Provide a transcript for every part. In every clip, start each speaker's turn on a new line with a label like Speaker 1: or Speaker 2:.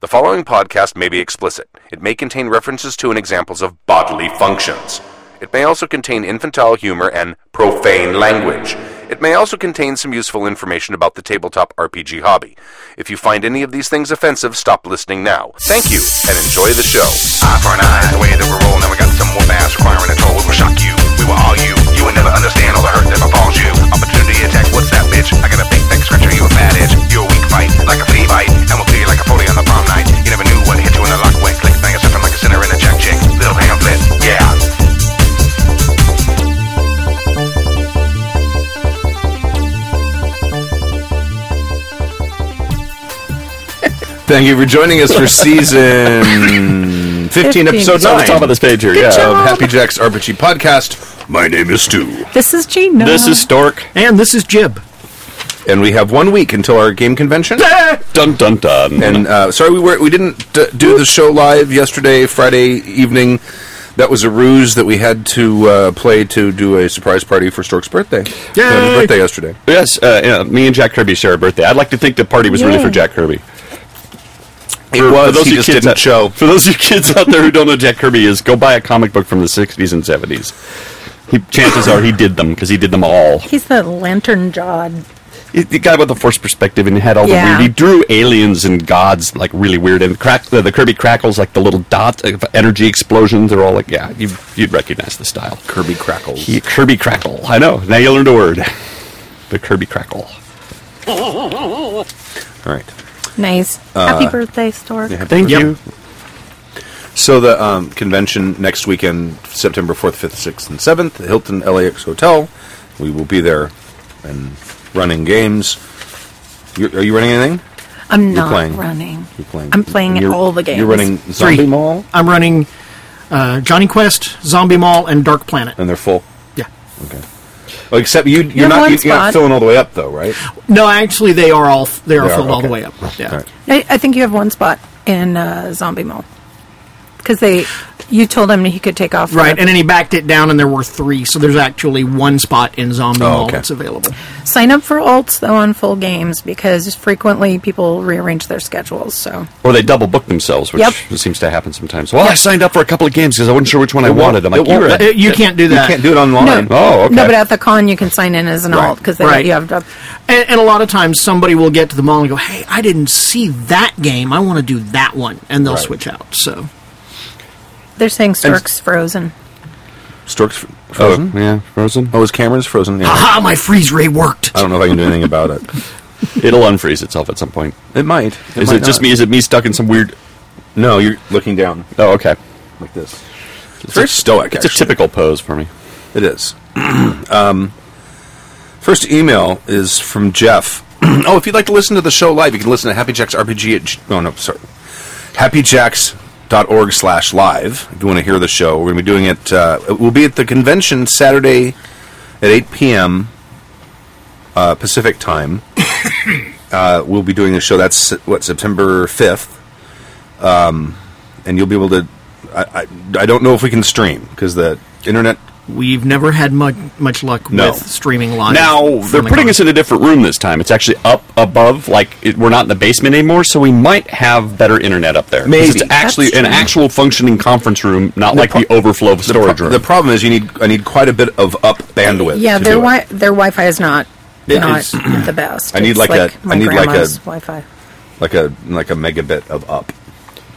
Speaker 1: The following podcast may be explicit. It may contain references to and examples of bodily functions. It may also contain infantile humor and profane language. It may also contain some useful information about the tabletop RPG hobby. If you find any of these things offensive, stop listening now. Thank you and enjoy the show.
Speaker 2: Eye for an eye, the way that we're rolling, and we got some whoop ass requiring a toll. We will shock you. We were all you. You would never understand all the hurt that befalls you. Opportunity attack, what's that bitch? I got a big back scratcher, you a bad itch. You're a weak fight, like a flea bite, and we'll clear you like a phony on the prom night. You never knew what hit you in the lock went. Click, bang, something like a center in a jack chick. Little pamphlet, yeah.
Speaker 3: Thank you for joining us for season 15, episode 9
Speaker 4: So I'm top of this page here. yeah.
Speaker 3: of Happy Jack's RPG podcast. My name is Stu.
Speaker 5: This is Gina.
Speaker 4: This is Stork.
Speaker 6: And this is Jib.
Speaker 3: And we have one week until our game convention.
Speaker 4: Dun dun dun.
Speaker 3: And uh, sorry, we were we didn't d- do the show live yesterday, Friday evening. That was a ruse that we had to uh, play to do a surprise party for Stork's birthday. He had his
Speaker 6: Yay!
Speaker 3: birthday yesterday.
Speaker 4: yes, uh, yeah, me and Jack Kirby share a birthday. I'd like to think the party was really
Speaker 5: Yay.
Speaker 4: for Jack Kirby.
Speaker 3: It was.
Speaker 4: of
Speaker 3: he
Speaker 4: you
Speaker 3: just
Speaker 4: kids
Speaker 3: didn't
Speaker 4: out-
Speaker 3: show.
Speaker 4: For those of you kids out there who don't know Jack Kirby is, go buy a comic book from the 60s and 70s. He, chances are he did them because he did them all.
Speaker 5: He's the lantern jawed.
Speaker 4: He, the guy with the forced perspective and he had all the
Speaker 5: Yeah.
Speaker 4: weird. He drew aliens and gods like really weird. And crack, the, the Kirby crackles like the little dot of energy explosions. They're all like, yeah, you, you'd recognize the style.
Speaker 3: Kirby crackles.
Speaker 4: He, Kirby crackle. I know. Now you learned a word. The Kirby crackle.
Speaker 3: All right.
Speaker 5: Nice. Happy birthday, Stork.
Speaker 4: Thank
Speaker 6: Yep.
Speaker 4: you.
Speaker 3: So the um, convention next weekend, September fourth, fifth, sixth, and seventh, the Hilton LAX Hotel. We will be there and running games. You're, are you running anything?
Speaker 5: I'm not
Speaker 3: playing.
Speaker 5: running.
Speaker 3: You're playing.
Speaker 5: I'm playing
Speaker 3: you're-
Speaker 5: all the games.
Speaker 3: You're running Zombie
Speaker 6: Three.
Speaker 3: Mall,
Speaker 6: I'm running uh, Johnny Quest, Zombie Mall, and Dark Planet.
Speaker 3: and they're full.
Speaker 6: Yeah.
Speaker 3: Okay. Oh, except you, you're
Speaker 5: have
Speaker 3: not
Speaker 5: one
Speaker 3: you, you're not
Speaker 5: spot. Uh,
Speaker 3: filling all the way up though, right?
Speaker 6: No, actually, they are all they are
Speaker 3: They are,
Speaker 6: filled all the
Speaker 3: okay.
Speaker 6: way up. Yeah.
Speaker 3: All right.
Speaker 5: I, I think you have one spot in uh, Zombie Mall. Because they, you told him he could take off.
Speaker 6: Right,
Speaker 5: the-
Speaker 6: and then he backed it down, and there were three, so there's actually one spot in Zombie
Speaker 3: Oh,
Speaker 6: Mall
Speaker 3: okay.
Speaker 6: that's available.
Speaker 5: sign up for alts, though, on full games because frequently people rearrange their schedules. So
Speaker 4: Or they double book themselves, which
Speaker 5: Yep.
Speaker 4: seems to happen sometimes. Well, I signed up for a couple of games because I wasn't sure which one I wanted. I'm
Speaker 3: It
Speaker 4: like,
Speaker 3: won't-
Speaker 4: you
Speaker 6: Uh, you can't do that.
Speaker 3: You can't do it online.
Speaker 4: Oh, okay.
Speaker 5: No, but at the con, you can sign in as an
Speaker 3: Right.
Speaker 5: alt because they
Speaker 6: Right.
Speaker 5: you have to.
Speaker 6: And, and a lot of times, somebody will get to the mall and go, "Hey, I didn't see that game. I want to do that one," and they'll
Speaker 3: Right.
Speaker 6: switch out. So,
Speaker 5: They're saying Stork's frozen.
Speaker 3: Stork's f-
Speaker 4: oh,
Speaker 3: frozen.
Speaker 4: yeah, Frozen.
Speaker 3: Oh, his camera's frozen. Yeah.
Speaker 6: aha, my freeze ray worked.
Speaker 3: I don't know if I can do anything about it.
Speaker 4: It'll unfreeze itself at some point.
Speaker 3: It might.
Speaker 4: Is
Speaker 3: might
Speaker 4: it just
Speaker 3: not.
Speaker 4: me? Is it me stuck in some weird?
Speaker 3: No, you're looking down
Speaker 4: Oh, okay.
Speaker 3: like this. It's very
Speaker 4: a-
Speaker 3: stoic.
Speaker 4: It's a
Speaker 3: actually.
Speaker 4: typical pose for me.
Speaker 3: It is. um, first email is from Jeff. oh, if you'd like to listen to the show live, you can listen to Happy Jack's RPG at. G- oh, no, sorry. happyjacks.org slash live. If you want to hear the show, we're going to be doing it. Uh, we'll be at the convention Saturday at 8 p.m. Uh, Pacific time. uh, we'll be doing the show. That's, what, September 5th? Um, and you'll be able to. I, I, I don't know if we can stream because the internet
Speaker 6: We've never had much much luck
Speaker 3: No.
Speaker 6: with streaming live.
Speaker 4: Now
Speaker 6: from
Speaker 4: they're
Speaker 6: the
Speaker 4: putting
Speaker 6: con.
Speaker 4: us in a different room this time. It's actually up above. Like it, we're not in the basement anymore, so we might have better internet up there. 'Cause
Speaker 3: Maybe.
Speaker 4: it's actually an actual functioning conference room, not like the overflow of storage room.
Speaker 3: The problem is you need I need quite a bit of up bandwidth.
Speaker 5: Yeah,
Speaker 3: to
Speaker 5: their
Speaker 3: do it.
Speaker 5: wi- their Wi-Fi is not
Speaker 3: It
Speaker 5: not
Speaker 3: is-
Speaker 5: the best.
Speaker 3: I need
Speaker 5: It's
Speaker 3: like a-
Speaker 5: my
Speaker 3: I need like a-
Speaker 5: grandma's Wi-Fi.
Speaker 3: like a like a megabit of up,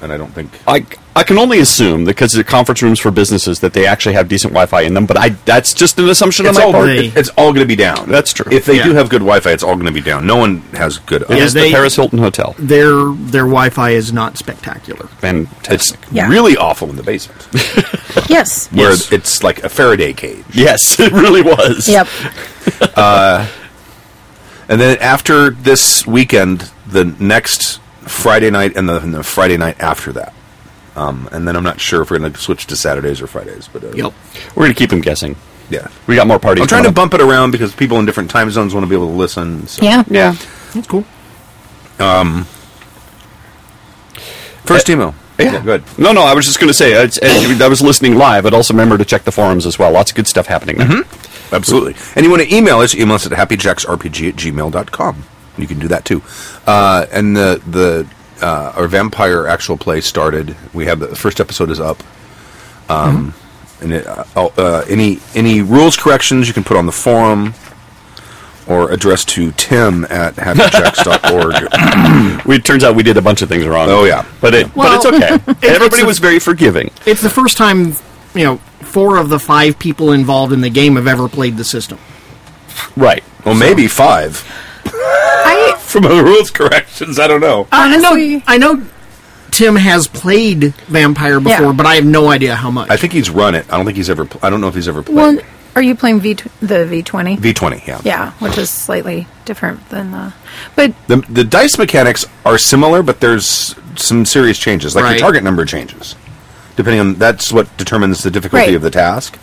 Speaker 3: and I don't think
Speaker 4: I, I can only assume because they're conference rooms for businesses that they actually have decent Wi-Fi in them. But I that's just an assumption
Speaker 3: it's
Speaker 4: on my
Speaker 3: all
Speaker 4: part.
Speaker 6: they-
Speaker 3: it- it's all going to be down.
Speaker 4: That's true.
Speaker 3: If they
Speaker 6: Yeah.
Speaker 3: do have good Wi-Fi, it's all going to be down. No one has good. Up.
Speaker 4: It
Speaker 6: Yeah,
Speaker 4: is
Speaker 6: they-
Speaker 4: the Paris Hilton Hotel.
Speaker 6: their their Wi-Fi is not spectacular.
Speaker 3: It's
Speaker 4: Fantastic.
Speaker 5: Yeah.
Speaker 3: really awful in the basement,
Speaker 5: Yes.
Speaker 3: where
Speaker 4: Yes.
Speaker 3: it's like a Faraday cage.
Speaker 4: Yes, it really was.
Speaker 5: Yep.
Speaker 3: And then after this weekend, the next Friday night and the, and the Friday night after that, um, and then I'm not sure if we're going to switch to Saturdays or Fridays. But uh,
Speaker 6: Yep.
Speaker 4: We're gonna keep them guessing.
Speaker 3: yeah.
Speaker 4: We got more parties.
Speaker 3: I'm trying to
Speaker 4: coming up.
Speaker 3: bump it around because people in different time zones want to be able to listen. So.
Speaker 5: Yeah.
Speaker 4: Yeah.
Speaker 6: That's cool.
Speaker 3: Um, First email.
Speaker 4: Eh, Yeah.
Speaker 3: good.
Speaker 4: No, no. I was just going to say. uh, It's, and I was listening live, but also remember to check the forums as well. Lots of good stuff happening there.
Speaker 3: Mm-hmm. Absolutely. And you want to email us, email us at happyjacksrpg at gmail.com. You can do that too. Uh, and the, the uh, our vampire actual play started. We have the, the first episode is up. Um, And it, uh, oh, uh, any any rules corrections you can put on the forum or address to Tim at happychecks.org.
Speaker 4: We turns out we did a bunch of things wrong.
Speaker 3: Oh, yeah.
Speaker 4: but it
Speaker 6: Well,
Speaker 4: but it's okay.
Speaker 6: it's
Speaker 4: Everybody
Speaker 6: a-
Speaker 4: was very forgiving.
Speaker 6: It's the first time, you know, four of the five people involved in the game have ever played the system.
Speaker 4: Right.
Speaker 3: well, maybe five
Speaker 5: I
Speaker 3: from other rules corrections. I don't know.
Speaker 5: honestly,
Speaker 6: I know Tim has played Vampire before,
Speaker 5: Yeah.
Speaker 6: but I have no idea how much.
Speaker 3: I think he's run it. I don't think he's ever. Pl- I don't know if he's ever played
Speaker 5: well, are you playing V tw- the V twenty?
Speaker 3: V20. Yeah.
Speaker 5: Yeah, which is slightly different than the, but
Speaker 3: The, the dice mechanics are similar, but there's some serious changes. Like
Speaker 6: Right.
Speaker 3: your target number changes, depending on that's what determines the difficulty
Speaker 5: Right.
Speaker 3: of the task,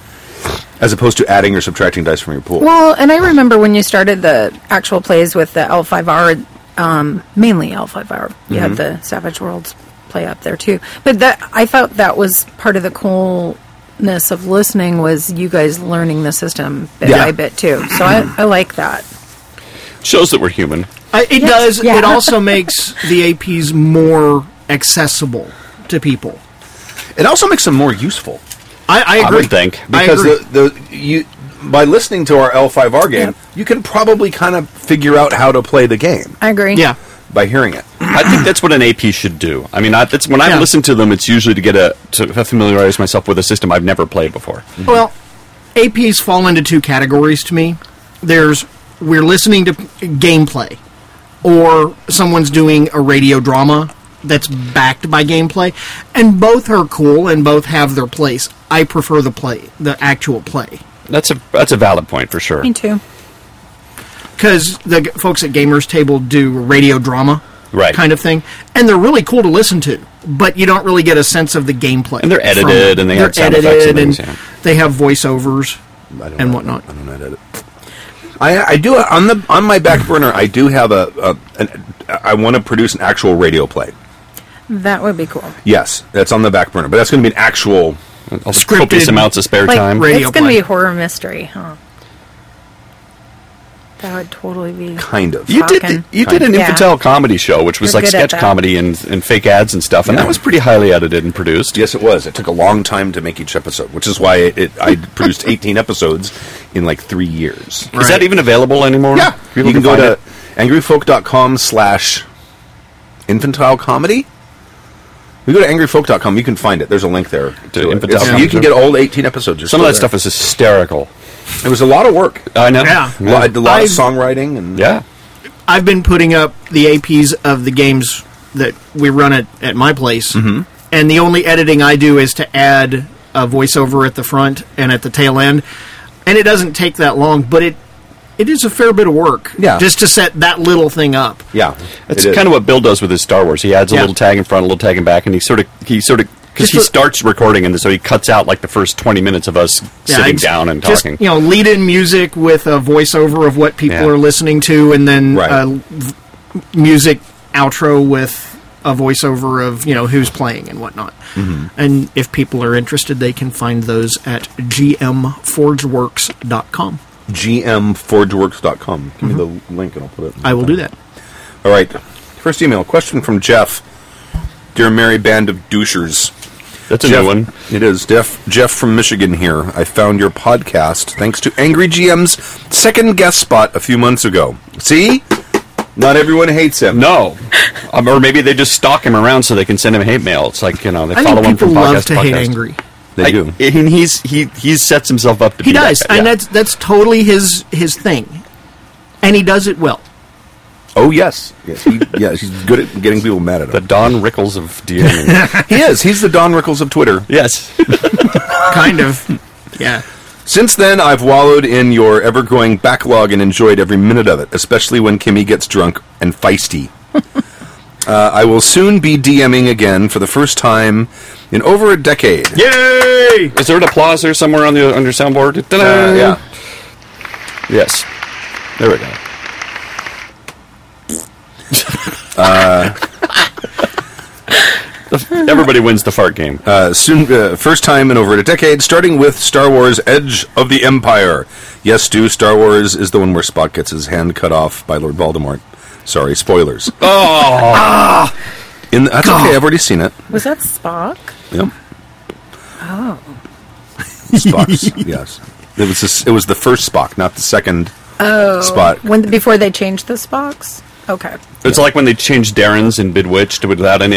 Speaker 3: as opposed to adding or subtracting dice from your pool.
Speaker 5: Well, and I remember when you started the actual plays with the L5R, um, mainly L5R. You had the Savage Worlds play up there too. But that I thought that was part of the coolness of listening was you guys learning the system bit
Speaker 3: Yeah.
Speaker 5: by bit too. So I, I like that.
Speaker 4: Shows that we're human.
Speaker 6: I, Uh, it
Speaker 5: Yes,
Speaker 6: does.
Speaker 5: yeah.
Speaker 6: It also makes the APs more accessible to people.
Speaker 3: it also makes them more useful.
Speaker 6: I, I
Speaker 4: I
Speaker 6: agree.
Speaker 4: would think,
Speaker 6: I
Speaker 3: because
Speaker 6: agree.
Speaker 3: the, the you by listening to our L5R game,
Speaker 5: Yep.
Speaker 3: you can probably kind of figure out how to play the game
Speaker 5: I agree.
Speaker 6: yeah,
Speaker 3: by hearing it.
Speaker 4: I think that's what an AP should do. I mean, I, that's when I
Speaker 6: Yeah.
Speaker 4: listen to them. It's usually to get a to familiarize myself with a system I've never played before.
Speaker 6: Well, APs fall into two categories to me. There's we're listening to gameplay, or someone's doing a radio drama that's backed by gameplay, and both are cool and both have their place. I prefer the play, the actual play,
Speaker 4: That's a that's a valid point for sure.
Speaker 5: Me too.
Speaker 6: because the g- folks at Gamers Table do radio drama,
Speaker 4: Right.
Speaker 6: kind of thing, and they're really cool to listen to. But you don't really get a sense of the gameplay.
Speaker 4: And they're
Speaker 6: from
Speaker 4: edited,
Speaker 6: it.
Speaker 4: and they
Speaker 6: They're
Speaker 4: have sound
Speaker 6: edited,
Speaker 4: effects and
Speaker 6: and
Speaker 4: things, yeah.
Speaker 6: they have voiceovers
Speaker 3: I don't
Speaker 6: and
Speaker 3: know.
Speaker 6: whatnot.
Speaker 3: I don't know how to edit. I, I do on the on my back burner. I do have a, a an, I want to produce an actual radio play.
Speaker 5: That would be cool.
Speaker 3: Yes, that's on the back burner, but that's going to be an actual.
Speaker 4: I'll copious amounts of spare
Speaker 5: Like,
Speaker 4: time.
Speaker 6: ra- radio
Speaker 5: it's going to
Speaker 6: play.
Speaker 5: be a horror mystery, huh? That would totally be.
Speaker 3: Kind of.
Speaker 4: you did
Speaker 5: Falcon.
Speaker 4: the, you did an
Speaker 5: Yeah.
Speaker 4: infantile comedy show, which was
Speaker 5: You're
Speaker 4: like
Speaker 5: good at
Speaker 4: sketch
Speaker 5: that.
Speaker 4: comedy and, and fake ads and stuff, and
Speaker 3: Yeah.
Speaker 4: that was pretty highly edited and produced.
Speaker 3: Yes, it was. It took a long time to make each episode, which is why it, it I produced 18 episodes in like three years.
Speaker 4: Is that
Speaker 6: Right.
Speaker 4: even available anymore?
Speaker 3: Yeah,
Speaker 4: People
Speaker 3: you can go
Speaker 4: find
Speaker 3: to
Speaker 4: it?
Speaker 3: angryfolk.com slash infantile comedy. We go to angryfolk.com. You can find it. There's a link there.
Speaker 4: To
Speaker 3: it.
Speaker 4: infantile
Speaker 3: It's-
Speaker 4: comedy.
Speaker 3: You can get all 18 episodes. They're
Speaker 4: Some of that
Speaker 3: still
Speaker 4: stuff is hysterical.
Speaker 3: there. It was a lot of work.
Speaker 4: I know.
Speaker 6: Yeah.
Speaker 3: A lot, a lot of
Speaker 6: I've-
Speaker 3: songwriting and
Speaker 4: Yeah.
Speaker 6: I've been putting up the APs of the games that we run at, at my place, and the only editing I do is to add a voiceover at the front and at the tail end, and it doesn't take that long, but it it is a fair bit of work,
Speaker 3: Yeah.
Speaker 6: just to set that little thing up.
Speaker 3: yeah.
Speaker 4: That's kind of what Bill does with his Star Wars. He adds a
Speaker 6: Yeah.
Speaker 4: little tag in front, a little tag in back, and he sort of he sort of because
Speaker 6: Just
Speaker 4: he
Speaker 6: for-
Speaker 4: starts recording, and so he cuts out like the first twenty minutes of us
Speaker 6: Yeah,
Speaker 4: sitting
Speaker 6: it's
Speaker 4: down and
Speaker 6: just,
Speaker 4: talking.
Speaker 6: you know, lead in music with a voiceover of what people
Speaker 4: Yeah.
Speaker 6: are listening to, and then
Speaker 3: Right.
Speaker 6: uh, v- music outro with a voiceover of you know who's playing and whatnot.
Speaker 4: Mm-hmm.
Speaker 6: And if people are interested, they can find those at gmforgeworks.com.
Speaker 3: gmforgeworks.com. Give me the link and I'll put it.
Speaker 6: Mm-hmm. I will do that.
Speaker 3: All right. First email question from Jeff. Dear Mary Band of Douchers.
Speaker 4: That's a
Speaker 3: Jeff,
Speaker 4: new one.
Speaker 3: It is. Jeff, Jeff from Michigan here. I found your podcast thanks to Angry GM's second guest spot a few months ago. See? Not everyone hates him.
Speaker 4: No, um, or maybe they just stalk him around so they can send him hate mail. It's like you know they
Speaker 6: I
Speaker 4: follow
Speaker 6: think
Speaker 4: him
Speaker 6: people
Speaker 4: from podcast
Speaker 6: love to
Speaker 4: to
Speaker 6: hate
Speaker 4: podcast.
Speaker 6: angry.
Speaker 3: They
Speaker 4: I-
Speaker 3: do.
Speaker 4: and he's he he sets himself up to
Speaker 6: He
Speaker 4: be
Speaker 6: does,
Speaker 4: that guy.
Speaker 6: and
Speaker 4: Yeah.
Speaker 6: that's that's totally his his thing, and he does it well.
Speaker 3: Oh, yes. Yes, he, yes, he's good at getting people mad at
Speaker 4: the
Speaker 3: him.
Speaker 4: Don Rickles of DMing.
Speaker 3: he is. He's the Don Rickles of Twitter.
Speaker 4: yes,
Speaker 6: kind of, yeah.
Speaker 3: Since then, I've wallowed in your ever growing backlog and enjoyed every minute of it, especially when Kimmy gets drunk and feisty. uh, I will soon be DMing again for the first time in over a decade.
Speaker 4: yay! Is there an applause there somewhere on the on your soundboard? Ta-da!
Speaker 3: Uh, yeah.
Speaker 4: Yes. There we go.
Speaker 3: Uh,
Speaker 4: The- Everybody wins the fart game.
Speaker 3: Uh, soon, uh, first time in over a decade, starting with Star Wars Edge of the Empire. Yes, Stu, Star Wars is the one where Spock gets his hand cut off by Lord Voldemort. Sorry, spoilers.
Speaker 4: oh,
Speaker 3: In the, that's
Speaker 6: God.
Speaker 3: okay. I've already seen it.
Speaker 5: Was that Spock?
Speaker 3: Yep. Oh. Spock's yes. It was this, it was the first Spock, not the second oh. Spock.
Speaker 5: When before they changed the Spocks? Okay.
Speaker 4: It's like when they changed Darren's in Bidwitch to, without any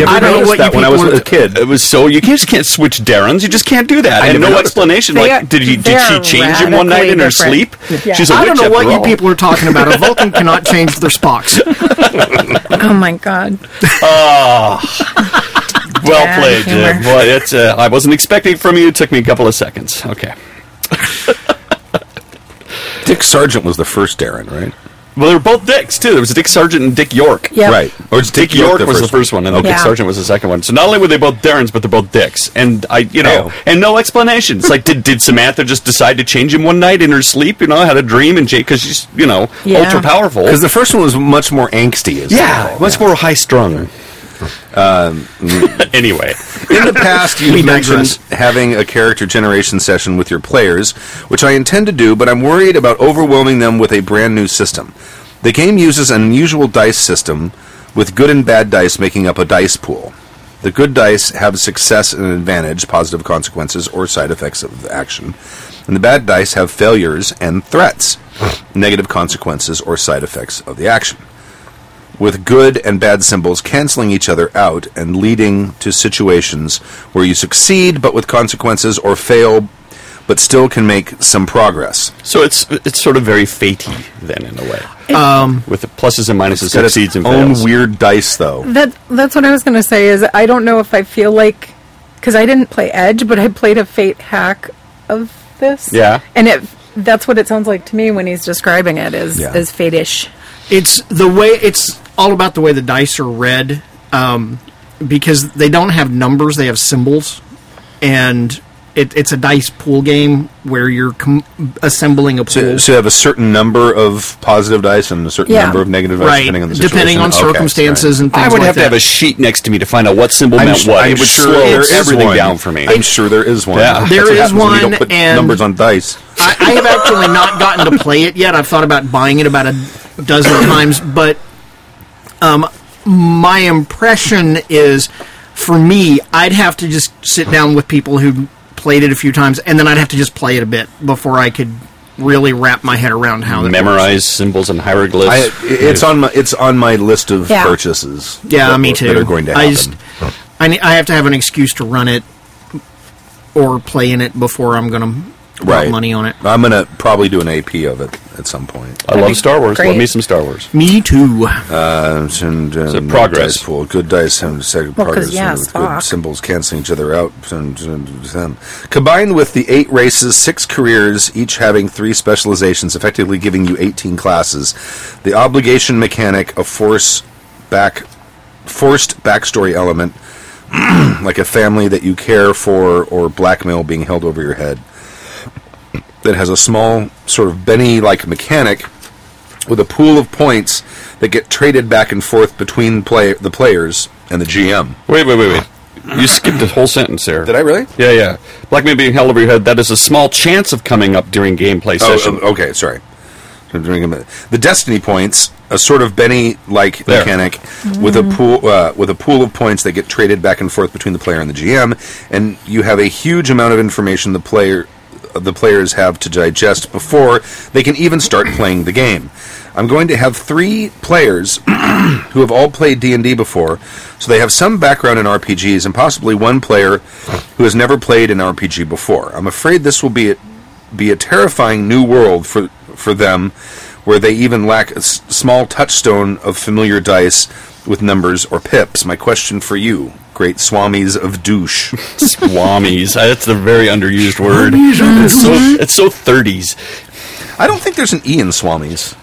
Speaker 3: I never I don't know noticed what you that when I was people a wanted- kid.
Speaker 4: It was so you just can't switch Darren's. You just can't do that.
Speaker 3: I
Speaker 4: and
Speaker 3: never
Speaker 4: no
Speaker 3: noticed it.
Speaker 4: explanation.
Speaker 5: They
Speaker 4: like,
Speaker 5: are-
Speaker 4: did, you,
Speaker 5: they
Speaker 4: did she
Speaker 5: are
Speaker 4: change him one night in her
Speaker 5: radically
Speaker 4: sleep?
Speaker 5: different. Yeah.
Speaker 4: She's a
Speaker 6: I
Speaker 4: witch
Speaker 6: don't know
Speaker 4: after
Speaker 6: what you
Speaker 4: all.
Speaker 6: people are talking about. A Vulcan cannot change their Spocks.
Speaker 5: Oh my god.
Speaker 4: Well
Speaker 5: Yeah,
Speaker 4: played,
Speaker 5: humor.
Speaker 4: Jim. Well, it's, uh, I wasn't expecting it from you. It took me a couple of seconds. Okay.
Speaker 3: Dick Sargent was the first Darren, right?
Speaker 4: Well, they were both dicks too. There was Dick Sargent and Dick York.
Speaker 5: Yep.
Speaker 3: Right. Or it's
Speaker 4: Dick, York, was the first one, and
Speaker 3: Okay.
Speaker 4: Dick
Speaker 5: Yeah.
Speaker 4: Sargent was the second one. So not only were they both Darrens, but they're both dicks. And I, you know,
Speaker 3: Oh.
Speaker 4: and no explanations. like, did did Samantha just decide to change him one night in her sleep? You know, had a dream and change because she's you know
Speaker 5: Yeah.
Speaker 4: ultra powerful.
Speaker 3: Because the Oh, first one was much more angsty. Is
Speaker 4: yeah,
Speaker 3: it?
Speaker 4: much more high strung. anyway,
Speaker 3: In the past,
Speaker 6: We
Speaker 3: you mentioned
Speaker 6: digress.
Speaker 3: having a character generation session with your players, which I intend to do, but I'm worried about overwhelming them with a brand new system. The game uses an unusual dice system, with good and bad dice making up a dice pool. The good dice have success and advantage, positive consequences, or side effects of the action, and the bad dice have failures and threats, negative consequences, or side effects of the action with good and bad symbols canceling each other out and leading to situations where you succeed but with consequences or fail but still can make some progress.
Speaker 4: so it's it's sort of very fatey then in a way. Um, with the pluses and minuses,
Speaker 3: Got its
Speaker 4: succeeds and
Speaker 3: own
Speaker 4: fails.
Speaker 3: weird dice though.
Speaker 5: That that's what I was going to say is I don't know if I feel like cuz I didn't play Edge, but I played a Fate hack of this.
Speaker 4: Yeah.
Speaker 5: And it that's what it sounds like to me when he's describing it is
Speaker 3: Yeah.
Speaker 5: is Fate-ish.
Speaker 6: it's the way it's all about the way the dice are read um, because they don't have numbers they have symbols and it, it's a dice pool game where you're com- assembling a
Speaker 3: So,
Speaker 6: pool
Speaker 3: so you have a certain number of positive dice and a certain
Speaker 5: Mm-hmm. Yeah.
Speaker 3: number of negative dice
Speaker 6: right
Speaker 3: depending on the
Speaker 6: depending
Speaker 3: situation.
Speaker 6: on
Speaker 3: Okay,
Speaker 6: circumstances
Speaker 3: sorry.
Speaker 6: and things
Speaker 4: I would
Speaker 6: like
Speaker 4: have to
Speaker 6: that.
Speaker 4: have a sheet next to me to find out what symbol meant
Speaker 3: sh-
Speaker 4: what. it would
Speaker 3: sure
Speaker 4: slow
Speaker 3: there is
Speaker 4: everything
Speaker 3: one.
Speaker 4: down for me.
Speaker 3: I'm sure there is one.
Speaker 4: Yeah.
Speaker 3: That's
Speaker 6: There
Speaker 3: what
Speaker 6: is
Speaker 3: happens when you
Speaker 6: one,
Speaker 3: don't put
Speaker 6: and-
Speaker 3: numbers on dice.
Speaker 6: I, I have actually not gotten to play it yet. I've thought about buying it about a dozen times, but um, my impression is, for me, I'd have to just sit down with people who played it a few times, and then I'd have to just play it a bit before I could really wrap my head around how that works.
Speaker 4: memorize symbols and hieroglyphs.
Speaker 3: I, it's on my it's on my list of
Speaker 5: Yeah.
Speaker 3: purchases.
Speaker 6: Yeah,
Speaker 3: that-
Speaker 6: me too.
Speaker 3: That are going to happen.
Speaker 6: I just, I, ne- I have to have an excuse to run it or play in it before I'm going to
Speaker 3: right.
Speaker 6: put money on it.
Speaker 3: I'm gonna probably do an AP of it at some point.
Speaker 4: I love Star Wars. Love
Speaker 5: great.
Speaker 4: me some Star Wars.
Speaker 6: Me too.
Speaker 3: And, uh,
Speaker 4: So progress.
Speaker 3: dice pool. Good dice and second
Speaker 5: Well, 'cause,
Speaker 3: progress.
Speaker 5: yeah,
Speaker 3: and with good
Speaker 5: Spock.
Speaker 3: symbols canceling each other out. And, and, and. Combined with the eight races, six careers, each having three specializations, effectively giving you 18 classes. The obligation mechanic, a force back, forced backstory element, like a family that you care for or blackmail being held over your head. That has a small sort of Benny-like mechanic with a pool of points that get traded back and forth between play- the players and the GM.
Speaker 4: Wait, wait, wait, wait. You skipped a whole sentence there.
Speaker 3: Did I really?
Speaker 4: Yeah, yeah. Black man being held over your head. That is a small chance of coming up during gameplay session.
Speaker 3: Oh, um, okay, sorry. I'm doing a minute. The destiny points, a sort of Benny-like
Speaker 4: There.
Speaker 3: mechanic with a pool uh, with a pool of points that get traded back and forth between the player and the GM, and you have a huge amount of information the player the players have to digest before they can even start playing the game. I'm going to have three players who have all played D&D before, so they have some background in RPGs and possibly one player who has never played an RPG before. I'm afraid this will be a be a terrifying new world for for them, where they even lack a s- small touchstone of familiar dice with numbers or pips. My question for you, great swamis of douche.
Speaker 4: Swamies. Uh, That's the very underused word. it's, so, it's so 30s.
Speaker 3: I don't think there's an E in swamis.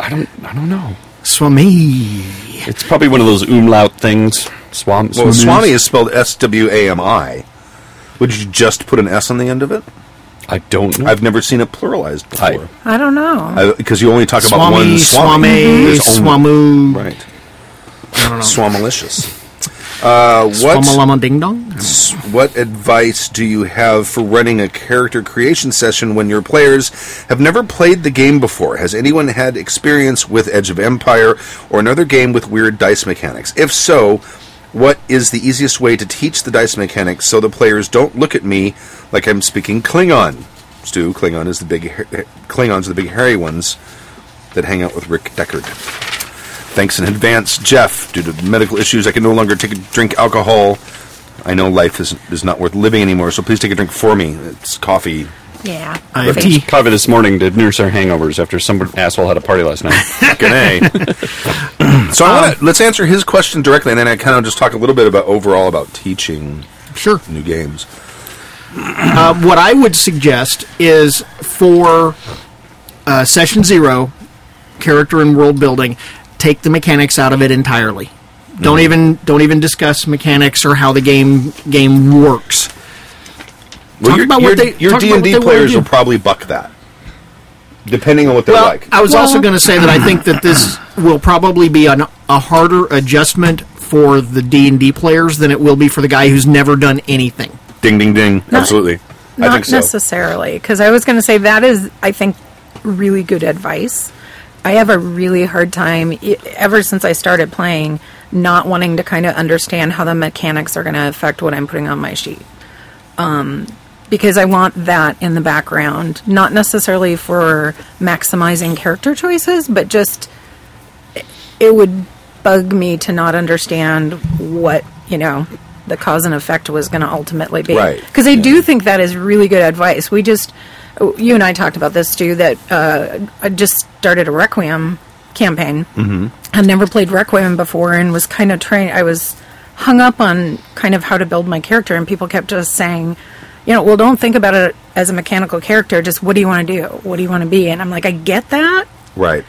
Speaker 4: I don't. I don't know.
Speaker 6: Swami.
Speaker 4: It's probably one of those umlaut things. Swam.
Speaker 3: Well,
Speaker 4: swamis.
Speaker 3: swami is spelled S W A M I. Would you just put an S on the end of it?
Speaker 4: I don't know.
Speaker 3: I've never seen it pluralized before.
Speaker 5: I don't know.
Speaker 3: Because you only talk about
Speaker 6: Swami,
Speaker 3: one swami.
Speaker 6: Swami,
Speaker 3: There's only-
Speaker 6: Swamu.
Speaker 3: Right.
Speaker 6: I don't know.
Speaker 3: Swamalicious. Uh, what's,
Speaker 6: Lama Ding Dong?
Speaker 3: what advice do you have for running a character creation session when your players have never played the game before? Has anyone had experience with Edge of Empire or another game with weird dice mechanics? If so, what is the easiest way to teach the dice mechanics so the players don't look at me like I'm speaking Klingon? Stu, Klingon is the big har- Klingons are the big hairy ones that hang out with Rick Deckard. Thanks in advance, Jeff. Due to medical issues, I can no longer take a drink alcohol. I know life is is not worth living anymore, so please take a drink for me. It's coffee.
Speaker 5: Yeah.
Speaker 6: I have
Speaker 5: Fake.
Speaker 6: tea.
Speaker 4: Coffee this morning to nurse our hangovers after some asshole had a party last night.
Speaker 3: Fucking A. so I
Speaker 6: Um,
Speaker 3: want to let's answer his question directly, and then I kind of just talk a little bit about overall about teaching
Speaker 6: Sure.
Speaker 3: new games.
Speaker 6: Uh, what I would suggest is for uh, session zero, character and world building, take the mechanics out of it entirely. Don't even don't even discuss mechanics or how the game game works. Talk
Speaker 3: your,
Speaker 6: about
Speaker 3: your,
Speaker 6: what they-
Speaker 3: your
Speaker 6: talk about
Speaker 3: D and
Speaker 6: what they
Speaker 3: D
Speaker 6: wanna
Speaker 3: players
Speaker 6: do.
Speaker 3: will probably buck that, depending on what they're
Speaker 6: well,
Speaker 3: like.
Speaker 6: I was also going to say that I think that this will probably be an, a harder adjustment for the D and D players than it will be for the guy who's never done anything.
Speaker 3: ding, ding, ding.
Speaker 5: Not-
Speaker 3: Absolutely,
Speaker 5: Not
Speaker 3: I think so.
Speaker 5: necessarily, because I was going to say that is, I think, really good advice. I have a really hard time e- ever since I started playing, not wanting to kind of understand how the mechanics are going to affect what I'm putting on my sheet. Um, because I want that in the background, not necessarily for maximizing character choices, but just it would bug me to not understand what you know the cause and effect was going to ultimately be
Speaker 3: Right.
Speaker 5: because i do think that is really good advice we just you and i talked about this too that uh, i just started a requiem campaign mm-hmm. i've never played requiem before and was kind of trying i was hung up on kind of how to build my character and people kept just saying you know well don't think about it as a mechanical character just what do you want to do what do you want to be and i'm like i get that
Speaker 3: Right.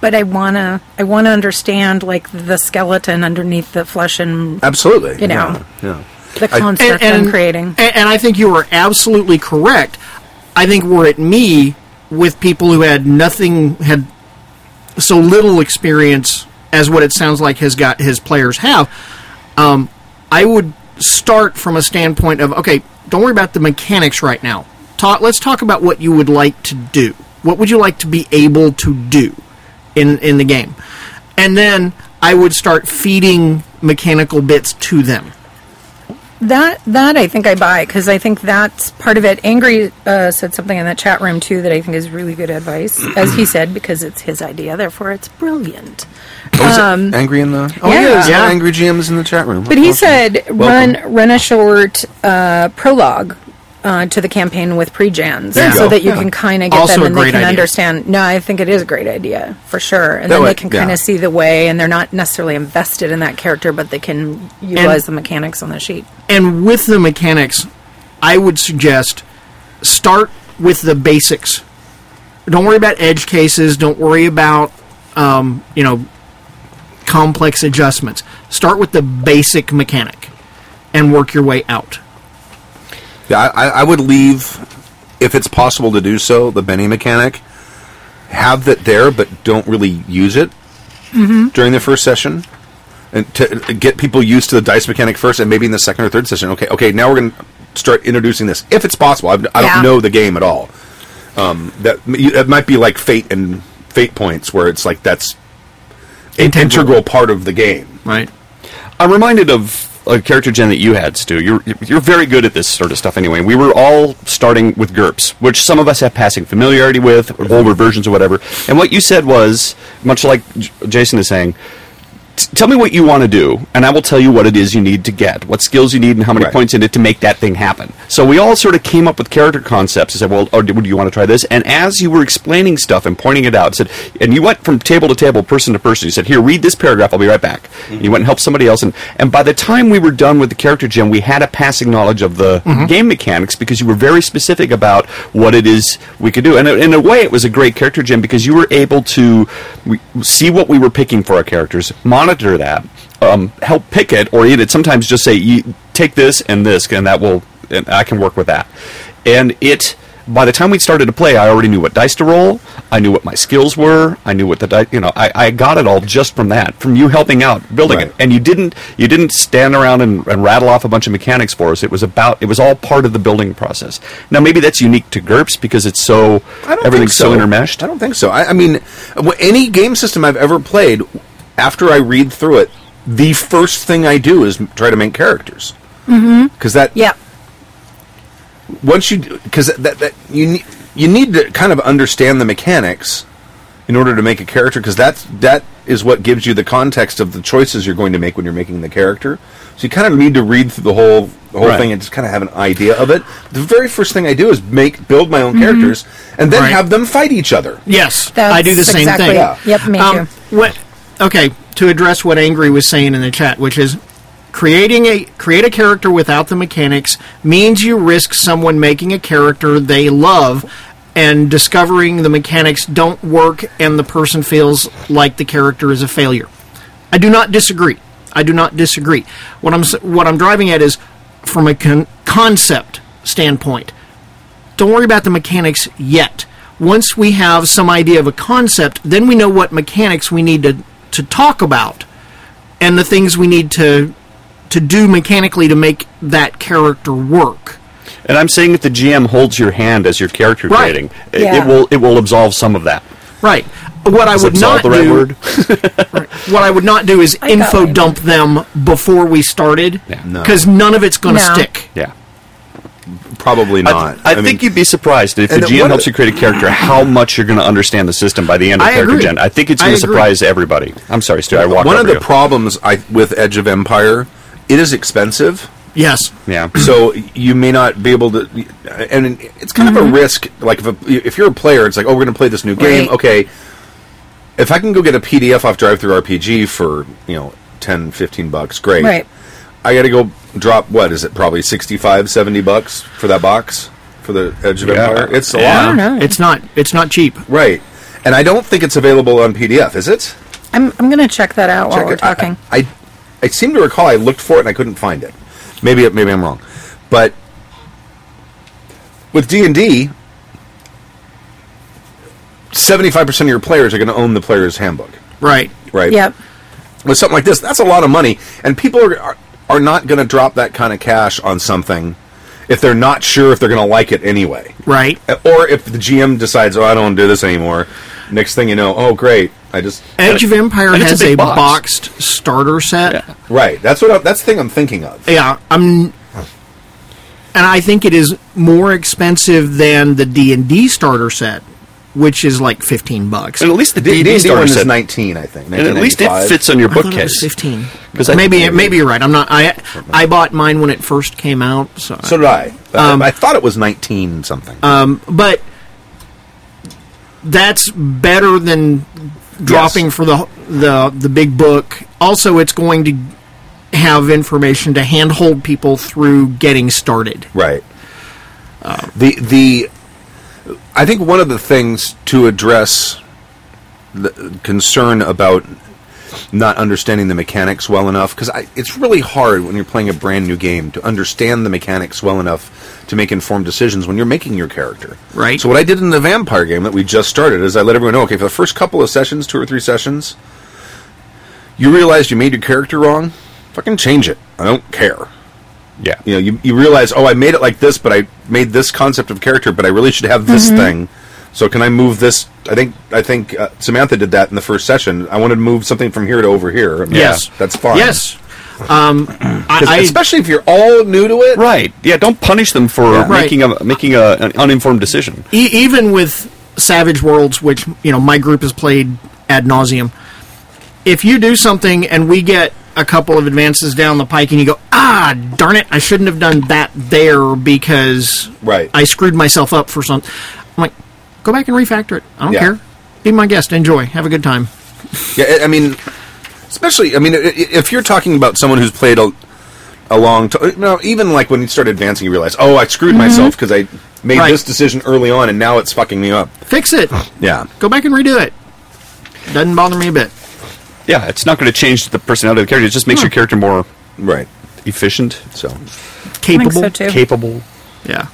Speaker 5: but I wanna I wanna understand like the skeleton underneath the flesh and
Speaker 3: Absolutely.
Speaker 5: You know.
Speaker 3: Yeah. yeah.
Speaker 5: the
Speaker 3: I-
Speaker 5: construct I'm creating.
Speaker 6: And, and I think you were absolutely correct. I think were it me with people who had nothing, had so little experience as what it sounds like his got his players have, um, I would start from a standpoint of okay, don't worry about the mechanics right now. Talk, let's talk about what you would like to do. What would you like to be able to do in in the game? And then I would start feeding mechanical bits to them.
Speaker 5: That that I think I buy because I think that's part of it. Angry uh, said something in the chat room too that I think is really good advice, as he said because it's his idea, therefore it's brilliant.
Speaker 3: Oh, is it angry in the? Oh
Speaker 5: yeah.
Speaker 3: yeah, there's a lot of
Speaker 6: Um, Yeah.
Speaker 3: angry GMs in the chat room.
Speaker 5: But he said run run a short uh, prologue. Uh, to the campaign with pre-gens
Speaker 3: There you
Speaker 5: so
Speaker 3: go.
Speaker 5: that you
Speaker 3: Yeah.
Speaker 5: can kind of get
Speaker 6: Also
Speaker 5: them
Speaker 6: a
Speaker 5: and they
Speaker 6: great
Speaker 5: can
Speaker 6: idea.
Speaker 5: understand no i think it is a great idea for sure and
Speaker 3: That
Speaker 5: then
Speaker 3: way-
Speaker 5: they can kind
Speaker 3: yeah.
Speaker 5: of see the way and they're not necessarily invested in that character but they can utilize the mechanics on the sheet
Speaker 6: and with the mechanics, I would suggest start with the basics. Don't worry about edge cases. Don't worry about um, you know complex adjustments. Start with the basic mechanic and work your way out.
Speaker 3: Yeah, I, I I would leave if it's possible to do so. The Benny mechanic, have that there, but don't really use it during the first session, and to get people used to the dice mechanic first, and maybe in the second or third session. Okay, okay, now we're going to start introducing this if it's possible. I've, I
Speaker 5: Yeah.
Speaker 3: don't know the game at all. Um, that it might be like fate and fate points, where it's like that's an
Speaker 6: Integral.
Speaker 3: integral part of the game.
Speaker 6: Right.
Speaker 4: I'm reminded of a character gen that you had, Stu. You're you're very good at this sort of stuff. Anyway, we were all starting with GURPS, which some of us have passing familiarity with, or older versions or whatever. And what you said was much like J- Jason is saying. "T- Tell me what you want to do, and I will tell you what it is you need to get, what skills you need, and how many
Speaker 3: Right.
Speaker 4: points in it to make that thing happen. So we all sort of came up with character concepts and said, "Well, oh, do do you want to try this?" And as you were explaining stuff and pointing it out, said, and you went from table to table, person to person. You said, "Here, read this paragraph. I'll be right back." And you went and helped somebody else, and and by the time we were done with the character gym, we had a passing knowledge of the game mechanics because you were very specific about what it is we could do. And in a way, it was a great character gym because you were able to we, see what we were picking for our characters, monitor that, um, help pick it, or eat it. Sometimes just say, you, take this and this, and that will, and I can work with that. And it, by the time we started to play, I already knew what dice to roll. I knew what my skills were. I knew what the dice. You know, I, I got it all just from that, from you helping out building
Speaker 3: Right.
Speaker 4: it. And you didn't you didn't stand around and, and rattle off a bunch of mechanics for us. It was about it was all part of the building process. Now maybe that's unique to GURPS because it's so
Speaker 3: I don't
Speaker 4: everything's
Speaker 3: think so.
Speaker 4: intermeshed.
Speaker 3: I don't think so. I, I mean, wh- any game system I've ever played, after I read through it, the first thing I do is m- try to make characters. Because mm-hmm. that
Speaker 5: Yeah.
Speaker 3: once you because that, that you need you need to kind of understand the mechanics in order to make a character because that's that is what gives you the context of the choices you're going to make when you're making the character so you kind of need to read through the whole the whole
Speaker 4: Right.
Speaker 3: thing and just kind of have an idea of it the very first thing i do is make build my own characters and then
Speaker 6: Right.
Speaker 3: have them fight each other
Speaker 6: Yes,
Speaker 5: That's
Speaker 6: I do the same
Speaker 5: exactly it.
Speaker 6: thing.
Speaker 5: Yeah. Yep, me
Speaker 6: Um,
Speaker 5: too.
Speaker 6: What? Okay, to address what Angry was saying in the chat, which is creating a create a character without the mechanics means you risk someone making a character they love and discovering the mechanics don't work and the person feels like the character is a failure. I do not disagree. I do not disagree. What I'm s- what I'm driving at is from a con- concept standpoint don't worry about the mechanics yet. Once we have some idea of a concept, then we know what mechanics we need to, to talk about and the things we need to to do mechanically to make that character work.
Speaker 4: And I'm saying if the GM holds your hand as your character
Speaker 6: Right.
Speaker 4: creating, it,
Speaker 5: Yeah.
Speaker 4: it will it will absolve some of that.
Speaker 6: Right. What I
Speaker 4: Is
Speaker 6: would
Speaker 4: absolve
Speaker 6: not
Speaker 4: the right
Speaker 6: do
Speaker 4: word?
Speaker 6: what I would not do is
Speaker 5: I got
Speaker 6: info
Speaker 5: what you
Speaker 6: dump them before we started
Speaker 4: Yeah.
Speaker 3: No.
Speaker 6: cuz none of it's going to
Speaker 5: No.
Speaker 6: stick.
Speaker 4: yeah.
Speaker 3: probably
Speaker 4: I, I think you'd be surprised if the
Speaker 3: And then
Speaker 4: GM
Speaker 3: what-
Speaker 4: helps you create a character how much you're going to understand the system by the end of
Speaker 6: I
Speaker 4: character
Speaker 6: agree.
Speaker 4: gen. I think it's
Speaker 6: I
Speaker 4: going to
Speaker 6: agree.
Speaker 4: surprise everybody. I'm sorry, Stu. I walked
Speaker 3: one of
Speaker 4: over
Speaker 3: the
Speaker 4: you.
Speaker 3: problems I, with edge of empire it is expensive
Speaker 6: Yes.
Speaker 4: yeah.
Speaker 3: so you may not be able to and it's kind of a
Speaker 4: Mm-hmm.
Speaker 3: risk like if, a, if you're a player it's like oh we're going to play this new game
Speaker 5: Right.
Speaker 3: okay if i can go get a pdf off drive through rpg for you know 10 15 bucks great
Speaker 5: Right.
Speaker 3: i gotta go drop what is it probably 65 70 bucks for that box for the edge of
Speaker 4: Yeah.
Speaker 3: empire it's a
Speaker 4: Yeah.
Speaker 3: lot
Speaker 5: know.
Speaker 6: It's not it's not cheap.
Speaker 3: right and i don't think it's available on pdf is it
Speaker 5: I'm, I'm going to check that out while
Speaker 3: Check
Speaker 5: Oh, we're
Speaker 3: it. I-
Speaker 5: talking.
Speaker 3: I, I, I seem to recall I looked for it and I couldn't find it. Maybe it- maybe I'm wrong, but with D and D, seventy five percent of your players are going to own the player's handbook,
Speaker 6: Right.
Speaker 3: right?
Speaker 5: Yep.
Speaker 3: With something like this, that's a lot of money, and people are are, are not going to drop that kind of cash on something if they're not sure if they're going to like it anyway,
Speaker 6: Right.
Speaker 4: Uh,
Speaker 3: or if the GM decides, oh, I don't do this anymore. Next thing you know, oh great, I just
Speaker 6: Edge of Empire
Speaker 4: and it's a
Speaker 6: has
Speaker 4: big
Speaker 6: a
Speaker 4: box.
Speaker 6: boxed starter set.
Speaker 4: Yeah.
Speaker 3: right. That's what I, that's the thing I'm thinking of.
Speaker 6: Yeah, I'm, and I think it is more expensive than the D and D starter set, which is like fifteen bucks.
Speaker 4: And at least the
Speaker 3: D-
Speaker 4: D&D
Speaker 3: D&D
Speaker 4: starter
Speaker 3: one is
Speaker 4: set,
Speaker 3: 19, I think.
Speaker 4: and at least it
Speaker 3: 1995.
Speaker 4: fits on your
Speaker 6: I thought it
Speaker 4: bookcase.
Speaker 6: was fifteen.
Speaker 4: 'Cause I
Speaker 6: maybe
Speaker 4: think-
Speaker 6: maybe you're right. I'm not. I I bought mine when it first came out. So,
Speaker 3: So did I. Um, I thought it was 19 something.
Speaker 6: but that's better than dropping for the the the big book. Also, it's going to have information to handhold people through getting started.
Speaker 3: right. Uh, the the I think one of the things to address the concern about not understanding the mechanics well enough because it's really hard when you're playing a brand new game to understand the mechanics well enough to make informed decisions when you're making your character.
Speaker 6: Right.
Speaker 3: So what I did in the vampire game that we just started is I let everyone know, okay, for the first couple of sessions, two or three sessions, you realized you made your character wrong, fucking change it. I don't care.
Speaker 4: Yeah.
Speaker 3: you know you, you realize oh i made it like this but i made this concept of character but i really should have this thing so can i move this i think i think uh, samantha did that in the first session i wanted to move something from here to over here I mean,
Speaker 4: Yes.
Speaker 3: that's fine
Speaker 6: Yes. Um,
Speaker 3: 'Cause
Speaker 6: I, I,
Speaker 3: especially if you're all new to it
Speaker 4: Right. Yeah, don't punish them for
Speaker 3: Yeah.
Speaker 6: Right.
Speaker 4: making a making a, an uninformed decision.
Speaker 6: e- even with Savage Worlds, which you know my group has played ad nauseum. If you do something and we get a couple of advances down the pike, and you go, ah, darn it, I shouldn't have done that there because
Speaker 3: Right.
Speaker 6: I screwed myself up for something. I'm like, go back and refactor it. I don't
Speaker 3: Yeah.
Speaker 6: care. Be my guest. Enjoy. Have a good time.
Speaker 3: yeah I- i mean especially i mean i- i- if you're talking about someone who's played a, a long time you know, even like when you start advancing you realize oh i screwed myself 'cause myself because i made
Speaker 6: Right.
Speaker 3: this decision early on and now it's fucking me up
Speaker 6: Fix it.
Speaker 3: yeah
Speaker 6: Go back and redo it. Doesn't bother me a bit.
Speaker 4: Yeah, it's not going to change the personality of the character. It just makes your character more
Speaker 3: right
Speaker 4: efficient,
Speaker 3: so
Speaker 5: I think
Speaker 6: Capable.
Speaker 5: so too.
Speaker 4: capable.
Speaker 6: Yeah.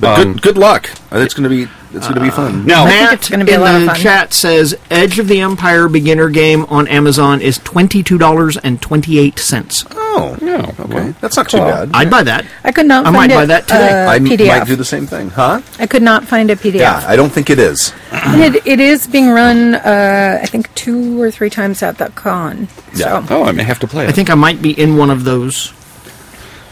Speaker 3: But good, good luck. Uh, It's going to be it's going to be fun.
Speaker 4: Now,
Speaker 5: think
Speaker 6: Matt
Speaker 5: it's gonna be a
Speaker 6: in
Speaker 5: lot of
Speaker 6: the
Speaker 5: fun.
Speaker 6: chat says Edge of the Empire beginner game on Amazon is twenty two dollars and twenty eight cents.
Speaker 3: Oh,
Speaker 4: Yeah,
Speaker 3: okay,
Speaker 4: well,
Speaker 3: that's not too
Speaker 5: cool.
Speaker 3: bad.
Speaker 6: I'd buy that.
Speaker 5: I could not
Speaker 6: I might
Speaker 5: find Uh,
Speaker 6: buy
Speaker 5: a,
Speaker 6: that today.
Speaker 5: a
Speaker 3: I m-
Speaker 5: PDF.
Speaker 3: might do the same thing, huh?
Speaker 5: I could not find a PDF.
Speaker 3: Yeah, I don't think it is.
Speaker 5: And it, it is being run, uh, I think, two or three times at the con.
Speaker 3: Yeah.
Speaker 5: So
Speaker 4: oh, I may have to play it.
Speaker 6: I think I might be in one of those.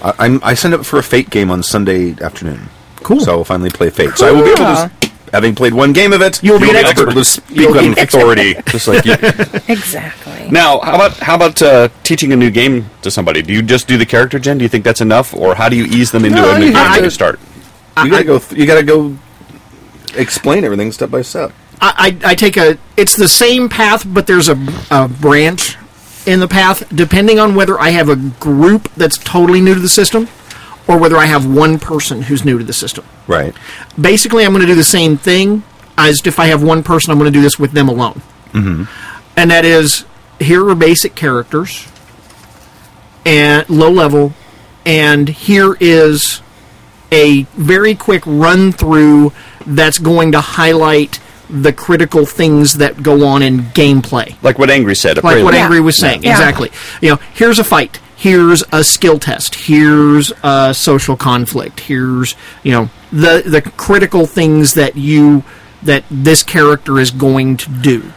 Speaker 3: I, I'm I signed up for a Fate game on Sunday afternoon.
Speaker 6: Cool.
Speaker 3: So I will finally play Fate. So I will be able to, s- having played one game of it,
Speaker 6: You'll be an expert.
Speaker 3: to speak with authority, just like you.
Speaker 5: exactly.
Speaker 4: Now, how about how about uh, teaching a new game to somebody? Do you just do the character gen? Do you think that's enough, or how do you ease them into
Speaker 3: No,
Speaker 4: a
Speaker 3: you
Speaker 4: new
Speaker 3: have
Speaker 4: game
Speaker 3: to-
Speaker 4: to start?
Speaker 3: You gotta go. Th- you gotta go. Explain everything step by step.
Speaker 6: I, I, I take a. It's the same path, but there's a, a branch in the path, depending on whether I have a group that's totally new to the system or whether I have one person who's new to the system.
Speaker 3: Right.
Speaker 6: Basically, I'm going to do the same thing as if I have one person, I'm going to do this with them alone. Mm-hmm. And that is here are basic characters and low level, and here is a very quick run through that's going to highlight the critical things that go on in gameplay.
Speaker 4: Like what Angry said, a
Speaker 6: Like
Speaker 4: prelude.
Speaker 6: what
Speaker 5: Yeah.
Speaker 6: Angry was saying,
Speaker 5: Yeah.
Speaker 6: exactly. You know, here's a fight, here's a skill test, here's a social conflict, here's you know the the critical things that you that this character is going to do.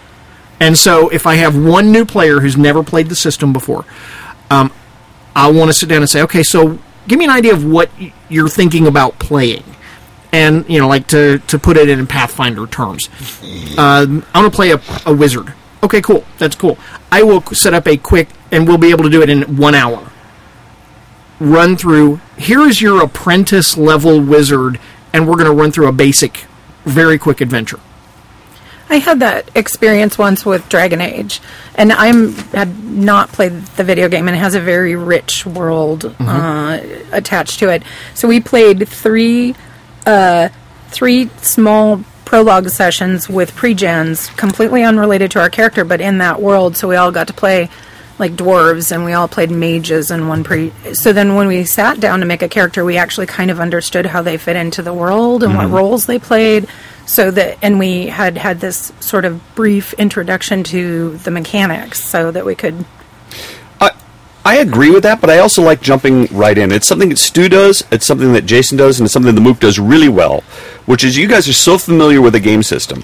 Speaker 6: And so, if I have one new player who's never played the system before, um, I want to sit down and say, okay, so give me an idea of what y- you're thinking about playing. And, you know, like to, to put it in Pathfinder terms. Um, I want to play a, a wizard. Okay, cool. That's cool. I will c- set up a quick, and we'll be able to do it in one hour. Run through. Here is your apprentice level wizard, and we're going to run through a basic, very quick adventure.
Speaker 5: I had that experience once with Dragon Age, and I'm had not played the video game, and it has a very rich world uh, attached to it. So we played three, uh, three small prologue sessions with pre-gens, completely unrelated to our character, but in that world. So we all got to play like dwarves, and we all played mages and one pre. So then when we sat down to make a character, we actually kind of understood how they fit into the world and what roles they played so that and we had had this sort of brief introduction to the mechanics so that we could
Speaker 4: I, I agree with that, but I also like jumping right in. It's something that Stu does, it's something that Jason does, and it's something the MOOC does really well, which is you guys are so familiar with the game system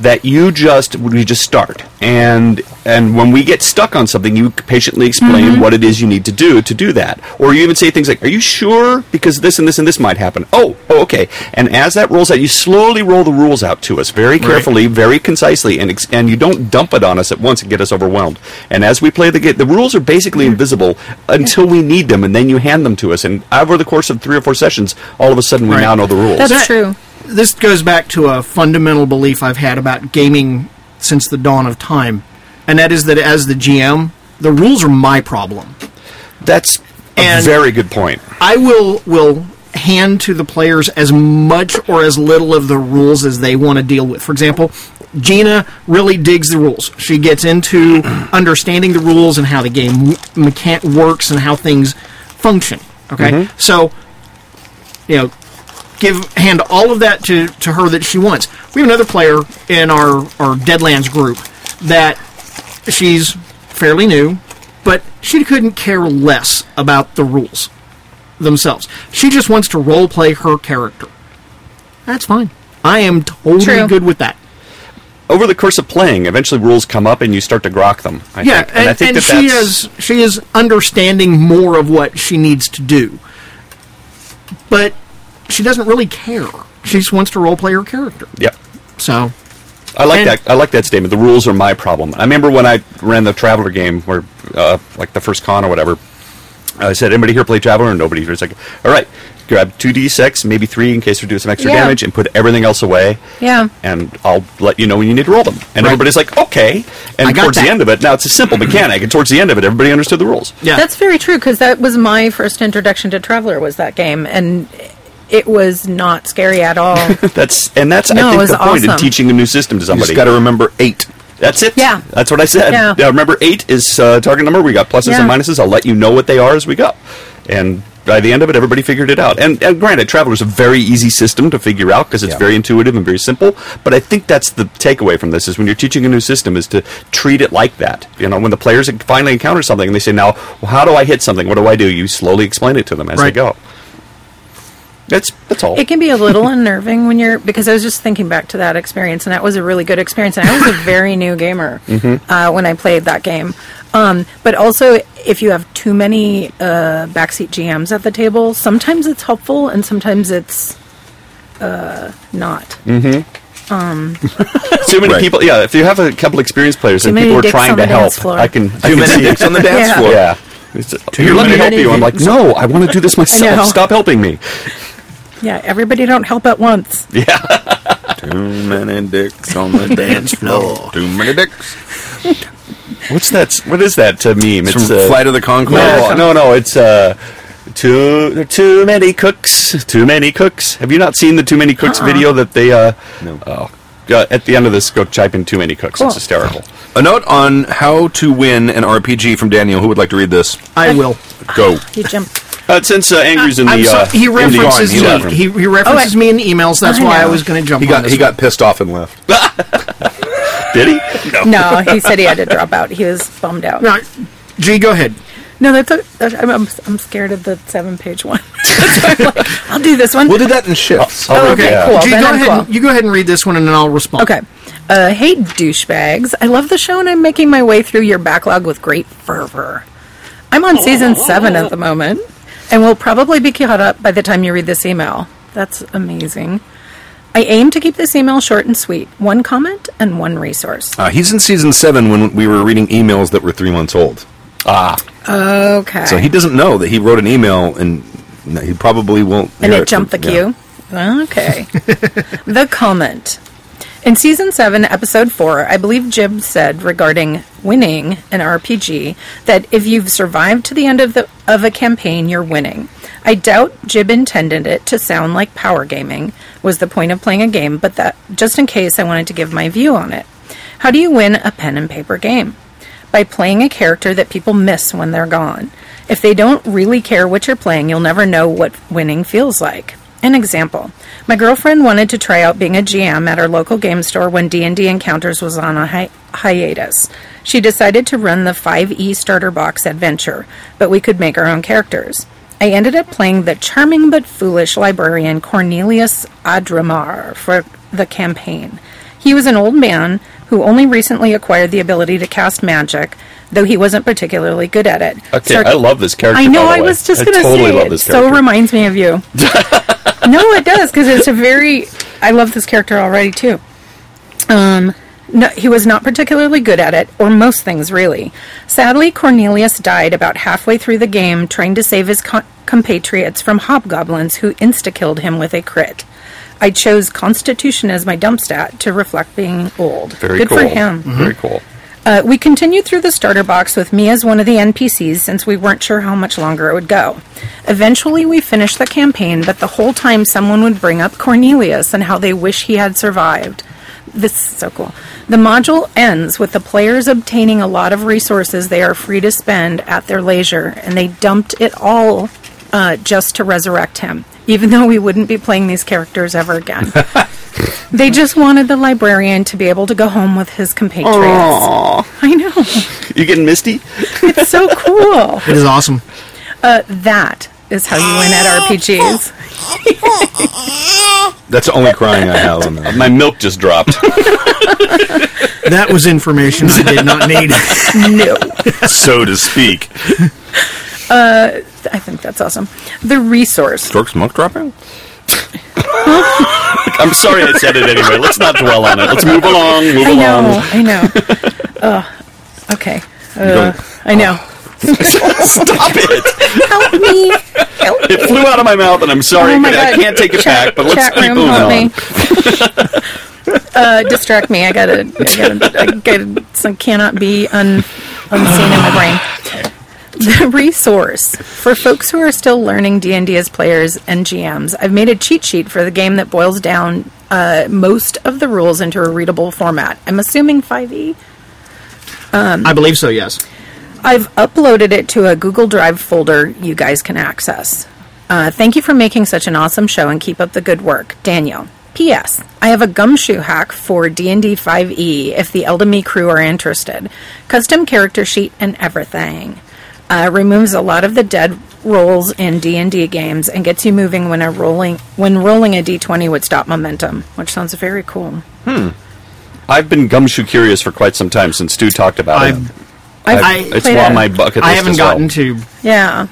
Speaker 4: that you just we just start and and when we get stuck on something you patiently explain what it is you need to do to do that or you even say things like are you sure because this and this and this might happen oh, oh okay and as that rolls out you slowly roll the rules out to us very carefully very concisely and ex- and you don't dump it on us at once and get us overwhelmed. And as we play the game, the rules are basically
Speaker 6: Mm-hmm.
Speaker 4: invisible until we need them, and then you hand them to us. And over the course of three or four sessions, all of a sudden we
Speaker 6: Right.
Speaker 4: now know the rules.
Speaker 5: That's-
Speaker 6: that-
Speaker 5: true.
Speaker 6: This goes back to a fundamental belief I've had about gaming since the dawn of time, and that is that as the GM, the rules are my problem.
Speaker 4: That's a
Speaker 6: And-
Speaker 4: very good point.
Speaker 6: I will will hand to the players as much or as little of the rules as they want to deal with. For example, Gina really digs the rules. She gets into understanding the rules and how the game mechan- works and how things function. Okay, so you know, give hand all of that to to her that she wants. We have another player in our our Deadlands group that she's fairly new, but she couldn't care less about the rules themselves. She just wants to role play her character. That's fine. I am totally
Speaker 5: True.
Speaker 6: good with that.
Speaker 4: Over the course of playing, eventually rules come up and you start to grok them. I
Speaker 6: yeah,
Speaker 4: think.
Speaker 6: and,
Speaker 4: I think
Speaker 6: and
Speaker 4: that
Speaker 6: she
Speaker 4: that's-
Speaker 6: is she is understanding more of what she needs to do, but she doesn't really care. She just wants to role play her character.
Speaker 4: Yep.
Speaker 6: So
Speaker 4: I like
Speaker 6: And-
Speaker 4: that. I like that statement. The rules are my problem. I remember when I ran the Traveler game, where uh, like the first con or whatever, I said, "Anybody here play Traveler?" And nobody here. It's like, "All right, grab two d6, maybe three, in case we're doing some extra
Speaker 5: Yeah.
Speaker 4: damage, and put everything else away."
Speaker 5: Yeah.
Speaker 4: And I'll let you know when you need to roll them. And everybody's like, "Okay." And
Speaker 6: I got
Speaker 4: towards the
Speaker 6: that.
Speaker 4: end of it, now it's a simple mechanic. and towards the end of it, everybody understood the rules.
Speaker 6: yeah,
Speaker 5: that's very true because that was my first introduction to traveler was that game and it was not scary at all
Speaker 4: That's and that's
Speaker 5: No,
Speaker 4: I
Speaker 5: it
Speaker 4: think
Speaker 5: was
Speaker 4: the point in
Speaker 5: awesome.
Speaker 4: teaching a new system to
Speaker 3: You
Speaker 4: somebody.
Speaker 3: just got to remember eight.
Speaker 4: That's it.
Speaker 5: Yeah.
Speaker 4: That's what I said.
Speaker 5: Yeah.
Speaker 4: Now, remember, eight is uh, target number. We got pluses
Speaker 5: Yeah.
Speaker 4: and minuses. I'll let you know what they are as we go. And by the end of it, everybody figured it out. And, and granted, Traveler's a very easy system to figure out because it's
Speaker 3: Yeah.
Speaker 4: very intuitive and very simple. But I think that's the takeaway from this: is when you're teaching a new system, is to treat it like that. You know, when the players finally encounter something and they say, "Now, well, how do I hit something? What do I do?" You slowly explain it to them as they
Speaker 6: Right.
Speaker 4: go. That's that's all.
Speaker 5: It can be a little unnerving when you're because I was just thinking back to that experience, and that was a really good experience. And I was a very new gamer
Speaker 3: Mm-hmm.
Speaker 5: uh, when I played that game. Um, but also, if you have too many uh, backseat GMs at the table, sometimes it's helpful, and sometimes it's uh, not.
Speaker 3: Mm.
Speaker 4: too many
Speaker 3: Right.
Speaker 4: people. Yeah, if you have a couple experienced players and
Speaker 5: many
Speaker 4: people are
Speaker 5: dicks
Speaker 4: trying
Speaker 5: on
Speaker 4: to
Speaker 5: the dance
Speaker 4: help,
Speaker 5: floor.
Speaker 4: I can. I
Speaker 3: Too
Speaker 4: can
Speaker 3: many
Speaker 4: see
Speaker 3: dicks on the dance
Speaker 5: Yeah.
Speaker 3: floor.
Speaker 4: Yeah. It's, here, let me
Speaker 5: many
Speaker 4: help you. I'm like,
Speaker 5: things.
Speaker 4: no, I want to do this myself.
Speaker 5: know.
Speaker 4: Stop helping me.
Speaker 5: Yeah, everybody don't help at once.
Speaker 3: Too many dicks on the dance floor. Too many dicks.
Speaker 4: What's that? What is that uh, meme?
Speaker 3: It's from Flight of the Conchords.
Speaker 4: no, no, no. It's uh, too there are too many cooks. Too many cooks. Have you not seen the too many cooks video that they? Uh,
Speaker 3: No.
Speaker 4: Oh, Uh, at the end of this, go type in too many cooks.
Speaker 5: Cool.
Speaker 4: It's hysterical.
Speaker 3: A note on how to win an RPG from Daniel. Who would like to read this?
Speaker 6: I will.
Speaker 3: Go.
Speaker 5: You jump.
Speaker 4: Uh, since uh, Andrew's in the,
Speaker 6: I'm
Speaker 4: uh,
Speaker 6: sorry, he
Speaker 4: in the
Speaker 6: references
Speaker 4: in the
Speaker 6: me.
Speaker 4: bathroom.
Speaker 6: He, he references
Speaker 5: Oh, I-
Speaker 6: me in emails. That's
Speaker 5: I
Speaker 6: why I
Speaker 5: know.
Speaker 6: was going to jump.
Speaker 3: He
Speaker 6: on
Speaker 3: got
Speaker 6: this
Speaker 3: he
Speaker 6: one.
Speaker 3: got pissed off and left.
Speaker 4: Did he?
Speaker 3: Oh.
Speaker 4: No.
Speaker 5: No, he said he had to drop out. He was bummed out. No,
Speaker 6: No, G, go ahead.
Speaker 5: that's a, that's- I'm, I'm I'm scared of the seven page one. so I'm like, I'll do this one. Oh,
Speaker 3: We'll do that in shifts.
Speaker 4: I'll read
Speaker 5: okay,
Speaker 4: the, uh,
Speaker 5: cool.
Speaker 6: G,
Speaker 5: then
Speaker 6: go
Speaker 5: I'm
Speaker 6: ahead.
Speaker 5: cool.
Speaker 6: and- You go ahead and read this one, and then I'll respond.
Speaker 5: Okay. Uh, hey, douchebags. I love the show and I'm making my way through your backlog with great fervor. I'm on season seven at the moment and will probably be caught up by the time you read this email. That's amazing. I aim to keep this email short and sweet one comment and one resource.
Speaker 3: Uh, he's in season seven when we were reading emails that were three months old.
Speaker 5: Okay.
Speaker 3: So he doesn't know that he wrote an email and no, he probably won't.
Speaker 5: and
Speaker 3: hear
Speaker 5: it jumped the
Speaker 3: Yeah.
Speaker 5: queue. Okay. the comment. In season 7, episode 4, I believe Jib said regarding winning an RPG that if you've survived to the end of the of a campaign, you're winning. I doubt Jib intended it to sound like power gaming was the point of playing a game, but that just in case I wanted to give my view on it. How do you win a pen and paper game? by playing a character that people miss when they're gone. If they don't really care what you're playing, you'll never know what winning feels like. An example. My girlfriend wanted to try out being a GM at our local game store when D&D Encounters was on a hi- hiatus. She decided to run the 5e starter box adventure, but we could make our own characters. I ended up playing the charming but foolish librarian Cornelius Adramar for the campaign. He was an old man who only recently acquired the ability to cast magic, though he wasn't particularly good at it.
Speaker 4: Okay,
Speaker 5: Sarc-
Speaker 4: I love this character.
Speaker 5: I know.
Speaker 4: by the
Speaker 5: I
Speaker 4: way.
Speaker 5: was just
Speaker 4: I
Speaker 5: going to
Speaker 4: totally
Speaker 5: say
Speaker 4: love
Speaker 5: it.
Speaker 4: this
Speaker 5: So
Speaker 4: character.
Speaker 5: reminds me of you. no, it does because it's a very. I love this character already too. Um, no, he was not particularly good at it, or most things really. Sadly, Cornelius died about halfway through the game trying to save his co- compatriots from hobgoblins who insta killed him with a crit. I chose Constitution as my dump stat to reflect being old.
Speaker 4: Very
Speaker 5: good
Speaker 4: cool.
Speaker 5: for him.
Speaker 4: Very cool.
Speaker 5: Uh, we continued through the starter box with me as one of the NPCs since we weren't sure how much longer it would go. Eventually, we finished the campaign, but the whole time someone would bring up Cornelius and how they wish he had survived. This is so cool. The module ends with the players obtaining a lot of resources they are free to spend at their leisure, and they dumped it all uh, just to resurrect him, even though we wouldn't be playing these characters ever again. they just wanted the librarian to be able to go home with his compatriots. I know.
Speaker 4: You getting misty?
Speaker 5: It's so cool.
Speaker 6: It is awesome.
Speaker 5: Uh, that is how you win at RPGs.
Speaker 3: That's the only crying I have on that.
Speaker 4: Uh, My milk just dropped.
Speaker 6: That was information I did not need.
Speaker 5: No.
Speaker 3: so to speak.
Speaker 5: I think that's awesome. The resource.
Speaker 3: Stork's milk dropping?
Speaker 4: I'm sorry I said it anyway. Let's not dwell on it. Let's move along. Move
Speaker 5: I know.
Speaker 4: along.
Speaker 5: I know. Oh, okay. Uh, I know.
Speaker 4: Oh. Stop it!
Speaker 5: Help me. Help me.
Speaker 4: It flew out of my mouth, and I'm sorry.
Speaker 5: Oh my
Speaker 4: I
Speaker 5: God.
Speaker 4: can't take it
Speaker 5: Chat-
Speaker 4: back. But let's
Speaker 5: chat
Speaker 4: keep
Speaker 5: room,
Speaker 4: moving
Speaker 5: help
Speaker 4: on.
Speaker 5: me. uh, distract me. I gotta. I gotta. I gotta. Some cannot be un, unseen in my brain. The resource for folks who are still learning D and D as players and GMs. I've made a cheat sheet for the game that boils down uh, most of the rules into a readable format. I'm assuming E? 5e.
Speaker 6: I believe so. Yes.
Speaker 5: I've uploaded it to a Google Drive folder you guys can access. Uh, thank you for making such an awesome show and keep up the good work, Daniel. P.S. I have a gumshoe hack for D&D 5e E if the Eldamy crew are interested. Custom character sheet and everything. Uh, removes a lot of the dead rolls in D&D games and gets you moving when a rolling when rolling a d20 would stop momentum, which sounds very cool.
Speaker 4: I've been gumshoe curious for quite some time since Stu talked about
Speaker 6: I've-
Speaker 4: it. I've- it's
Speaker 5: played
Speaker 4: on
Speaker 5: it.
Speaker 4: my bucket list.
Speaker 6: I haven't
Speaker 4: as well.
Speaker 6: gotten to,
Speaker 5: Yeah.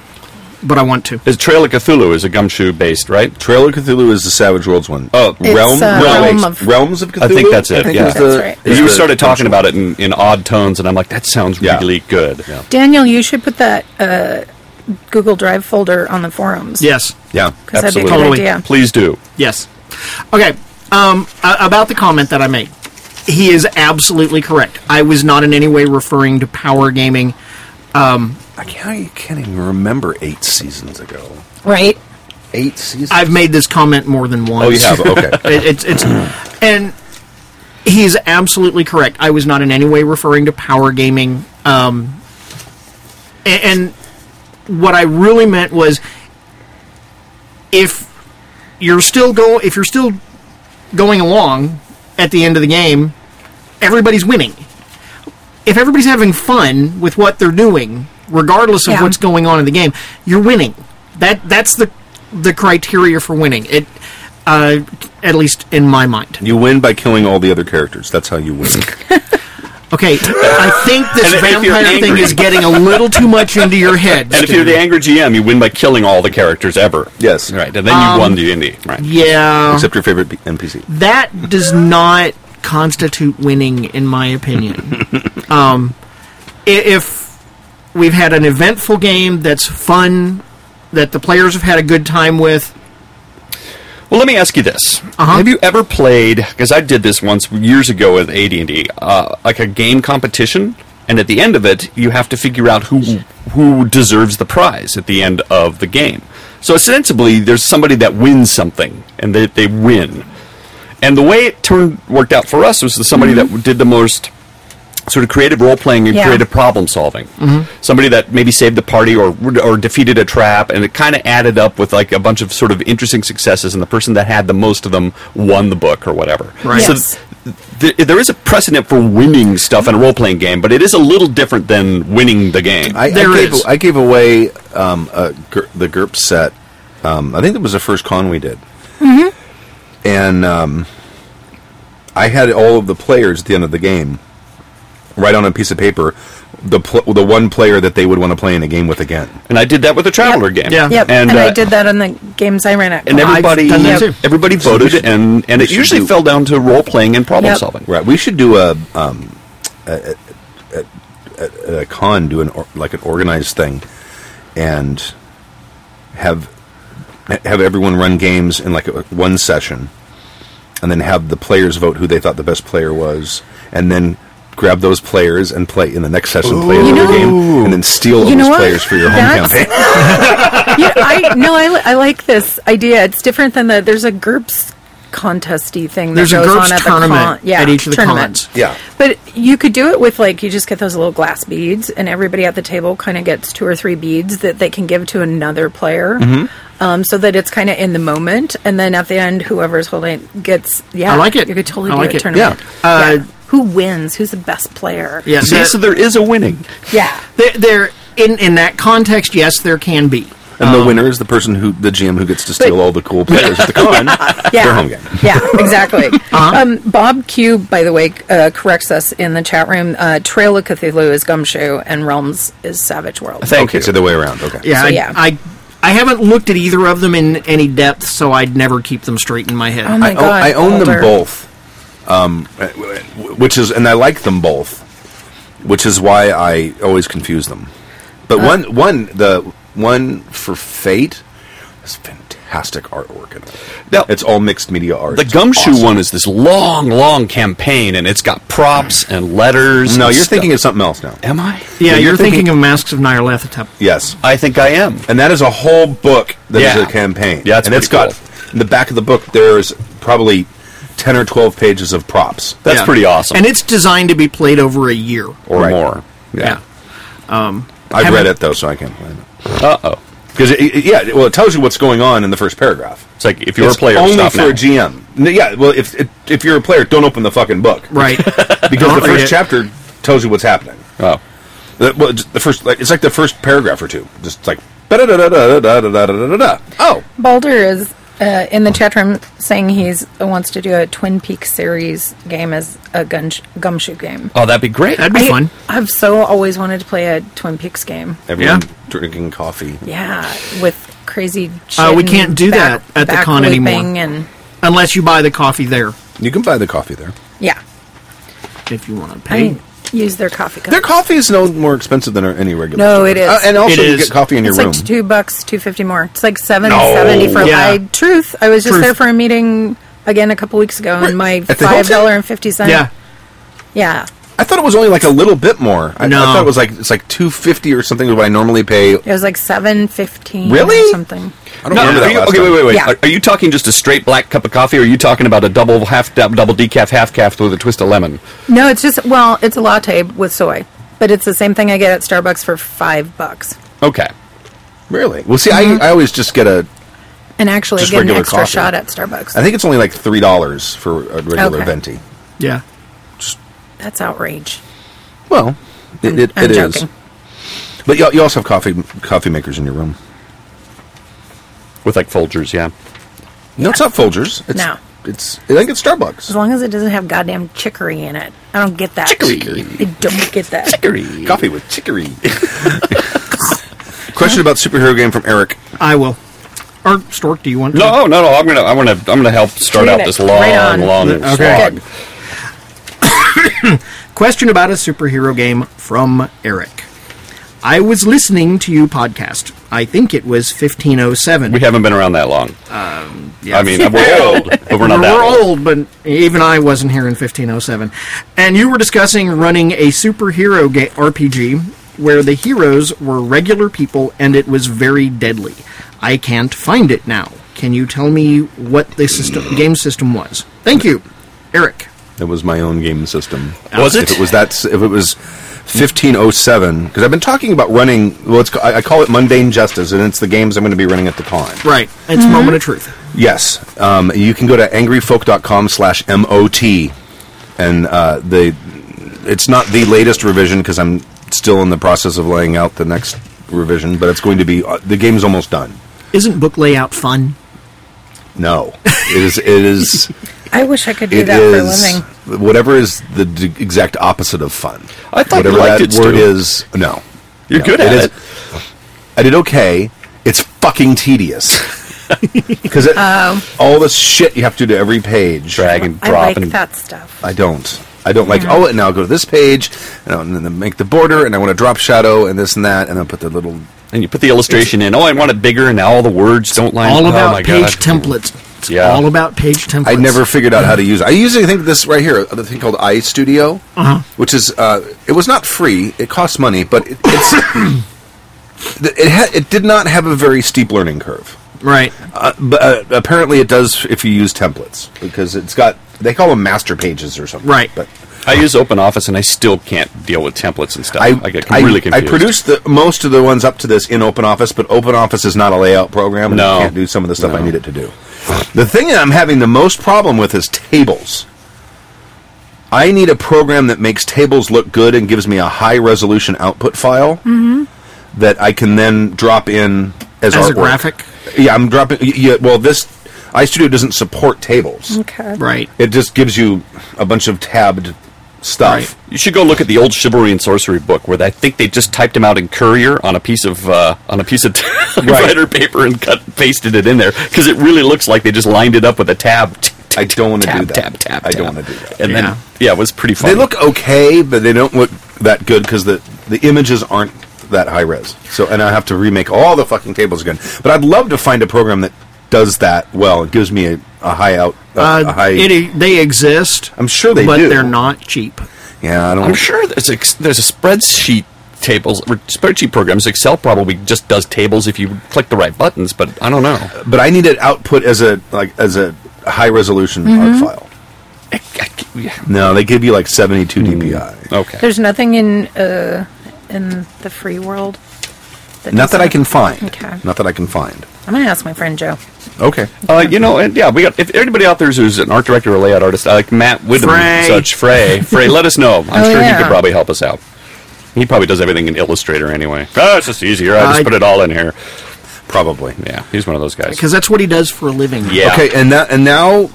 Speaker 6: but I want to.
Speaker 4: Is Trail of Cthulhu is a gumshoe based, right?
Speaker 3: Trail of Cthulhu is the Savage Worlds one.
Speaker 4: Oh. It's,
Speaker 3: Realm,
Speaker 5: uh,
Speaker 3: Realm of
Speaker 5: Realm of-
Speaker 3: Realms of Cthulhu.
Speaker 4: I think that's it.
Speaker 5: think
Speaker 4: yeah,
Speaker 5: that's right.
Speaker 3: is
Speaker 4: you
Speaker 3: the-
Speaker 4: started talking about it in, in odd tones, and I'm like, that sounds
Speaker 3: Yeah.
Speaker 4: really good. Yeah.
Speaker 5: Daniel, you should put that uh, Google Drive folder on the forums.
Speaker 6: Yes,
Speaker 3: Yeah,
Speaker 5: Because that'd be a good
Speaker 6: Totally.
Speaker 5: idea.
Speaker 4: Please do.
Speaker 6: yes. Okay, um, a- about the comment that I made. He is absolutely correct. I was not in any way referring to power gaming.
Speaker 3: I can't, I can't even remember eight seasons ago.
Speaker 5: Right?
Speaker 3: Eight seasons.
Speaker 6: I've made this comment more than once.
Speaker 3: oh, you have. Okay.
Speaker 6: It, it's it's and he's absolutely correct. I was not in any way referring to power gaming. Um, a- and, what I really meant was if you're still go if you're still going along at the end of the game, everybody's winning. If everybody's having fun with what they're doing, regardless of
Speaker 5: Yeah.
Speaker 6: what's going on in the game, you're winning. That that's the the criteria for winning. It uh, at least in my mind.
Speaker 3: You win by killing all the other characters. That's how you win.
Speaker 6: Okay, I think this
Speaker 4: And if you're
Speaker 6: vampire thing
Speaker 4: angry-
Speaker 6: is getting a little too much into your head.
Speaker 4: And if you're
Speaker 6: Stu.
Speaker 4: the angry GM, you win by killing all the characters ever.
Speaker 3: Yes.
Speaker 4: Right, and then
Speaker 5: Um,
Speaker 4: you won the indie. Right.
Speaker 6: yeah,
Speaker 3: Except your favorite NPC.
Speaker 6: that does not constitute winning, in my opinion. um, i- if we've had an eventful game that's fun, that the players have had a good time with,
Speaker 4: Well, let me ask you this: Have you ever played? Because I did this once years ago with AD&D, uh, like a game competition, and at the end of it, you have to figure out who who deserves the prize at the end of the game. So ostensibly, there's somebody that wins something, and they, they win. And the way it turned worked out for us was the somebody that did the most sort of creative role playing and
Speaker 5: Yeah. Mm-hmm.
Speaker 4: creative problem solving. Somebody that maybe saved the party or or defeated a trap, and it kind of added up with like a bunch of sort of interesting successes. And the person that had the most of them won the book or whatever.
Speaker 6: Right.
Speaker 4: So
Speaker 5: Yes.
Speaker 4: th- there is a precedent for winning stuff in a role playing game, but it is a little different than winning the game.
Speaker 3: I,
Speaker 6: There
Speaker 3: I gave,
Speaker 6: is.
Speaker 3: I gave away um, a, Ger- the GURP set. Um, I think that was the first con we did. Mm-hmm. And um, I had all of the players at the end of the game right on a piece of paper. The pl- the one player that they would want to play in a game with again.
Speaker 4: and I did that with a traveler game.
Speaker 6: Yeah.
Speaker 5: Yep.
Speaker 4: And,
Speaker 5: And,
Speaker 4: uh,
Speaker 5: I did that on the games I ran at.
Speaker 4: And
Speaker 5: Well, I've
Speaker 4: everybody,
Speaker 6: done that too.
Speaker 4: everybody voted, and, and
Speaker 3: we
Speaker 4: it
Speaker 3: should
Speaker 4: usually
Speaker 3: do-
Speaker 4: fell down to role playing and problem
Speaker 5: Yep.
Speaker 4: solving.
Speaker 3: Right. We should do a um, a, a, a, a con, do an or, like an organized thing, and have have everyone run games in like a, one session, and then have the players vote who they thought the best player was, and then grab those players and play in the next session, play
Speaker 5: You
Speaker 3: another
Speaker 5: know-
Speaker 3: game, and then steal
Speaker 5: You know
Speaker 3: those
Speaker 5: what?
Speaker 3: players for your home
Speaker 5: That's-
Speaker 3: campaign.
Speaker 5: yeah, I no, I, li- I like this idea. It's different than the there's a GURPS contesty thing. That
Speaker 6: There's a
Speaker 5: goes
Speaker 6: GURPS
Speaker 5: on at
Speaker 6: tournament
Speaker 5: the con- yeah,
Speaker 6: at each of the
Speaker 5: tournament.
Speaker 6: cons.
Speaker 3: Yeah.
Speaker 5: But you could do it with like you just get those little glass beads, and everybody at the table kind of gets two or three beads that they can give to another player,
Speaker 6: Mm-hmm.
Speaker 5: um, so that it's kind of in the moment, and then at the end, whoever's holding it gets. Yeah,
Speaker 6: I like it.
Speaker 5: You could totally
Speaker 6: I
Speaker 5: do
Speaker 6: like
Speaker 5: a
Speaker 6: it.
Speaker 5: tournament.
Speaker 6: Yeah. Uh,
Speaker 5: Who wins? Who's the best player?
Speaker 6: yeah,
Speaker 4: See,
Speaker 6: that-
Speaker 4: so there is a winning.
Speaker 5: Yeah.
Speaker 6: there, there in in that context, yes, there can be.
Speaker 3: And the winner is the person who the GM who gets to steal all the cool players at the con.
Speaker 5: yeah.
Speaker 3: Their home game.
Speaker 5: Yeah, exactly.
Speaker 6: Uh-huh.
Speaker 5: um, Bob Q, by the way, uh, corrects us in the chat room. Uh, Trail of Cthulhu is Gumshoe, and Realms is Savage World.
Speaker 4: Thank
Speaker 3: okay,
Speaker 4: you.
Speaker 3: so the way around. Okay.
Speaker 6: Yeah,
Speaker 5: So,
Speaker 6: I,
Speaker 5: yeah.
Speaker 6: I I haven't looked at either of them in any depth, so I'd never keep them straight in my head.
Speaker 5: Oh
Speaker 3: I,
Speaker 5: my
Speaker 3: own-
Speaker 5: God,
Speaker 3: I own them
Speaker 5: Boulder.
Speaker 3: both, um, which is, and I like them both, which is why I always confuse them. But one, one, the one for Fate has fantastic artwork in it.
Speaker 4: Now-
Speaker 3: it's all mixed media art.
Speaker 4: The
Speaker 3: It's
Speaker 4: gumshoe
Speaker 3: awesome.
Speaker 4: one is this long, long campaign, and it's got props and letters.
Speaker 3: No,
Speaker 4: and
Speaker 3: you're
Speaker 4: stuff.
Speaker 3: thinking of something else now.
Speaker 4: Am I?
Speaker 6: yeah, you're,
Speaker 3: you're
Speaker 6: thinking,
Speaker 3: thinking-
Speaker 6: of Masks of Nyarlathotep.
Speaker 3: Yes,
Speaker 4: I think I am.
Speaker 3: and that is a whole book that is
Speaker 4: Yeah.
Speaker 3: a campaign.
Speaker 4: Yeah, that's
Speaker 3: and it's
Speaker 4: pretty
Speaker 3: got in the back of the book. There's probably ten or twelve pages of props.
Speaker 4: That's
Speaker 6: Yeah.
Speaker 4: pretty awesome.
Speaker 6: And it's designed to be played over a year.
Speaker 4: or
Speaker 3: Right.
Speaker 4: more.
Speaker 6: Yeah.
Speaker 3: I've read
Speaker 6: Haven't-
Speaker 3: it though, so I can't. Blame it.
Speaker 4: Uh oh.
Speaker 3: Because it, it- yeah, well, it tells you what's going on in the first paragraph.
Speaker 4: It's like if you're
Speaker 3: It's
Speaker 4: a player,
Speaker 3: only
Speaker 4: stop
Speaker 3: for
Speaker 4: now.
Speaker 3: a GM. No, yeah, well, if it, if you're a player, don't open the fucking book
Speaker 6: Right.
Speaker 3: because the
Speaker 6: read
Speaker 3: first
Speaker 6: it.
Speaker 3: chapter tells you what's happening.
Speaker 4: Oh,
Speaker 3: The, well, just the first, like, it's like the first paragraph or two, just like da-da-da-da-da-da-da-da-da-da. Oh,
Speaker 5: Balder is uh, in the chat room saying he's wants to do a Twin Peaks series game as a gun gumshoe game.
Speaker 4: oh, that'd be great.
Speaker 6: That'd be
Speaker 5: I-
Speaker 6: fun.
Speaker 5: I've so always wanted to play a Twin Peaks game.
Speaker 3: everyone
Speaker 6: Yeah.
Speaker 3: drinking coffee.
Speaker 5: Yeah, with crazy. Shit
Speaker 6: Uh, we
Speaker 5: and
Speaker 6: can't do
Speaker 5: back-
Speaker 6: that at the
Speaker 5: back
Speaker 6: con anymore.
Speaker 5: looping And
Speaker 6: Unless you buy the coffee there,
Speaker 3: You can buy the coffee there.
Speaker 5: yeah,
Speaker 6: if you want to pay.
Speaker 5: I use their coffee cup.
Speaker 3: Their coffee is no more expensive than our- any regular.
Speaker 5: No,
Speaker 3: store.
Speaker 5: it is.
Speaker 3: Uh, and also,
Speaker 6: It
Speaker 3: you
Speaker 6: is.
Speaker 3: get coffee in your
Speaker 5: it's
Speaker 3: room.
Speaker 5: like two bucks, two fifty more. It's like seven seventy for.
Speaker 6: Yeah.
Speaker 5: I truth. I was just
Speaker 6: Truth.
Speaker 5: there for a meeting again a couple weeks ago, and my
Speaker 3: At the Hilton?
Speaker 5: five dollar and fifty cent.
Speaker 6: yeah.
Speaker 5: yeah.
Speaker 3: I thought it was only like a little bit more. I,
Speaker 6: No.
Speaker 3: I thought it was like it's like two fifty or something. What I normally pay.
Speaker 5: It was like seven fifteen.
Speaker 3: Really?
Speaker 5: Or something.
Speaker 3: I don't
Speaker 4: No,
Speaker 3: remember
Speaker 4: are
Speaker 3: that.
Speaker 4: you-
Speaker 3: last
Speaker 4: okay,
Speaker 3: time.
Speaker 4: wait, wait, wait.
Speaker 5: Yeah.
Speaker 4: Are, are you talking just a straight black cup of coffee, or are you talking about a double half dou- double decaf half calf with a twist of lemon?
Speaker 5: No, it's just well, it's a latte with soy, but it's the same thing I get at Starbucks for five bucks.
Speaker 4: Okay.
Speaker 3: Really? Well, see,
Speaker 5: Mm-hmm.
Speaker 3: I, I always just get a.
Speaker 5: And actually,
Speaker 3: Just
Speaker 5: I get an
Speaker 3: regular
Speaker 5: extra
Speaker 3: coffee.
Speaker 5: shot at Starbucks.
Speaker 3: I think it's only like three dollars for a regular
Speaker 5: Okay.
Speaker 3: venti.
Speaker 6: Yeah.
Speaker 5: That's outrage.
Speaker 3: Well, it, it,
Speaker 5: I'm
Speaker 3: it is.
Speaker 5: joking.
Speaker 3: But you, you also have coffee coffee makers in your room.
Speaker 4: With like Folgers, yeah.
Speaker 3: No, it's not Folgers. It's,
Speaker 5: No.
Speaker 3: it's I think it's
Speaker 5: As
Speaker 3: Starbucks.
Speaker 5: long as it doesn't have goddamn chicory in it, I don't get that.
Speaker 3: Chicory.
Speaker 5: I don't get that.
Speaker 4: Chicory.
Speaker 3: Coffee with chicory. Question about superhero game from Eric.
Speaker 6: I will. Or Stork, do you want?
Speaker 4: No, oh, no, no. I'm gonna, I'm gonna, I'm gonna help start
Speaker 5: Read
Speaker 4: out
Speaker 5: it.
Speaker 4: this long,
Speaker 5: Right on.
Speaker 4: long
Speaker 6: Okay.
Speaker 4: slog.
Speaker 5: Good.
Speaker 6: To? Question about a superhero game from Eric. I was listening to you podcast. I think it was fifteen oh seven.
Speaker 4: We haven't been around that long. I mean, we're old, but we're not that
Speaker 6: we're old, but even I wasn't here in 1507. And you were discussing running a superhero ga- RPG where the heroes were regular people and it was very deadly. I can't find it now. Can you tell me what the system, game system was? Thank you, Eric.
Speaker 3: That was my own game system.
Speaker 4: Was
Speaker 3: if
Speaker 4: it?
Speaker 3: If it was that, if it was fifteen oh seven, because I've been talking about running. Well, it's ca- I I call it mundane justice, and it's the games I'm going to be running at the con.
Speaker 6: Right. It's moment of truth.
Speaker 3: Yes, um, you can go to angryfolk.com slash mot, and uh, the it's not the latest revision because I'm still in the process of laying out the next revision, but it's going to be uh, the game's almost done.
Speaker 6: Isn't book layout fun?
Speaker 3: No, it is it is
Speaker 5: I wish I could do
Speaker 3: it
Speaker 5: that for a
Speaker 3: is
Speaker 5: living.
Speaker 3: whatever is the d- exact opposite of fun.
Speaker 4: I thought you
Speaker 3: whatever
Speaker 4: liked
Speaker 3: that
Speaker 4: it,
Speaker 3: word
Speaker 4: Stu.
Speaker 3: is. No,
Speaker 4: You're
Speaker 3: No,
Speaker 4: good at
Speaker 3: is-
Speaker 4: it.
Speaker 3: I did okay. It's fucking tedious. Because
Speaker 5: Um.
Speaker 3: all the shit you have to do to every page.
Speaker 4: Drag and
Speaker 5: I
Speaker 4: drop
Speaker 5: like
Speaker 4: and
Speaker 5: that stuff.
Speaker 3: I don't. I don't like. Oh, and now I'll go to this page, and, I'll, and then make the border, and I want to drop shadow, and this and that, and I'll put the little.
Speaker 4: And you put the illustration in. Oh, I want it bigger, and now all the words don't line
Speaker 6: All
Speaker 4: up.
Speaker 6: about
Speaker 4: oh my
Speaker 6: page
Speaker 4: God.
Speaker 6: templates. It's
Speaker 4: Yeah.
Speaker 6: all about page templates.
Speaker 3: I never figured out how to use. it. I usually think this right here, the thing called iStudio, which is uh, it was not free. It costs money, but it, it's th- it ha- it did not have a very steep learning curve.
Speaker 6: Right.
Speaker 3: Uh, but uh, apparently, it does if you use templates because it's got they call them master pages or something.
Speaker 6: Right.
Speaker 3: but
Speaker 4: I use Open Office, and I still can't deal with templates and stuff. I,
Speaker 3: I,
Speaker 4: get
Speaker 3: I-
Speaker 4: really confused.
Speaker 3: I produced the, most of the ones up to this in OpenOffice, but OpenOffice is not a layout program, and
Speaker 4: No.
Speaker 3: it can't do some of the stuff I
Speaker 4: No.
Speaker 3: need it to do. The thing that I'm having the most problem with is tables. I need a program that makes tables look good and gives me a high resolution output file that I can then drop in as,
Speaker 6: Mm-hmm. As
Speaker 3: artwork.
Speaker 6: a graphic?
Speaker 3: Yeah, I'm dropping. y- Yeah, well, this iStudio doesn't support tables.
Speaker 5: Okay.
Speaker 6: Right.
Speaker 3: It just gives you a bunch of tabbed stuff.
Speaker 4: You should go look at the old chivalry and sorcery book, where I think they just typed them out in courier on a piece of uh, on a piece of writer paper and cut pasted it in there because it really looks like they just lined it up with a tab. t- t-
Speaker 3: I don't want to
Speaker 4: tab,
Speaker 3: do that.
Speaker 4: Tab, tab,
Speaker 3: I don't
Speaker 4: tab.
Speaker 3: want to do that.
Speaker 4: And
Speaker 6: Yeah.
Speaker 4: then yeah, it was pretty fun.
Speaker 3: They look okay, but they don't look that good because the the images aren't that high res. So, and I have to remake all the fucking tables again. But I'd love to find a program that does that well. It gives me a, a high out. A, a
Speaker 6: Uh,
Speaker 3: high.
Speaker 6: it, they exist.
Speaker 3: I'm sure they
Speaker 6: but
Speaker 3: do.
Speaker 6: they're not cheap.
Speaker 3: yeah, I don't.
Speaker 4: I'm sure there's a, there's a spreadsheet tables or spreadsheet programs. Excel probably just does tables if you click the right buttons, but I don't know.
Speaker 3: But I need it output as a like as a high resolution art file.
Speaker 4: I- I c- yeah.
Speaker 3: No, they give you like
Speaker 4: Mm.
Speaker 3: 72 dpi.
Speaker 4: Okay.
Speaker 5: There's nothing in uh, in the free world That
Speaker 3: Not that I
Speaker 5: doesn't-
Speaker 3: can find.
Speaker 5: Okay.
Speaker 3: Not that I can find.
Speaker 5: I'm gonna ask my friend Joe.
Speaker 3: Okay.
Speaker 4: Uh, you know, and yeah, we got, if anybody out there who's an art director or layout artist, uh, like Matt Widom,
Speaker 6: Frey.
Speaker 4: and such Frey, Frey, let us know. I'm
Speaker 5: Oh,
Speaker 4: sure he
Speaker 5: yeah.
Speaker 4: could probably help us out. He probably does everything in Illustrator anyway. Oh, it's just easier. I just
Speaker 6: I-
Speaker 4: put it all in here.
Speaker 3: Probably.
Speaker 4: Yeah, he's one of those guys.
Speaker 6: because that's what he does for a living.
Speaker 4: Yeah.
Speaker 3: Okay, and that and now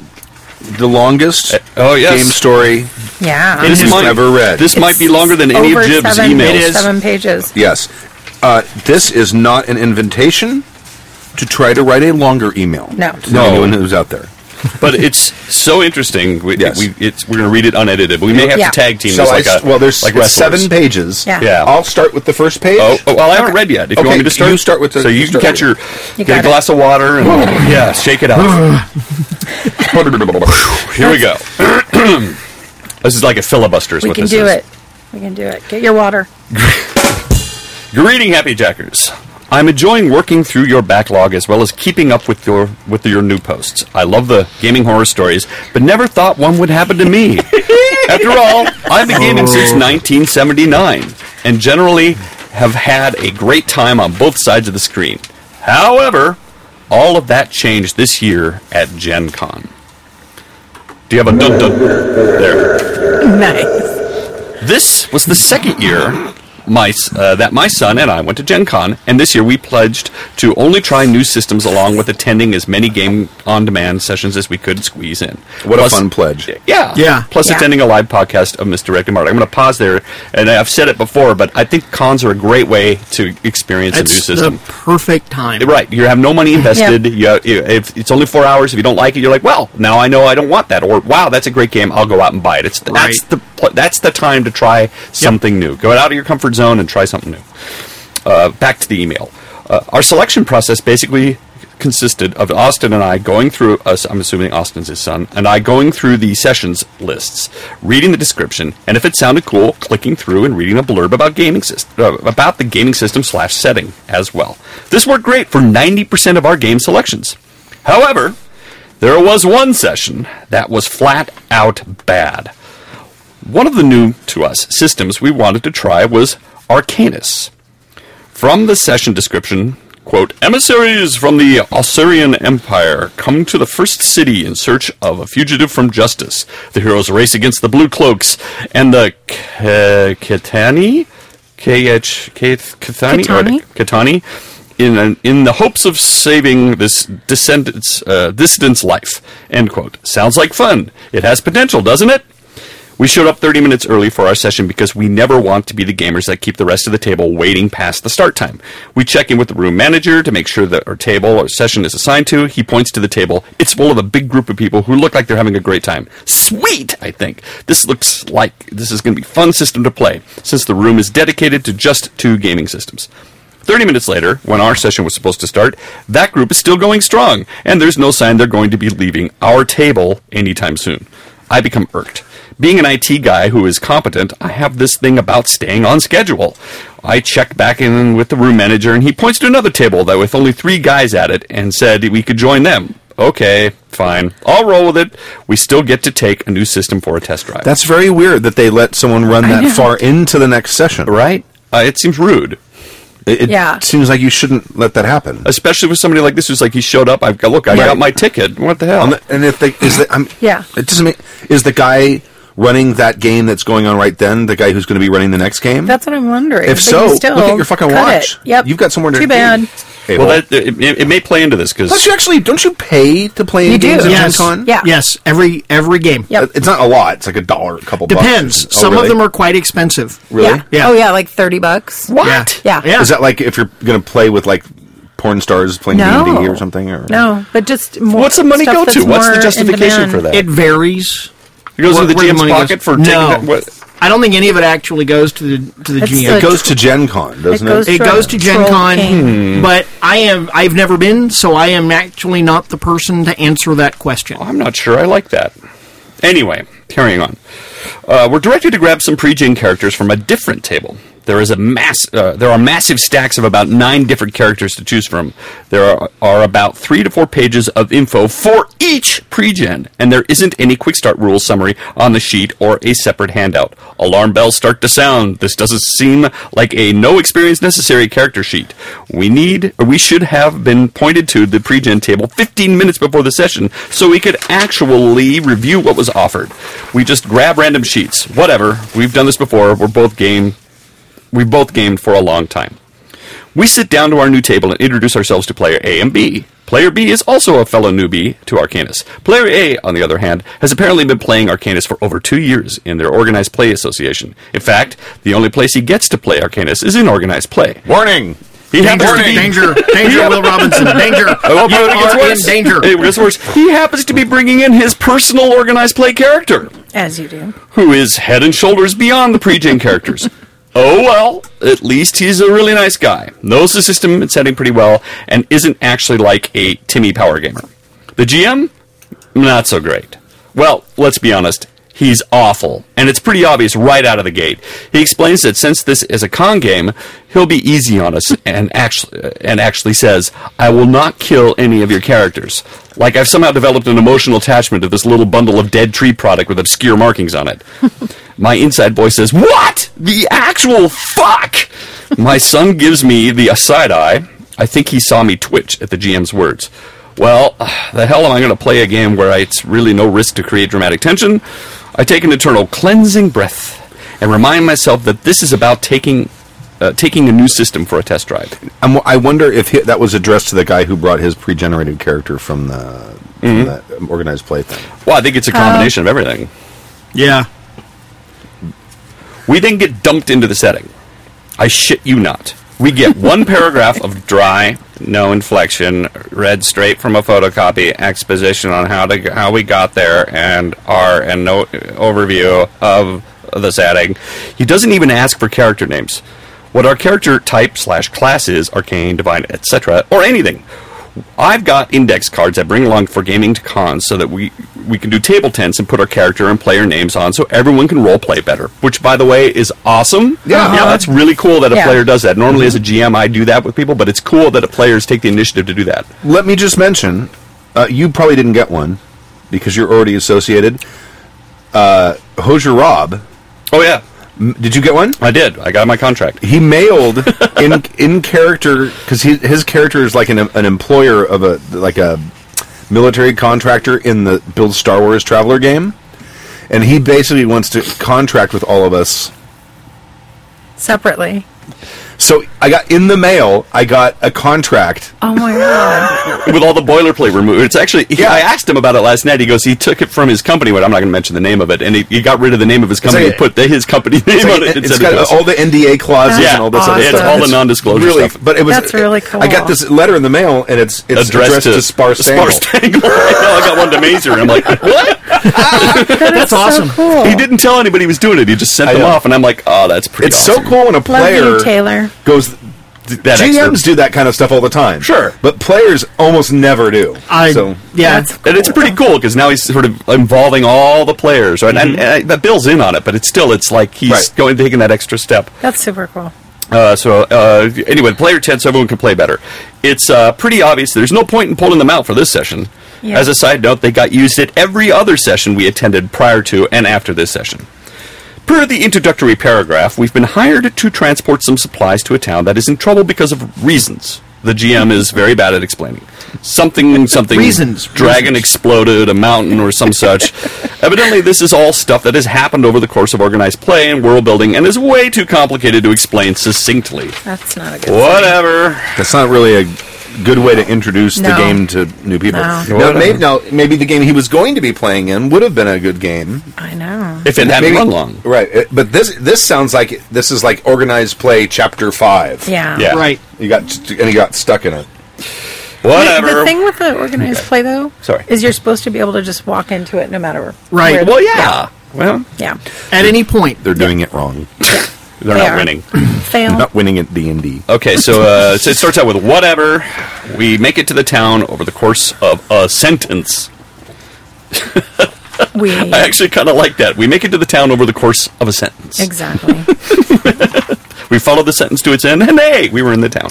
Speaker 3: the longest
Speaker 4: oh, yes.
Speaker 3: game story
Speaker 5: Yeah.
Speaker 4: It is
Speaker 3: You've
Speaker 4: might-
Speaker 3: never read.
Speaker 4: This might be
Speaker 5: It's
Speaker 4: longer than any of
Speaker 5: over
Speaker 4: Jib's
Speaker 5: seven,
Speaker 4: emails.
Speaker 5: Seven pages.
Speaker 3: Yes. Uh, this is not an invitation to try to write a longer email.
Speaker 5: No.
Speaker 3: To anyone who's out there.
Speaker 4: But it's so interesting. We,
Speaker 3: Yes.
Speaker 4: we, it's, we're going to read it unedited, but we may have
Speaker 5: Yeah.
Speaker 4: to tag team
Speaker 3: So
Speaker 4: this.
Speaker 3: I
Speaker 4: Like
Speaker 3: s-
Speaker 4: a,
Speaker 3: well, there's
Speaker 4: like
Speaker 3: it's
Speaker 4: wrestlers.
Speaker 3: seven pages.
Speaker 5: Yeah.
Speaker 4: Yeah.
Speaker 3: I'll start with the first page.
Speaker 4: Oh, oh, well, I haven't read yet. If you
Speaker 3: Okay,
Speaker 4: want me to start,
Speaker 3: you start with Oh, the-
Speaker 4: So you
Speaker 3: you
Speaker 4: can
Speaker 3: start
Speaker 4: catch your
Speaker 5: You
Speaker 4: get a
Speaker 5: got it.
Speaker 4: glass of water and yeah, shake it out. Here we go. this is like a filibuster. Is
Speaker 5: We
Speaker 4: what
Speaker 5: can
Speaker 4: this
Speaker 5: do
Speaker 4: is.
Speaker 5: it. We can do it. Get your water.
Speaker 4: Greeting, Happy Jackers. I'm enjoying working through your backlog as well as keeping up with your with your new posts. I love the gaming horror stories, but never thought one would happen to me. After all, I've been gaming since 1979 and generally have had a great time on both sides of the screen. However, all of that changed this year at Gen Con. Do you have a dun dun? There.
Speaker 5: Nice.
Speaker 4: This was the second year my, s- uh, that my son and I went to Gen Con, and this year we pledged to only try new systems along with attending as many game on demand sessions as we could squeeze in.
Speaker 3: What
Speaker 4: Plus-
Speaker 3: a fun pledge.
Speaker 4: Yeah.
Speaker 6: Yeah.
Speaker 4: Plus
Speaker 5: Yeah.
Speaker 4: attending a live podcast of Misdirected Mark. I'm going to pause there, and I've said it before, but I think cons are a great way to experience a new
Speaker 6: That's
Speaker 4: system.
Speaker 6: the perfect time.
Speaker 4: Right, you have no money invested. You, you, if it's only four hours, if you don't like it, you're like, "Well, now I know I don't want that," or "Wow, that's a great game. I'll go out and buy it." It's that's
Speaker 6: Right.
Speaker 4: the pl- that's the time to try something new. Go out of your comfort zone and try something new. Uh, back to the email. Uh, our selection process basically consisted of Austin and I going through us. I'm assuming Austin's his son, and I going through the sessions lists, reading the description, and if it sounded cool, clicking through and reading a blurb about gaming system uh, about the gaming system slash setting as well. This worked great for 90% of our game selections. However, there was one session that was flat out bad. One of the new to us systems we wanted to try was Arcanus. From the session description, quote, emissaries from the Osirian Empire come to the first city in search of a fugitive from justice. The heroes race against the Blue Cloaks and the K- Kitani? K-H- K- Kitani?
Speaker 5: Kitani?
Speaker 4: Kitani? In, an, in the hopes of saving this descendant's uh, dissident's life. End quote. Sounds like fun. It has potential, doesn't it? We showed up 30 minutes early for our session because we never want to be the gamers that keep the rest of the table waiting past the start time. We check in with the room manager to make sure that our table or session is assigned to. He points to the table. It's full of a big group of people who look like they're having a great time. Sweet, I think. This looks like this is going to be a fun system to play since the room is dedicated to just two gaming systems. 30 minutes later, when our session was supposed to start, that group is still going strong, and there's no sign they're going to be leaving our table anytime soon. I become irked. Being an IT guy who is competent, I have this thing about staying on schedule. I check back in with the room manager, and he points to another table that with only three guys at it and said we could join them. Okay, fine. I'll roll with it. We still get to take a new system for a test drive.
Speaker 3: That's very weird that they let someone run that far into the next session.
Speaker 4: right. Uh, it seems rude.
Speaker 3: It, it
Speaker 5: Yeah.
Speaker 3: seems like you shouldn't let that happen.
Speaker 4: especially with somebody like this who's like he showed up. I have look, I got
Speaker 3: Right.
Speaker 4: my ticket. What the hell?
Speaker 3: And the- Um, and if they is the, I'm,
Speaker 5: Yeah.
Speaker 3: it doesn't make is the guy running that game that's going on right then the guy who's going to be running the next game.
Speaker 5: That's what I'm wondering.
Speaker 3: if
Speaker 5: But
Speaker 3: so,
Speaker 5: you still
Speaker 3: look at your fucking
Speaker 5: cut
Speaker 3: watch.
Speaker 5: It. Yep.
Speaker 3: you've got somewhere to
Speaker 5: Too
Speaker 3: be.
Speaker 5: bad.
Speaker 3: Hey,
Speaker 4: well, that it, it, it may play into this because
Speaker 3: plus you actually don't you pay to play
Speaker 5: You do.
Speaker 3: games at
Speaker 6: Yes.
Speaker 3: Gen Con?
Speaker 5: Yeah.
Speaker 6: Yes. Every every game.
Speaker 5: Yep.
Speaker 3: Uh, It's not a lot. It's like a dollar, a couple
Speaker 6: Depends.
Speaker 3: bucks.
Speaker 6: Some of them are quite expensive.
Speaker 3: Oh, Really?
Speaker 5: Yeah.
Speaker 6: Yeah.
Speaker 5: Oh yeah, like thirty bucks.
Speaker 4: what?
Speaker 5: Yeah.
Speaker 6: Yeah.
Speaker 3: Is that like if you're going to play with like porn stars playing
Speaker 5: No.
Speaker 3: D&D or something or
Speaker 5: No, but just more.
Speaker 4: What's the money
Speaker 5: stuff
Speaker 4: go
Speaker 5: that's
Speaker 4: to? What's the
Speaker 5: more in
Speaker 4: justification
Speaker 5: demand.
Speaker 4: for that?
Speaker 6: It varies.
Speaker 4: It goes
Speaker 6: Where-
Speaker 4: into the
Speaker 6: where
Speaker 4: GM's
Speaker 6: money
Speaker 4: pocket
Speaker 6: goes-
Speaker 4: for
Speaker 6: no.
Speaker 4: taking that. What?
Speaker 6: I don't think any of it actually goes to the to the
Speaker 5: It's
Speaker 6: GM.
Speaker 5: the
Speaker 3: It goes to Gen Con,
Speaker 5: It
Speaker 3: doesn't it?
Speaker 5: goes,
Speaker 6: it goes to Gen
Speaker 5: Troll
Speaker 6: Con,
Speaker 5: King.
Speaker 6: but I am I've never been, so I am actually not the person to answer that question.
Speaker 4: Oh, I'm not sure. I like that. Anyway, carrying on. Uh, we're directed to grab some pre-gen characters from a different table. There is a mass. Uh, there are massive stacks of about nine different characters to choose from. There are, are about three to four pages of info for each pregen, and there isn't any quick start rule summary on the sheet or a separate handout. Alarm bells start to sound. This doesn't seem like a no experience necessary character sheet. We need. Or we should have been pointed to the pregen table 15 minutes before the session so we could actually review what was offered. We just grab random sheets. Whatever. We've done this before. We're both game we both gamed for a long time. We sit down to our new table and introduce ourselves to player A and B. Player B is also a fellow newbie to Arcanus. Player A, on the other hand, has apparently been playing Arcanus for over two years in their organized play association. In fact, the only place he gets to play Arcanus is in organized play.
Speaker 3: Warning!
Speaker 4: He happens
Speaker 6: Danger,
Speaker 4: to be
Speaker 6: danger, danger, Will Robinson, danger.
Speaker 4: Oh,
Speaker 6: you
Speaker 4: but it gets
Speaker 6: are in
Speaker 4: worse.
Speaker 6: danger.
Speaker 4: It gets worse. He happens to be bringing in his personal organized play character
Speaker 5: as you do.
Speaker 4: who is head and shoulders beyond the pre-gen characters. Oh well, at least he's a really nice guy. Knows the system and setting pretty well, and isn't actually like a Timmy power gamer. The GM, not so great. Well, let's be honest, he's awful, and it's pretty obvious right out of the gate. He explains that since this is a con game, he'll be easy on us, and actually, and actually says, "I will not kill any of your characters." Like I've somehow developed an emotional attachment to this little bundle of dead tree product with obscure markings on it. My inside voice says, "What? The actual fuck!" My son gives me the side eye. I think he saw me twitch at the GM's words. Well, the hell am I going to play a game where it's really no risk to create dramatic tension? I take an eternal cleansing breath and remind myself that this is about taking uh, taking a new system for a test drive.
Speaker 3: I'm, I wonder if he, that was addressed to the guy who brought his pre-generated character from the, from
Speaker 5: Mm-hmm.
Speaker 3: the, um, organized play thing.
Speaker 4: Well, I think it's a combination of everything.
Speaker 6: Yeah.
Speaker 4: We then get dumped into the setting. I shit you not. We get one paragraph of dry, no inflection, read straight from a photocopy, exposition on how to how we got there, and our and no overview of the setting. He doesn't even ask for character names. What our character type slash class is, arcane, divine, etc., or anything. I've got index cards I bring along for gaming to cons so that we we can do table tents and put our character and player names on so everyone can role play better. Which by the way is awesome.
Speaker 3: Yeah.
Speaker 4: yeah that's really cool that a
Speaker 5: Yeah.
Speaker 4: player does that. Normally as a GM I do that with people, but it's cool that players take the initiative to do that.
Speaker 3: Let me just mention, uh, you probably didn't get one because you're already associated. Uh, Hosier Rob,
Speaker 4: Oh yeah.
Speaker 3: m- did you get one?
Speaker 4: I did. I got my contract.
Speaker 3: He mailed in in character because his character is like an an employer of a like a military contractor in the build Star Wars Traveler game, and he basically wants to contract with all of us
Speaker 5: Separately.
Speaker 3: So I got in the mail. I got a contract.
Speaker 5: Oh my god.
Speaker 4: with all the boilerplate removed. It's actually, he-
Speaker 3: Yeah.
Speaker 4: I asked him about it last night. He goes, he took it from his company, but I'm not going to mention the name of it. And he, he got rid of the name of his company
Speaker 3: like-
Speaker 4: and put the, his company name on it.
Speaker 3: It-
Speaker 4: and
Speaker 3: it's
Speaker 4: said it
Speaker 3: got
Speaker 4: was-
Speaker 3: all the NDA clauses
Speaker 4: Yeah,
Speaker 3: and all this
Speaker 5: awesome.
Speaker 3: other
Speaker 5: Yeah, it's
Speaker 3: stuff.
Speaker 5: all the
Speaker 4: non-disclosure
Speaker 3: really,
Speaker 4: stuff.
Speaker 3: But it was
Speaker 5: That's really cool.
Speaker 3: I got this letter in the mail, and it's it's addressed, to, Sparse
Speaker 4: Sparse
Speaker 3: Stangle.
Speaker 4: Tangle. I got one to Mazer. I'm like, what?
Speaker 6: That's awesome.
Speaker 5: So cool.
Speaker 4: He didn't tell anybody he was doing it. He just sent
Speaker 3: I
Speaker 4: them
Speaker 3: know.
Speaker 4: off. And I'm like, oh, that's pretty
Speaker 3: It's
Speaker 4: awesome.
Speaker 3: so cool when a
Speaker 5: Love
Speaker 3: player
Speaker 5: you, Taylor.
Speaker 3: goes.
Speaker 4: That
Speaker 3: GMs
Speaker 4: expert.
Speaker 3: do that kind of stuff all the time.
Speaker 4: Sure.
Speaker 3: but players almost never do.
Speaker 6: I,
Speaker 3: so
Speaker 6: yeah.
Speaker 5: That's
Speaker 4: And it's pretty cool because now he's sort of involving all the players, right? And, and that Bill's in on it, but it's still, it's like he's
Speaker 3: Right.
Speaker 4: going taking that extra step.
Speaker 5: That's super cool.
Speaker 4: Uh, so uh, anyway, player ten, so everyone can play better. It's uh, pretty obvious. There's no point in pulling them out for this session.
Speaker 5: Yeah.
Speaker 4: As a side note, they got used at every other session we attended prior to and after this session. Per the introductory paragraph, we've been hired to transport some supplies to a town that is in trouble because of reasons. The GM is very bad at explaining. Something, something.
Speaker 6: Reasons,
Speaker 4: Dragon
Speaker 6: reasons.
Speaker 4: exploded, a mountain, or some such. Evidently, this is all stuff that has happened over the course of organized play and world building and is way too complicated to explain succinctly.
Speaker 5: That's not a good
Speaker 4: Whatever.
Speaker 3: that's not really a good way to introduce the
Speaker 5: No.
Speaker 3: game to new people.
Speaker 5: No.
Speaker 3: Now, maybe, now, maybe the game he was going to be playing in would have been a good game.
Speaker 5: I know.
Speaker 4: If it hadn't
Speaker 3: Maybe-
Speaker 4: run long.
Speaker 3: Right, it- but this this sounds like this is like organized play chapter five.
Speaker 5: Yeah.
Speaker 4: Yeah.
Speaker 6: Right.
Speaker 3: you got st- and you got stuck in it.
Speaker 4: Whatever.
Speaker 5: The thing with the organized play, though,
Speaker 4: Sorry.
Speaker 5: is you're supposed to be able to just walk into it no matter
Speaker 6: Right.
Speaker 5: where-
Speaker 4: well, yeah. Well,
Speaker 5: yeah.
Speaker 6: At any point.
Speaker 3: They're doing it wrong.
Speaker 4: they're
Speaker 5: They
Speaker 4: not
Speaker 5: are.
Speaker 4: winning.
Speaker 5: Fail.
Speaker 3: Not winning at D and D.
Speaker 4: Okay, so, uh, so it starts out with whatever. We make it to the town over the course of a sentence.
Speaker 5: We
Speaker 4: I actually kind of like that. We make it to the town over the course of a sentence.
Speaker 5: exactly.
Speaker 4: We followed the sentence to its end, and hey, we were in the town.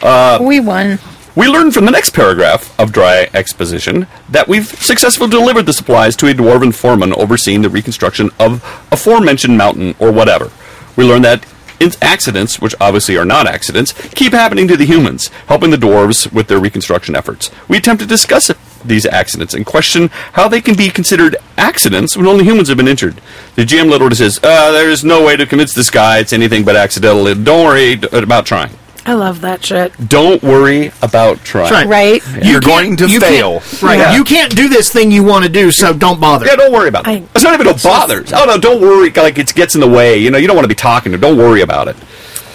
Speaker 4: Uh,
Speaker 5: we won.
Speaker 4: We learn from the next paragraph of dry exposition that we've successfully delivered the supplies to a dwarven foreman overseeing the reconstruction of aforementioned mountain or whatever. We learn that in- accidents, which obviously are not accidents, keep happening to the humans, helping the dwarves with their reconstruction efforts. We attempt to discuss it- these accidents and question how they can be considered accidents when only humans have been injured. The GM Little says, uh, There is no way to convince this guy it's anything but accidental. Don't worry d- about trying.
Speaker 5: I love that shit.
Speaker 4: Don't worry about trying.
Speaker 6: That's
Speaker 5: Right?
Speaker 3: You're going to
Speaker 6: you
Speaker 3: fail.
Speaker 6: can't- right.
Speaker 4: Yeah.
Speaker 6: You can't do this thing you want to do, so don't bother.
Speaker 4: Yeah, don't worry about it.
Speaker 5: I-
Speaker 4: it's not even a bother. Oh no, don't worry. Like it gets in the way. You know, you don't want to be talking to. Don't worry about it.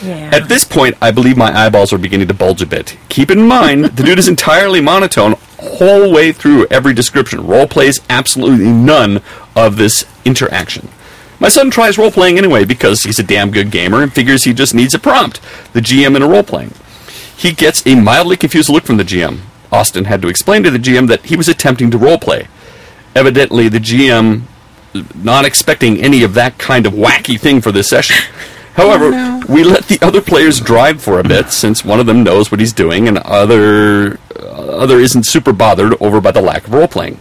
Speaker 5: Yeah.
Speaker 4: At this point, I believe my eyeballs are beginning to bulge a bit. Keep in mind, the dude is entirely monotone whole way through every description. Role plays absolutely none of this interaction. My son tries role playing anyway because he's a damn good gamer and figures he just needs a prompt. The GM in a role playing. He gets a mildly confused look from the GM. Austin had to explain to the GM that he was attempting to roleplay. Evidently, the GM not expecting any of that kind of wacky thing for this session. However, we let the other players drive for a bit since one of them knows what he's doing and other uh, other isn't super bothered over by the lack of role playing.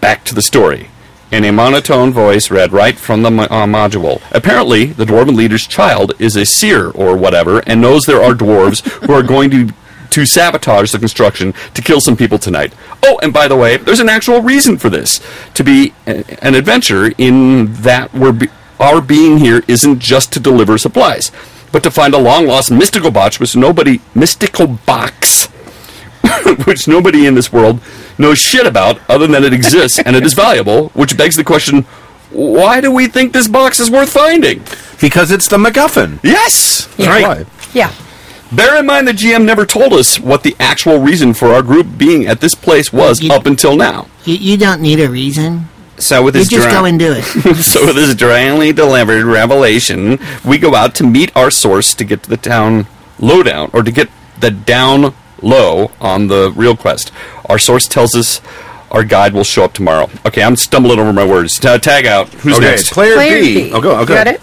Speaker 4: Back to the story. In a monotone voice read right from the mo- uh, module. Apparently, the dwarven leader's child is a seer or whatever and knows there are dwarves who are going to to sabotage the construction to kill some people tonight. Oh, and by the way, there's an actual reason for this to be a- an adventure in that we're be- our being here isn't just to deliver supplies, but to find a long lost mystical box which nobody mystical box which nobody in this world knows shit about other than it exists and it is valuable, which begs the question why do we think this box is worth finding?
Speaker 3: Because it's the MacGuffin.
Speaker 4: Yes!
Speaker 5: Yeah.
Speaker 3: That's
Speaker 5: Right.
Speaker 3: why.
Speaker 5: yeah.
Speaker 4: Bear in mind the GM never told us what the actual reason for our group being at this place was
Speaker 7: You-
Speaker 4: up until now.
Speaker 7: You, you don't need a reason.
Speaker 4: So with
Speaker 7: You
Speaker 4: this
Speaker 7: just
Speaker 4: dra-
Speaker 7: go and do it.
Speaker 4: so with this dryly delivered revelation, we go out to meet our source to get to the town lowdown, or to get the down low on the real quest. Our source tells us our guide will show up tomorrow. Okay, I'm stumbling over my words. Ta- tag out. Who's
Speaker 3: Okay,
Speaker 4: next?
Speaker 3: player,
Speaker 5: Player
Speaker 3: B.
Speaker 5: B.
Speaker 3: Oh, go, okay.
Speaker 5: Got it?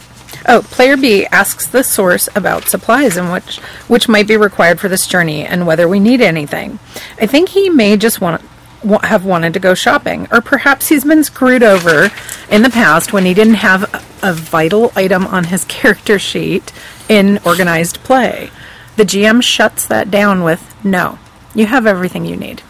Speaker 5: Oh, player B asks the source about supplies and which which might be required for this journey and whether we need anything. I think he may just want wa- have wanted to go shopping or perhaps he's been screwed over in the past when he didn't have a, a vital item on his character sheet in organized play. The GM shuts that down with no. You have everything you need.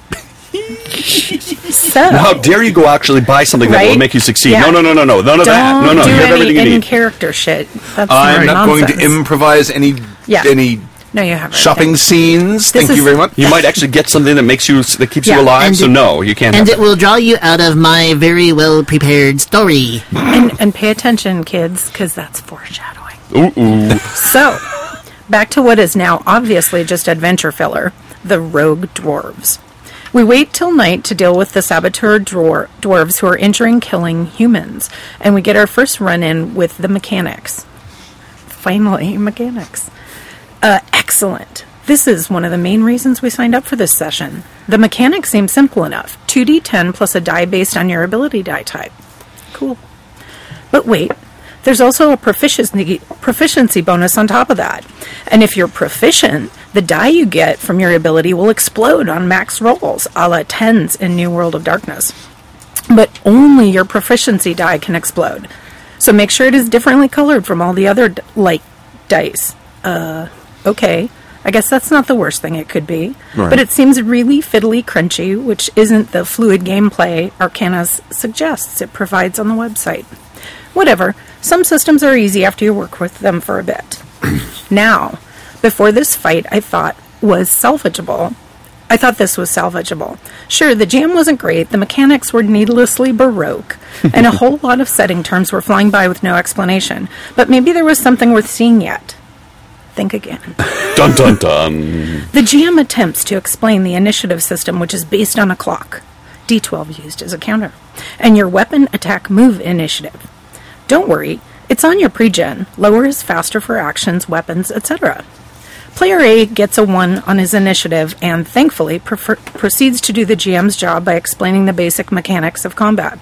Speaker 5: so
Speaker 4: How dare you go actually buy something that will
Speaker 5: Right?
Speaker 4: make you succeed?
Speaker 5: Yeah.
Speaker 4: No, no, no, no, no, none of that.
Speaker 5: don't
Speaker 4: No, no,
Speaker 5: do
Speaker 4: you have everything
Speaker 5: any
Speaker 4: you
Speaker 5: in
Speaker 4: need.
Speaker 5: character shit. That's
Speaker 3: I'm
Speaker 5: not
Speaker 3: not going to
Speaker 5: nonsense.
Speaker 3: improvise any
Speaker 5: Yeah.
Speaker 3: any
Speaker 5: No, you haven't.
Speaker 3: shopping scenes. Thank
Speaker 5: is-
Speaker 3: you very much.
Speaker 4: You might actually get something that makes you that keeps
Speaker 5: Yeah,
Speaker 4: you alive.
Speaker 7: and
Speaker 4: So
Speaker 7: it-
Speaker 4: no, you can't.
Speaker 7: and
Speaker 4: have
Speaker 7: it will draw you out of my very well prepared story.
Speaker 5: And, and pay attention, kids, because that's foreshadowing.
Speaker 4: that. Ooh, ooh.
Speaker 5: So, back to what is now obviously just adventure filler the rogue dwarves. We wait till night to deal with the saboteur dwar- dwarves who are injuring, killing humans, and we get our first run in with the mechanics. Finally, mechanics. Uh, excellent. This is one of the main reasons we signed up for this session. The mechanics seem simple enough 2d10 plus a die based on your ability die type. Cool. But wait, there's also a proficiency proficiency bonus on top of that. And if you're proficient, the die you get from your ability will explode on max rolls, a la tens in New World of Darkness. But only your proficiency die can explode. So make sure it is differently colored from all the other d- like dice. Uh, okay. I guess that's not the worst thing it could be. But it seems really fiddly crunchy, which isn't the fluid gameplay Arcana suggests it provides on the website. Whatever. Some systems are easy after you work with them for a bit. now, before this fight, I thought was salvageable. I thought this was salvageable. Sure, the jam wasn't great, the mechanics were needlessly baroque, and a whole lot of setting terms were flying by with no explanation. But maybe there was something worth seeing yet. Think again.
Speaker 4: dun dun dun.
Speaker 5: The GM attempts to explain the initiative system, which is based on a clock, D12 used as a counter, and your weapon attack move initiative. Don't worry, it's on your pregen. Lower is faster for actions, weapons, etc. Player A gets a 1 on his initiative and thankfully prefer- proceeds to do the GM's job by explaining the basic mechanics of combat.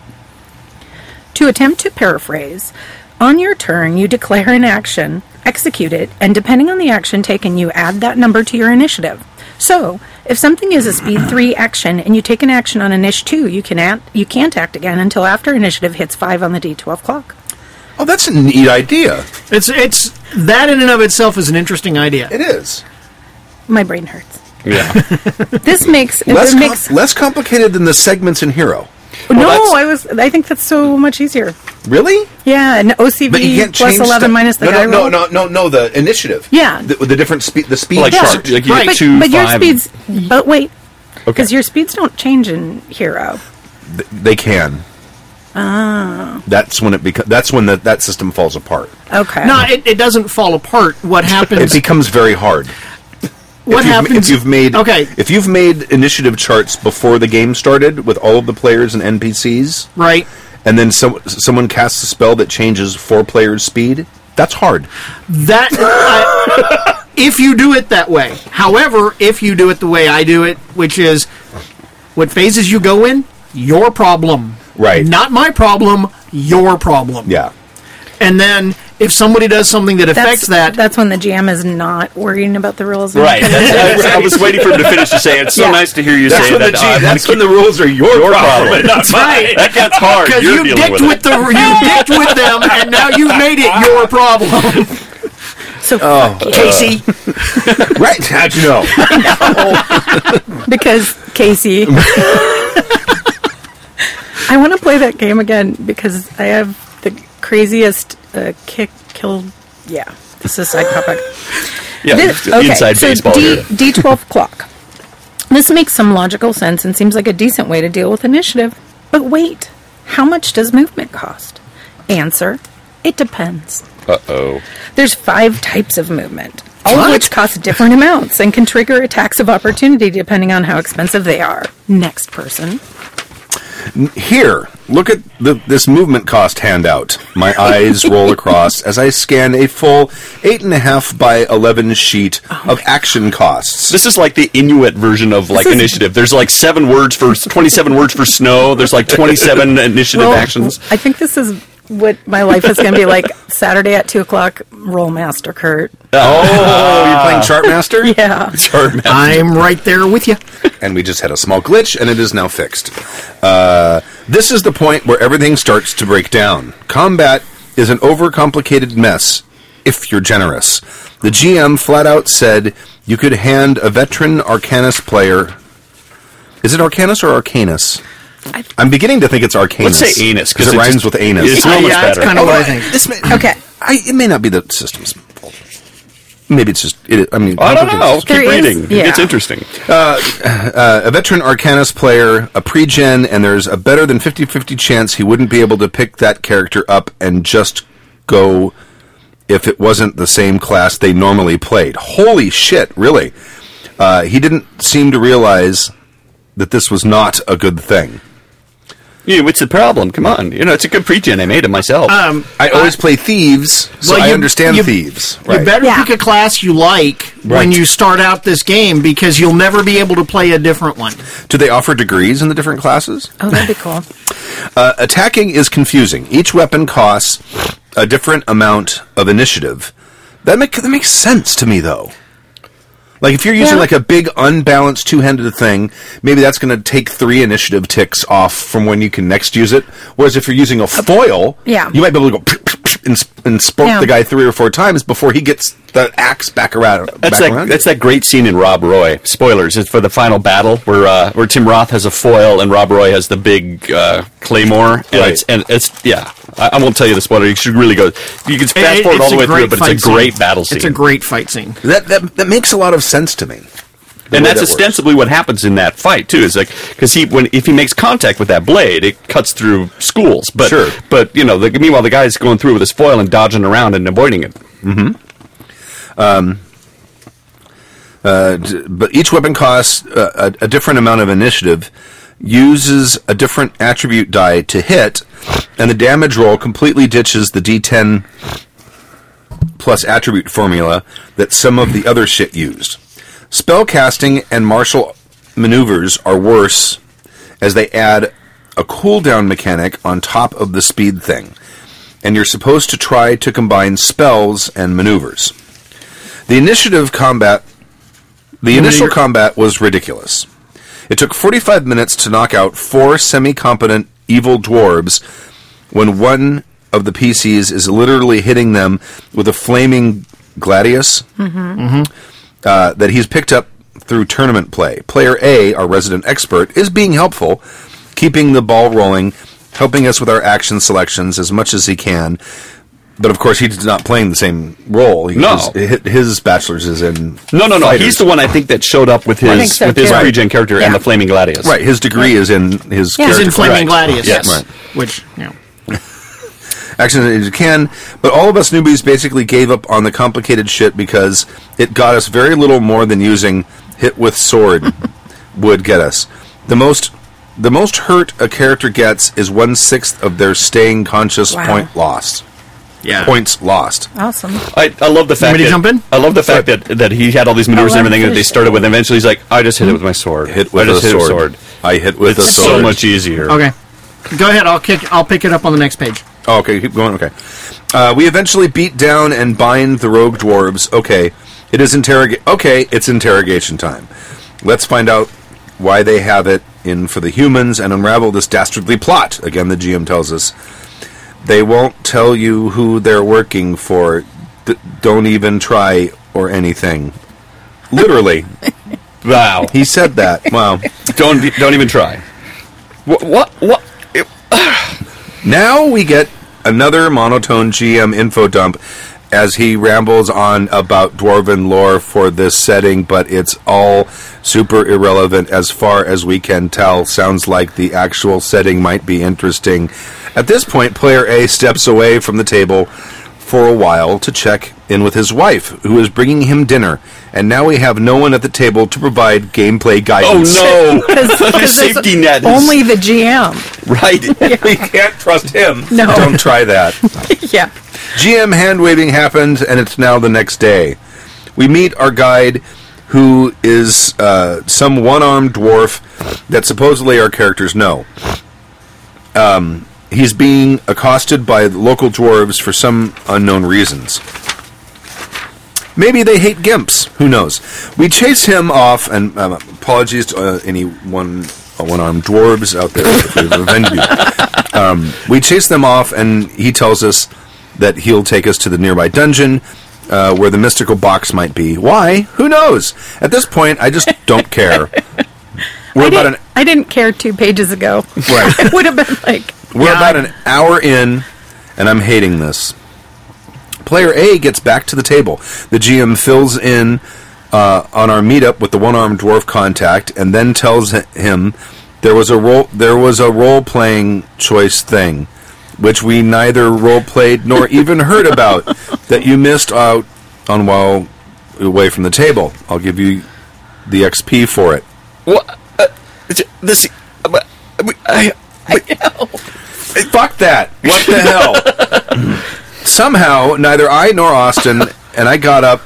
Speaker 5: To attempt to paraphrase, On your turn, you declare an action, execute it, and depending on the action taken, you add that number to your initiative. So, if something is a speed 3 action and you take an action on initiative 2, you, can act, you can't act again until after initiative hits 5 on the d12 clock.
Speaker 3: Oh, that's a neat idea.
Speaker 6: It's it's that in and of itself is an interesting idea.
Speaker 3: It is.
Speaker 5: My brain hurts.
Speaker 4: Yeah.
Speaker 5: This makes
Speaker 3: Less,
Speaker 5: it
Speaker 3: com-
Speaker 5: makes
Speaker 3: less complicated than the segments in Hero.
Speaker 5: no.
Speaker 4: that's-
Speaker 5: I was. I think that's so much easier.
Speaker 3: Really?
Speaker 5: Yeah, and OCV
Speaker 3: But you can't
Speaker 5: E plus
Speaker 3: change
Speaker 5: eleven
Speaker 3: the-
Speaker 5: minus the
Speaker 3: no,
Speaker 5: guy
Speaker 3: no,
Speaker 5: roll.
Speaker 3: no, no, no, no, the initiative.
Speaker 5: Yeah.
Speaker 3: The, the different speed, the speed
Speaker 4: Like
Speaker 5: Yeah.
Speaker 3: chart.
Speaker 4: shark, like you
Speaker 6: Right.
Speaker 4: get
Speaker 5: But,
Speaker 4: two,
Speaker 5: but your
Speaker 4: five,
Speaker 5: speeds. But wait,
Speaker 4: Okay.
Speaker 5: because your speeds don't change in Hero.
Speaker 3: They can.
Speaker 5: Ah.
Speaker 3: Oh. That's when it becomes. That's when the, that system falls apart.
Speaker 5: Okay.
Speaker 6: No, it, it doesn't fall apart. What
Speaker 3: It
Speaker 6: happens?
Speaker 3: becomes very hard.
Speaker 6: what
Speaker 3: if you've,
Speaker 6: happens
Speaker 3: if you've made
Speaker 6: Okay,
Speaker 3: If you've made initiative charts before the game started with all of the players and NPCs,
Speaker 6: right?
Speaker 3: and then some, someone casts a spell that changes four players' speed, that's hard.
Speaker 6: That I, if you do it that way. However, if you do it the way I do it, which is what phases you go in, your problem.
Speaker 3: Right.
Speaker 6: Not my problem, your problem.
Speaker 3: Yeah.
Speaker 6: And then if somebody does something that affects that,
Speaker 5: That's when the GM is not worrying about the rules. and-
Speaker 4: Right. That's, I, I was waiting for him to finish to say. it. It's so
Speaker 5: Yeah.
Speaker 4: nice to hear you say that. uh,
Speaker 3: that's when the rules are your,
Speaker 4: problem, not mine. That gets hard.
Speaker 6: because
Speaker 4: You're
Speaker 6: you
Speaker 4: dealing
Speaker 6: dicked
Speaker 4: with,
Speaker 6: with,
Speaker 4: it.
Speaker 6: the you dicked with them, and now you've made it your problem.
Speaker 5: So
Speaker 6: Oh.
Speaker 5: fuck
Speaker 4: Uh,
Speaker 5: you.
Speaker 6: Casey,
Speaker 3: right? How'd you know?
Speaker 5: because Casey. I want to play that game again because I have the craziest uh, kick killed. Yeah, this is psychopathic.
Speaker 4: yeah,
Speaker 5: This-
Speaker 4: it's inside
Speaker 5: so
Speaker 4: baseball.
Speaker 5: D,
Speaker 4: here.
Speaker 5: D12 clock. This makes some logical sense and seems like a decent way to deal with initiative. But wait, how much does movement cost? Answer, it depends.
Speaker 4: Uh-oh.
Speaker 5: There's five types of movement, all of which cost different amounts and can trigger attacks of opportunity depending on how expensive they are. Next person.
Speaker 3: Here, look at the, this movement cost handout. My eyes roll across as I scan a full eight and a half by eleven sheet of action costs.
Speaker 4: This is like the Inuit version of like
Speaker 5: This is-
Speaker 4: initiative. There's like seven words for twenty-seven words for snow. There's like twenty-seven initiative
Speaker 5: Well,
Speaker 4: actions.
Speaker 5: I think this is what my life is going to be like Saturday at 2 o'clock, Roll Master Kurt.
Speaker 3: Oh, you're playing Chartmaster?
Speaker 5: Yeah.
Speaker 6: I'm right there with you.
Speaker 3: and we just had a small glitch, and it is now fixed. Uh, this is the point where everything starts to break down. Combat is an overcomplicated mess, if you're generous. The GM flat out said you could hand a veteran Arcanus player. Is it Arcanus or Arcanus?
Speaker 5: I-
Speaker 3: I'm beginning to think it's Arcanus.
Speaker 4: Let's say anus
Speaker 3: because it,
Speaker 4: just-
Speaker 3: rhymes with anus.
Speaker 4: It's so much
Speaker 6: yeah, that's
Speaker 4: better.
Speaker 6: kind of what I think.
Speaker 3: This may,
Speaker 5: Okay.
Speaker 3: I, it may not be the system's fault. Maybe it's just. It, I mean,
Speaker 4: I don't know.
Speaker 5: There
Speaker 4: Keep
Speaker 5: is-
Speaker 4: reading.
Speaker 5: yeah.
Speaker 4: It's interesting.
Speaker 3: a veteran Arcanus player, a pre-gen, and there's a better than 50-50 chance he wouldn't be able to pick that character up and just go if it wasn't the same class they normally played. Holy shit, really. Uh, he didn't seem to realize that this was not a good thing.
Speaker 4: You know, it's the problem. Come on. You know, it's a good pre-gen. I made it myself.
Speaker 6: Um,
Speaker 3: I always play thieves, so
Speaker 6: Well,
Speaker 3: I
Speaker 6: you-
Speaker 3: understand
Speaker 6: you-
Speaker 3: thieves.
Speaker 6: You better
Speaker 5: Yeah.
Speaker 6: pick a class you like
Speaker 3: Right.
Speaker 6: when you start out this game because you'll never be able to play a different one.
Speaker 3: Do they offer degrees in the different classes?
Speaker 5: Oh, that'd be cool.
Speaker 3: Uh, attacking is confusing. Each weapon costs a different amount of initiative. That, make, that makes sense to me, though. Like if you're using
Speaker 5: Yeah.
Speaker 3: like a big unbalanced two-handed thing, maybe that's going to take three initiative ticks off from when you can next use it. Whereas if you're using a foil,
Speaker 5: yeah.
Speaker 3: you might be able to go psh, psh, psh, and, sp- and spoke
Speaker 5: Yeah.
Speaker 3: the guy three or four times before he gets the axe back around. back
Speaker 4: That's that,
Speaker 3: around.
Speaker 4: that's that great scene in Rob Roy. Spoilers. It's for the final battle where uh, where Tim Roth has a foil and Rob Roy has the big uh, claymore. And
Speaker 3: Right.
Speaker 4: it's and it's yeah. I, I won't tell you the spoiler. You should really go. You can fast
Speaker 6: It-
Speaker 4: forward all the
Speaker 6: a
Speaker 4: way through,
Speaker 6: great
Speaker 4: it, but it's a
Speaker 6: fight
Speaker 4: great
Speaker 6: scene.
Speaker 4: battle scene.
Speaker 6: It's a great fight scene.
Speaker 3: that, that that makes a lot of sense to me. the
Speaker 4: and
Speaker 3: way
Speaker 4: that's
Speaker 3: that works.
Speaker 4: ostensibly what happens in that fight too. Is like because he when if he makes contact with that blade, it cuts through schools. But
Speaker 3: Sure.
Speaker 4: but you know, the, meanwhile the guy's going through with his foil and dodging around and avoiding it.
Speaker 3: but each weapon costs uh, a, a, a different amount of initiative, uses a different attribute die to hit, and the damage roll completely ditches the d10 plus attribute formula that some of the other shit used. Spell casting and martial maneuvers are worse as they add a cooldown mechanic on top of the speed thing. and you're supposed to try to combine spells and maneuvers. The initiative combat, the initial combat was ridiculous. It took 45 minutes to knock out four semi-competent evil dwarves when one of the PCs is literally hitting them with a flaming gladius uh, that he's picked up through tournament play. Player A, our resident expert, is being helpful, keeping the ball rolling, helping us with our action selections as much as he can. But of course, he's not playing the same role. He
Speaker 4: No.
Speaker 3: was- hi- his bachelor's is in
Speaker 4: No, no, no. He's
Speaker 3: fighters.
Speaker 4: the one I think that showed up with
Speaker 5: I
Speaker 4: his
Speaker 5: think so,
Speaker 4: with his
Speaker 5: too.
Speaker 4: pre gen character and
Speaker 5: Yeah.
Speaker 4: the Flaming Gladius.
Speaker 3: right. His degree is in his
Speaker 5: Yeah. He's
Speaker 6: He's in
Speaker 3: character.
Speaker 6: Flaming
Speaker 4: Right.
Speaker 6: Gladius.
Speaker 4: Yes.
Speaker 6: Yes.
Speaker 4: Right.
Speaker 6: Which, you know.
Speaker 3: action as you can. But all of us newbies basically gave up on the complicated shit because it got us very little more than using hit with sword would get us. The most the most hurt a character gets is one sixth of their staying conscious
Speaker 5: Wow.
Speaker 3: point lost.
Speaker 6: Yeah.
Speaker 3: Points lost.
Speaker 5: Awesome.
Speaker 4: I, I love the fact
Speaker 6: me to
Speaker 4: that
Speaker 6: jump in?
Speaker 4: I love the fact that, that he had all these maneuvers
Speaker 5: Oh,
Speaker 4: and
Speaker 5: well,
Speaker 4: everything that they
Speaker 5: finish it.
Speaker 4: started with. And eventually, he's like, I just hit it with my sword.
Speaker 3: Hit with
Speaker 4: I just
Speaker 3: a
Speaker 4: hit it
Speaker 3: sword.
Speaker 4: with sword.
Speaker 3: I hit with a
Speaker 4: It's
Speaker 3: sword.
Speaker 4: so much easier.
Speaker 6: Okay. Go ahead. I'll kick. I'll pick it up on the next page.
Speaker 3: Oh, okay, keep going. Okay. Uh, we eventually beat down and bind the rogue dwarves. Okay. It is interrogate. Okay, it's interrogation time. Let's find out why they have it in for the humans and unravel this dastardly plot. Again, the GM tells us. They won't tell you who they're working for. D- don't even try or anything. Literally.
Speaker 4: Wow.
Speaker 3: he said that. Wow.
Speaker 4: don't don't even try. What what what? It-
Speaker 3: Now we get another monotone GM info dump as he rambles on about dwarven lore for this setting, but it's all super irrelevant as far as we can tell. Sounds like the actual setting might be interesting. At this point, player A steps away from the table for a while to check in with his wife, who is bringing him dinner, and now we have no one at the table to provide gameplay
Speaker 4: Oh
Speaker 3: guidance.
Speaker 4: no!
Speaker 5: Because
Speaker 4: safety net is-
Speaker 5: Only the GM.
Speaker 4: Right.
Speaker 3: we can't trust him.
Speaker 5: No.
Speaker 3: Don't try that.
Speaker 5: yeah.
Speaker 3: GM hand waving happens, and it's now the next day. We meet our guide, who is uh, some one armed dwarf that supposedly our characters know. Um, he's being accosted by the local dwarves for some unknown reasons. Maybe they hate gimps. Who knows? We chase him off, and um, apologies to uh, any one uh, one-armed dwarves out there if we've offended you. Um, we chase them off, and he tells us that he'll take us to the nearby dungeon uh, where the mystical box might be. Why? Who knows? At this point, I just don't care. We're
Speaker 5: I
Speaker 3: about
Speaker 5: didn't,
Speaker 3: an
Speaker 5: I didn't care two pages ago.
Speaker 3: Right.
Speaker 5: I would have been like,
Speaker 3: we're about an hour in, and I'm hating this. Player A gets back to the table. The GM fills in uh, on our meetup with the one-armed dwarf contact, and then tells h- him there was a role there was a role-playing choice thing, which we neither role-played nor even heard about that you missed out on while away from the table. I'll give you the XP for it.
Speaker 4: What? Uh, it's- this. but- I,
Speaker 3: Fuck that. What the hell? Somehow, neither I nor Austin and I got up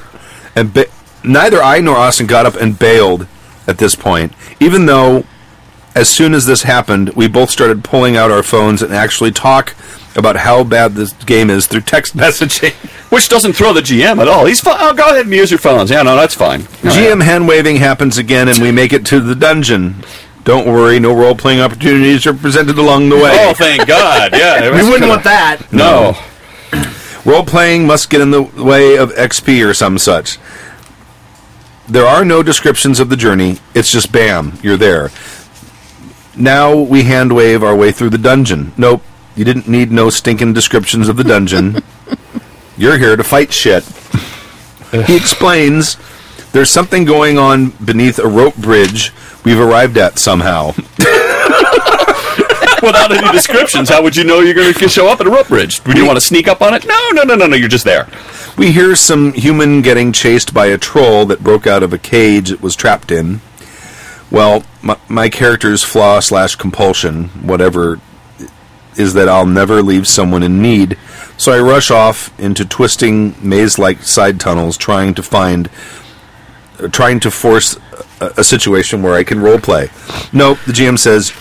Speaker 3: and ba- neither I nor Austin got up and bailed at this point, even though as soon as this happened, we both started pulling out our phones and actually talk about how bad this game is through text messaging.
Speaker 4: which doesn't throw the GM at all. He's fine. Oh, go ahead and use your phones. Oh, Yeah, no, that's fine.
Speaker 3: GM hand waving happens again, and we make it to the dungeon. Don't worry, no role playing opportunities are presented along the way.
Speaker 4: Oh, thank God. Yeah.
Speaker 6: We wouldn't want that.
Speaker 4: No.
Speaker 3: Role playing must get in the way of XP or some such. There are no descriptions of the journey. It's just bam, you're there. Now we hand wave our way through the dungeon. Nope, you didn't need no stinking descriptions of the dungeon. you're here to fight shit. he explains there's something going on beneath a rope bridge we've arrived at somehow.
Speaker 4: Without any descriptions, how would you know you're going to show up at a rope bridge? Would you want to sneak up on it? No, no, no, no, no. You're just there.
Speaker 3: We hear some human getting chased by a troll that broke out of a cage it was trapped in. Well, my, my character's flaw slash compulsion, whatever, is that I'll never leave someone in need. So I rush off into twisting maze-like side tunnels, trying to find, uh, trying to force a, a situation where I can roleplay. Nope, the GM says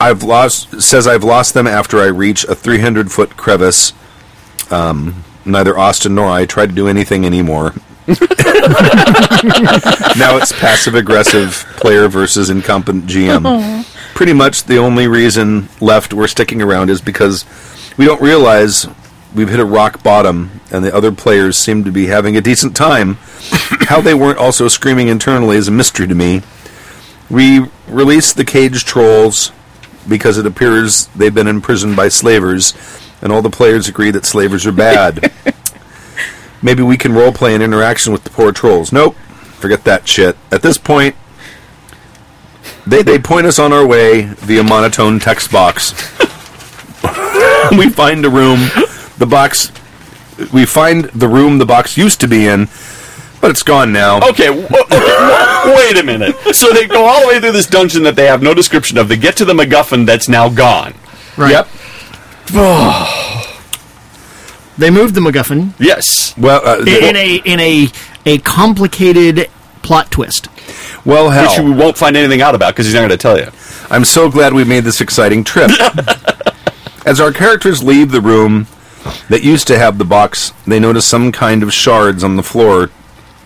Speaker 3: I've lost says I've lost them after I reach a 300 foot crevice. Um, neither Austin nor I tried to do anything anymore. now it's passive aggressive player versus incompetent GM. Pretty much the only reason left we're sticking around is because we don't realize we've hit a rock bottom and the other players seem to be having a decent time. How they weren't also screaming internally is a mystery to me. We released the cage trolls because it appears they've been imprisoned by slavers, and all the players agree that slavers are bad. Maybe we can roleplay an interaction with the poor trolls. Nope, forget that shit. At this point, they, they point us on our way via monotone text box. we find a room, the box. We find the room the box used to be in, but it's gone now.
Speaker 4: Okay, w- okay, w- wait a minute. So they go all the way through this dungeon that they have no description of. They get to the MacGuffin that's now gone.
Speaker 6: Right.
Speaker 4: Yep.
Speaker 6: They moved the MacGuffin
Speaker 4: Yes.
Speaker 3: Well, uh,
Speaker 6: in a in a a complicated plot twist.
Speaker 3: well, hell.
Speaker 4: Which we won't find anything out about because he's not going to tell you.
Speaker 3: I'm so glad we made this exciting trip. As our characters leave the room that used to have the box, they notice some kind of shards on the floor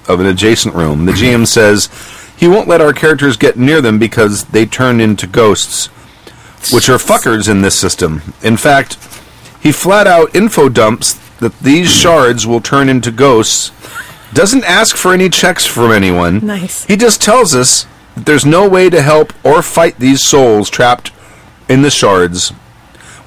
Speaker 3: of an adjacent room. The GM says he won't let our characters get near them because they turn into ghosts, which are fuckers in this system. In fact, he flat out info dumps that these shards will turn into ghosts. Doesn't ask for any checks from anyone.
Speaker 5: Nice.
Speaker 3: He just tells us that there's no way to help or fight these souls trapped in the shards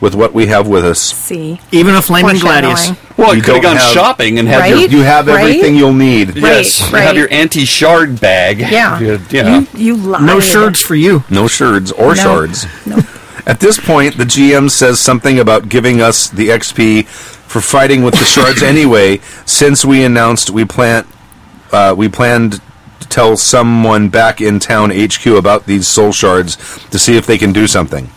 Speaker 3: with what we have with us.
Speaker 5: See.
Speaker 6: Even a flaming gladius.
Speaker 5: Foreshadowing.
Speaker 4: Well,
Speaker 3: You
Speaker 4: you could have
Speaker 3: don't
Speaker 4: gone
Speaker 3: have-
Speaker 4: shopping and had
Speaker 5: Right?
Speaker 4: your
Speaker 3: You have
Speaker 5: Right?
Speaker 3: everything you'll need.
Speaker 5: Right,
Speaker 4: yes, you
Speaker 5: right.
Speaker 4: have your anti shard bag.
Speaker 5: Yeah.
Speaker 4: You, you know.
Speaker 5: You lied.
Speaker 6: No shirts for you.
Speaker 3: No shards or
Speaker 5: No.
Speaker 3: shards.
Speaker 5: No.
Speaker 3: At this point, the GM says something about giving us the XP for fighting with the shards anyway, since we announced we plan uh, we planned to tell someone back in town HQ about these soul shards to see if they can do something.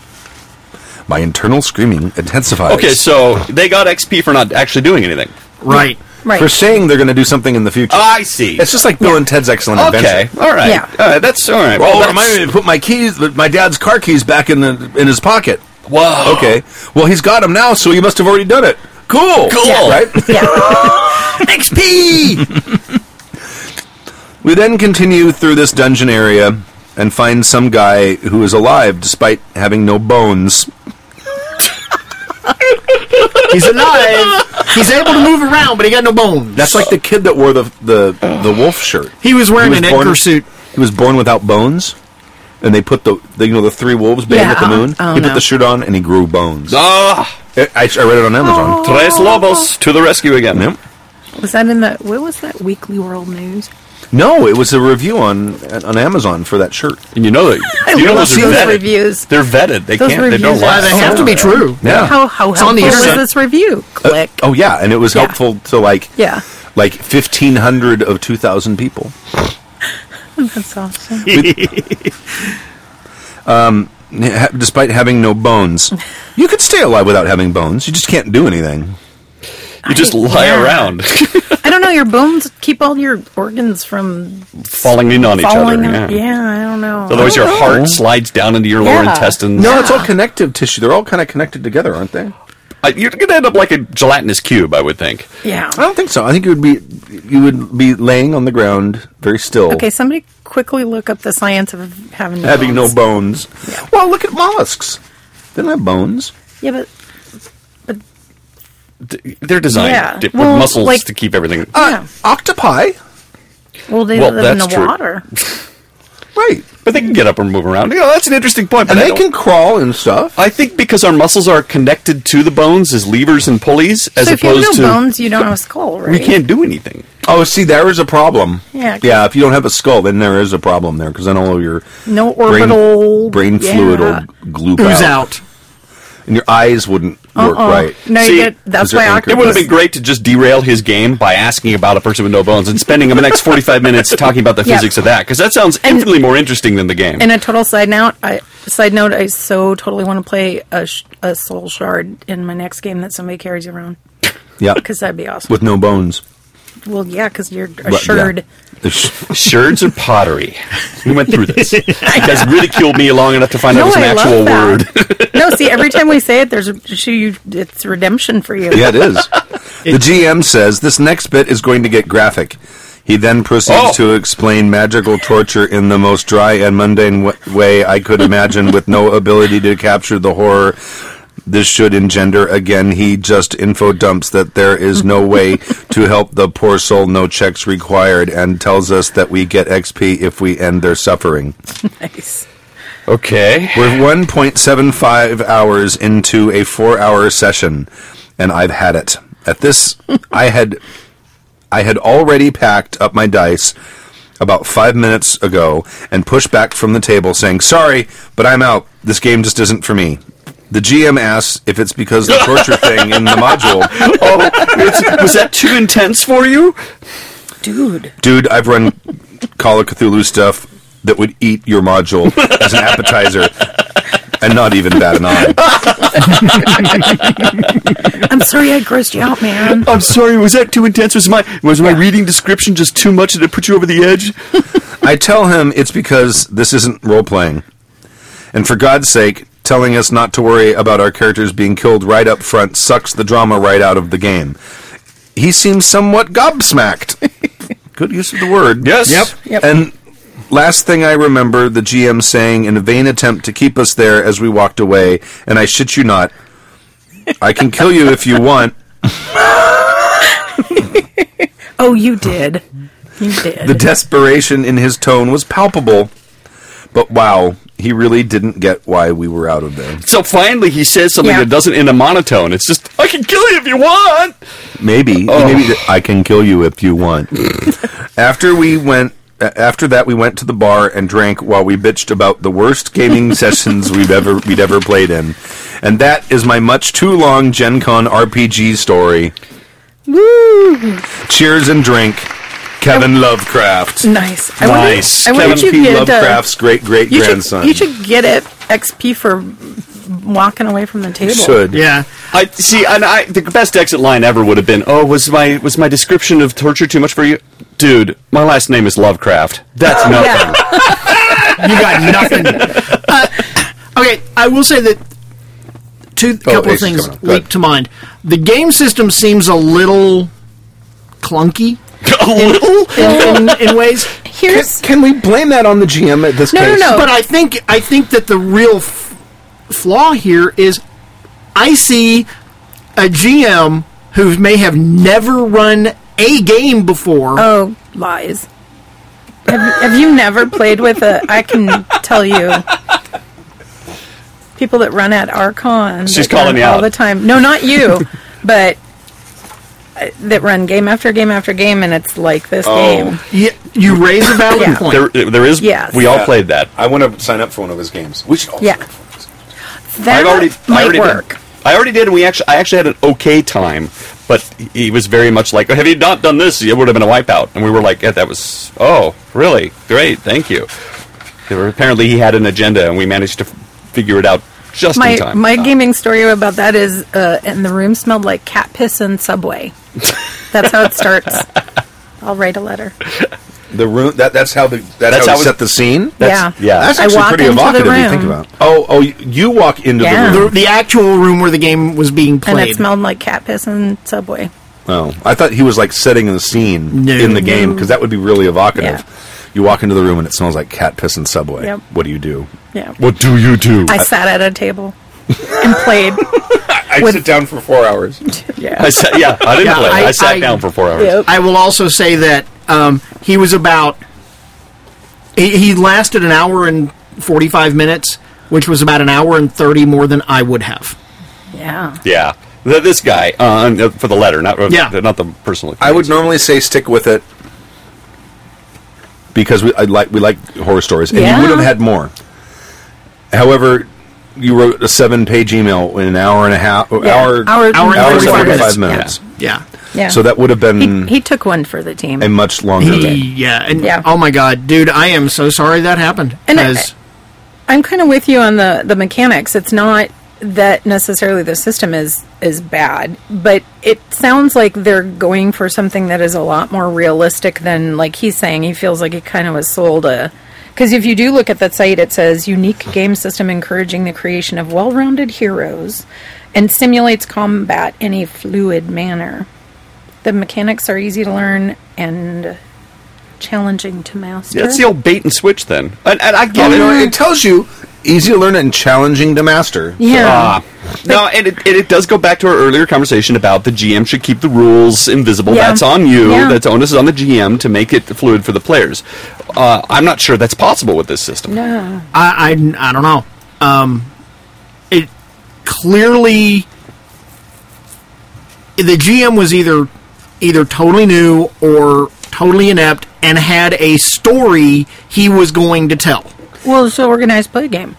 Speaker 3: My internal screaming intensifies.
Speaker 4: Okay, so they got XP for not actually doing anything.
Speaker 6: Right.
Speaker 5: Right.
Speaker 3: for saying they're going to do something in the future.
Speaker 4: I see.
Speaker 3: it's just like Bill and Ted's Excellent
Speaker 4: okay,
Speaker 3: Adventure.
Speaker 4: all right.
Speaker 5: Yeah.
Speaker 4: All right, that's all right.
Speaker 3: Oh,
Speaker 4: Well,
Speaker 3: it reminded me to put my keys, my dad's car keys, back in the in his pocket.
Speaker 4: Wow.
Speaker 3: Okay. Well, he's got them now, so he must have already done it. Cool.
Speaker 4: Cool. Yeah.
Speaker 3: Right?
Speaker 5: yeah.
Speaker 3: XP! we then continue through this dungeon area and find some guy who is alive despite having no bones.
Speaker 6: He's alive. He's able to move around, but he got no bones.
Speaker 3: That's like the kid that wore the the, the wolf shirt.
Speaker 6: he was wearing
Speaker 3: was
Speaker 6: an
Speaker 3: born-
Speaker 6: Edgar suit.
Speaker 3: He was born without bones. And they put the, the you know the three wolves bang
Speaker 5: Yeah,
Speaker 3: at the
Speaker 5: uh,
Speaker 3: moon.
Speaker 5: oh,
Speaker 3: he put
Speaker 5: no.
Speaker 3: the shirt on and he grew bones.
Speaker 4: Ah,
Speaker 3: I, I read it on Amazon.
Speaker 5: Oh.
Speaker 4: tres lobos to the rescue again.
Speaker 3: Yep.
Speaker 5: Was that in the what was that Weekly World News?
Speaker 3: No, it was a review on on Amazon for that shirt.
Speaker 4: And you know that you know
Speaker 5: love
Speaker 4: those are
Speaker 5: those
Speaker 4: vetted.
Speaker 5: reviews.
Speaker 4: They're vetted. They
Speaker 5: Those
Speaker 4: can't. They don't
Speaker 5: reviews are
Speaker 4: lie.
Speaker 5: so-
Speaker 6: They have to be true.
Speaker 3: Yeah.
Speaker 5: How how
Speaker 6: It's on
Speaker 5: helpful
Speaker 6: the
Speaker 5: was
Speaker 6: internet. Uh,
Speaker 5: this review? Click.
Speaker 3: Oh yeah, and it was
Speaker 5: Yeah.
Speaker 3: helpful to like
Speaker 5: Yeah.
Speaker 3: like fifteen hundred of two thousand people.
Speaker 5: That's awesome.
Speaker 3: Ha- Despite having no bones, you could stay alive without having bones. You just can't do anything.
Speaker 4: You just lie
Speaker 5: Yeah.
Speaker 4: around,
Speaker 5: I don't know. Your bones keep all your organs from
Speaker 4: falling in on each
Speaker 5: falling.
Speaker 4: other.
Speaker 5: out.
Speaker 4: Yeah.
Speaker 5: yeah, I don't know.
Speaker 4: Otherwise, your heart slides down into your lower
Speaker 5: Yeah.
Speaker 4: intestines.
Speaker 3: No, it's all connective tissue. They're all kind of connected together, aren't they?
Speaker 4: Uh, you're going to end up like a gelatinous cube, I would think.
Speaker 5: yeah.
Speaker 3: I don't think so. I think you would be you would be laying on the ground very still,
Speaker 5: Okay, somebody quickly look up the science of having no
Speaker 3: having no
Speaker 5: bones.
Speaker 3: bones. Well, look at mollusks. They don't have bones.
Speaker 5: Yeah, but
Speaker 4: D- They're designed
Speaker 5: Yeah.
Speaker 4: di- with
Speaker 5: Well,
Speaker 4: muscles
Speaker 5: like-
Speaker 4: to keep everything.
Speaker 3: Uh,
Speaker 5: yeah.
Speaker 3: Octopi,
Speaker 5: well, they
Speaker 4: well,
Speaker 5: live in the
Speaker 4: that's true.
Speaker 5: water.
Speaker 3: right?
Speaker 4: But they can get up and move around. You know, that's an interesting point. But
Speaker 3: And
Speaker 4: I
Speaker 3: they
Speaker 4: don't-
Speaker 3: can crawl and stuff.
Speaker 4: I think because our muscles are connected to the bones as levers and pulleys, as
Speaker 5: so if you have
Speaker 4: opposed
Speaker 5: no
Speaker 4: to
Speaker 5: bones, you don't have a skull, right?
Speaker 4: we can't do anything.
Speaker 3: Oh, see, there is a problem.
Speaker 5: Yeah, 'cause-
Speaker 3: Yeah, if you don't have a skull, then there is a problem there because then all of your
Speaker 5: No
Speaker 3: brain-
Speaker 5: orbital-
Speaker 3: brain,
Speaker 5: yeah.
Speaker 3: fluid will gloop
Speaker 6: Who's
Speaker 3: out.
Speaker 6: out?
Speaker 3: and your eyes wouldn't work
Speaker 5: Uh-uh.
Speaker 3: right.
Speaker 5: No,
Speaker 4: See,
Speaker 5: you get, that's
Speaker 3: is there
Speaker 5: why
Speaker 3: anchor-
Speaker 5: octopus.
Speaker 4: It would have been great to just derail his game by asking about a person with no bones and spending him the next 45 minutes talking about the
Speaker 5: Yeah.
Speaker 4: physics of that, because that sounds infinitely more interesting than the game.
Speaker 5: And a total side note, I side note, I so totally want to play a, sh- a soul shard in my next game that somebody carries around
Speaker 3: Yeah,
Speaker 5: because that'd be awesome.
Speaker 3: with no bones.
Speaker 5: Well, yeah, because you're a
Speaker 3: But,
Speaker 5: sherd.
Speaker 3: yeah. Sh-
Speaker 4: Sherds or pottery? We went through this. You guys ridiculed me long enough to find out
Speaker 5: No,
Speaker 4: it's an
Speaker 5: I
Speaker 4: actual
Speaker 5: love that.
Speaker 4: word.
Speaker 5: no, see, every time we say it, there's a, she, you, it's redemption for you.
Speaker 3: yeah, it is. the GM says this next bit is going to get graphic. He then proceeds
Speaker 4: Oh.
Speaker 3: to explain magical torture in the most dry and mundane w- way I could imagine, with no ability to capture the horror this should engender. Again, he just info dumps that there is no way to help the poor soul, no checks required, and tells us that we get XP if we end their suffering.
Speaker 5: Nice.
Speaker 4: Okay.
Speaker 3: We're 1.75 hours into a four hour session, and I've had it. At this, I had, I had already packed up my dice about five minutes ago and pushed back from the table, saying, "Sorry, but I'm out. This game just isn't for me." The GM asks if it's because the torture thing in the module.
Speaker 4: Oh, it's- was that too intense for you?
Speaker 5: Dude.
Speaker 3: Dude, I've run Call of Cthulhu stuff that would eat your module as an appetizer, and not even bat an eye.
Speaker 5: I'm sorry I grossed you out, man.
Speaker 4: I'm sorry. Was that too intense? Was my was my reading description just too much? Did it put you over the edge?
Speaker 3: I tell him it's because this isn't role playing. And for God's sake, telling us not to worry about our characters being killed right up front sucks the drama right out of the game. He seems somewhat gobsmacked. Good use of the word.
Speaker 4: Yes.
Speaker 6: Yep.
Speaker 5: Yep.
Speaker 3: And last thing I remember, the GM saying in a vain attempt to keep us there as we walked away, and I shit you not, I can kill you if you want.
Speaker 5: Oh, you did. You did.
Speaker 3: The desperation in his tone was palpable, but wow, he really didn't get why we were out of there.
Speaker 4: So finally, he says something
Speaker 5: Yeah.
Speaker 4: that doesn't end a monotone. It's just, I can kill you if you want.
Speaker 3: Maybe,
Speaker 5: Oh.
Speaker 3: maybe th- I can kill you if you want. after we went, a- after that, we went to the bar and drank while we bitched about the worst gaming sessions we've ever we'd ever played in, and that is my much too long Gen Con RPG story. Cheers and drink, Kevin Lovecraft.
Speaker 5: nice. I wonder-
Speaker 4: Nice.
Speaker 5: I wonder if
Speaker 3: Kevin
Speaker 5: you
Speaker 3: P.
Speaker 5: get, uh,
Speaker 3: Lovecraft's great great
Speaker 5: you should-
Speaker 3: grandson.
Speaker 5: you should get it XP for walking away from the table.
Speaker 3: Should.
Speaker 6: Yeah.
Speaker 4: I see, and I the best exit line ever would have been, "Oh, was my was my description of torture too much for you, dude? My last name is Lovecraft. That's nothing.
Speaker 6: You got nothing. Uh, okay, I will say that two
Speaker 3: Oh,
Speaker 6: couple of
Speaker 3: Ace is
Speaker 6: things
Speaker 3: coming up. Go
Speaker 6: leap
Speaker 3: ahead.
Speaker 6: to mind. The game system seems a little clunky
Speaker 4: A little.
Speaker 6: in, in, in ways,
Speaker 5: Here's
Speaker 3: Can we blame that on the GM at this
Speaker 5: No, no,
Speaker 3: case?
Speaker 5: no.
Speaker 6: but I think I think that the real f- flaw here is I see a GM who may have never run a game before.
Speaker 5: oh lies. Have, have you never played with a? I can tell you. People that run at our con.
Speaker 4: She's
Speaker 5: that run
Speaker 4: calling me
Speaker 5: all
Speaker 4: out.
Speaker 5: the time. No, not you, but uh, that run game after game after game, and it's like this game.
Speaker 6: you, you raise a valid
Speaker 5: Yeah.
Speaker 6: point.
Speaker 4: There, there is.
Speaker 5: Yes.
Speaker 4: We all played that.
Speaker 3: I want to sign up for one of his games. We should all
Speaker 5: Yeah.
Speaker 3: sign up for one of his games.
Speaker 5: That might
Speaker 4: already
Speaker 5: work.
Speaker 4: Did. I already did, and we actually, I actually had an okay time, but he was very much like, "Have you not done this? It would have been a wipeout." And we were like, yeah, "That was oh, really great, thank you." There were, apparently, he had an agenda, and we managed to f- figure it out just in
Speaker 5: My
Speaker 4: time. Uh,
Speaker 5: my gaming story about that is, uh, and the room smelled like cat piss and Subway. That's how it starts. I'll write a letter.
Speaker 3: The room that that's how the that's,
Speaker 4: That's
Speaker 3: how,
Speaker 4: how
Speaker 3: we
Speaker 4: it-
Speaker 3: set the scene.
Speaker 4: That's-
Speaker 5: yeah,
Speaker 4: yeah.
Speaker 3: That's
Speaker 5: I
Speaker 3: actually
Speaker 5: walk
Speaker 3: pretty
Speaker 5: into
Speaker 3: evocative.
Speaker 5: the room,
Speaker 3: if You think about. it. Oh, oh, y- you walk into
Speaker 5: Yeah.
Speaker 3: the
Speaker 6: the,
Speaker 3: room.
Speaker 6: the actual room where the game was being
Speaker 5: and
Speaker 6: played.
Speaker 5: it smelled like cat piss and Subway.
Speaker 3: Oh, I thought he was like setting the scene
Speaker 6: No.
Speaker 3: in the game because that would be really evocative.
Speaker 5: Yeah.
Speaker 3: You walk into the room and it smells like cat piss and Subway.
Speaker 5: Yep.
Speaker 3: What do you do?
Speaker 5: Yeah,
Speaker 4: What do you do?
Speaker 5: I sat at a table and played.
Speaker 3: I
Speaker 5: With-
Speaker 3: sit down for four hours.
Speaker 5: Yeah,
Speaker 4: I sat, yeah, I didn't
Speaker 6: Yeah,
Speaker 4: play. I,
Speaker 6: I-
Speaker 4: sat
Speaker 6: I-
Speaker 4: down for four hours.
Speaker 5: Yep.
Speaker 6: I will also say that um, he was about. He, he lasted an hour and 45 minutes, which was about an hour and 30 more than I would have.
Speaker 5: yeah.
Speaker 4: Yeah, Th- this guy uh, and, uh, for the letter, not
Speaker 6: Yeah.
Speaker 4: not the personal.
Speaker 3: I would normally say stick with it because we I like we like horror stories, and
Speaker 5: Yeah.
Speaker 3: you would have had more. However, you wrote a seven-page email in an hour and a half,
Speaker 5: Yeah,
Speaker 3: hour,
Speaker 5: hour-
Speaker 6: Hour and
Speaker 3: hour and
Speaker 6: 45
Speaker 3: 45
Speaker 6: minutes.
Speaker 3: minutes.
Speaker 6: Yeah.
Speaker 5: Yeah.
Speaker 3: So that would have
Speaker 5: he,
Speaker 3: been
Speaker 5: he took one for the team.
Speaker 3: a much longer
Speaker 6: He-
Speaker 3: day.
Speaker 6: yeah. And
Speaker 5: Yeah.
Speaker 6: oh my God, dude, I am so sorry that happened.
Speaker 5: And I-
Speaker 6: 'cause
Speaker 5: I'm kind of with you on the the mechanics. It's not that necessarily the system is is bad, but it sounds like they're going for something that is a lot more realistic than like he's saying. He feels like he kind of was sold a because if you do look at that site, it says unique game system encouraging the creation of well-rounded heroes and simulates combat in a fluid manner. The mechanics are easy to learn and challenging to master.
Speaker 4: Yeah, that's the old bait and switch then. Oh, And, and I
Speaker 3: Well,
Speaker 4: get
Speaker 3: you know,
Speaker 4: it.
Speaker 3: it tells you easy to learn and challenging to master.
Speaker 5: yeah.
Speaker 4: Ah. no, and it, and it does go back to our earlier conversation about the GM should keep the rules invisible.
Speaker 5: Yeah.
Speaker 4: That's on you.
Speaker 5: Yeah.
Speaker 4: That's onus is on the GM to make it fluid for the players. Uh, I'm not sure that's possible with this system.
Speaker 5: Yeah.
Speaker 6: I, I, I don't know. Um, it clearly the GM was either either totally new or totally inept and had a story he was going to tell.
Speaker 5: Well, it's an organized play game.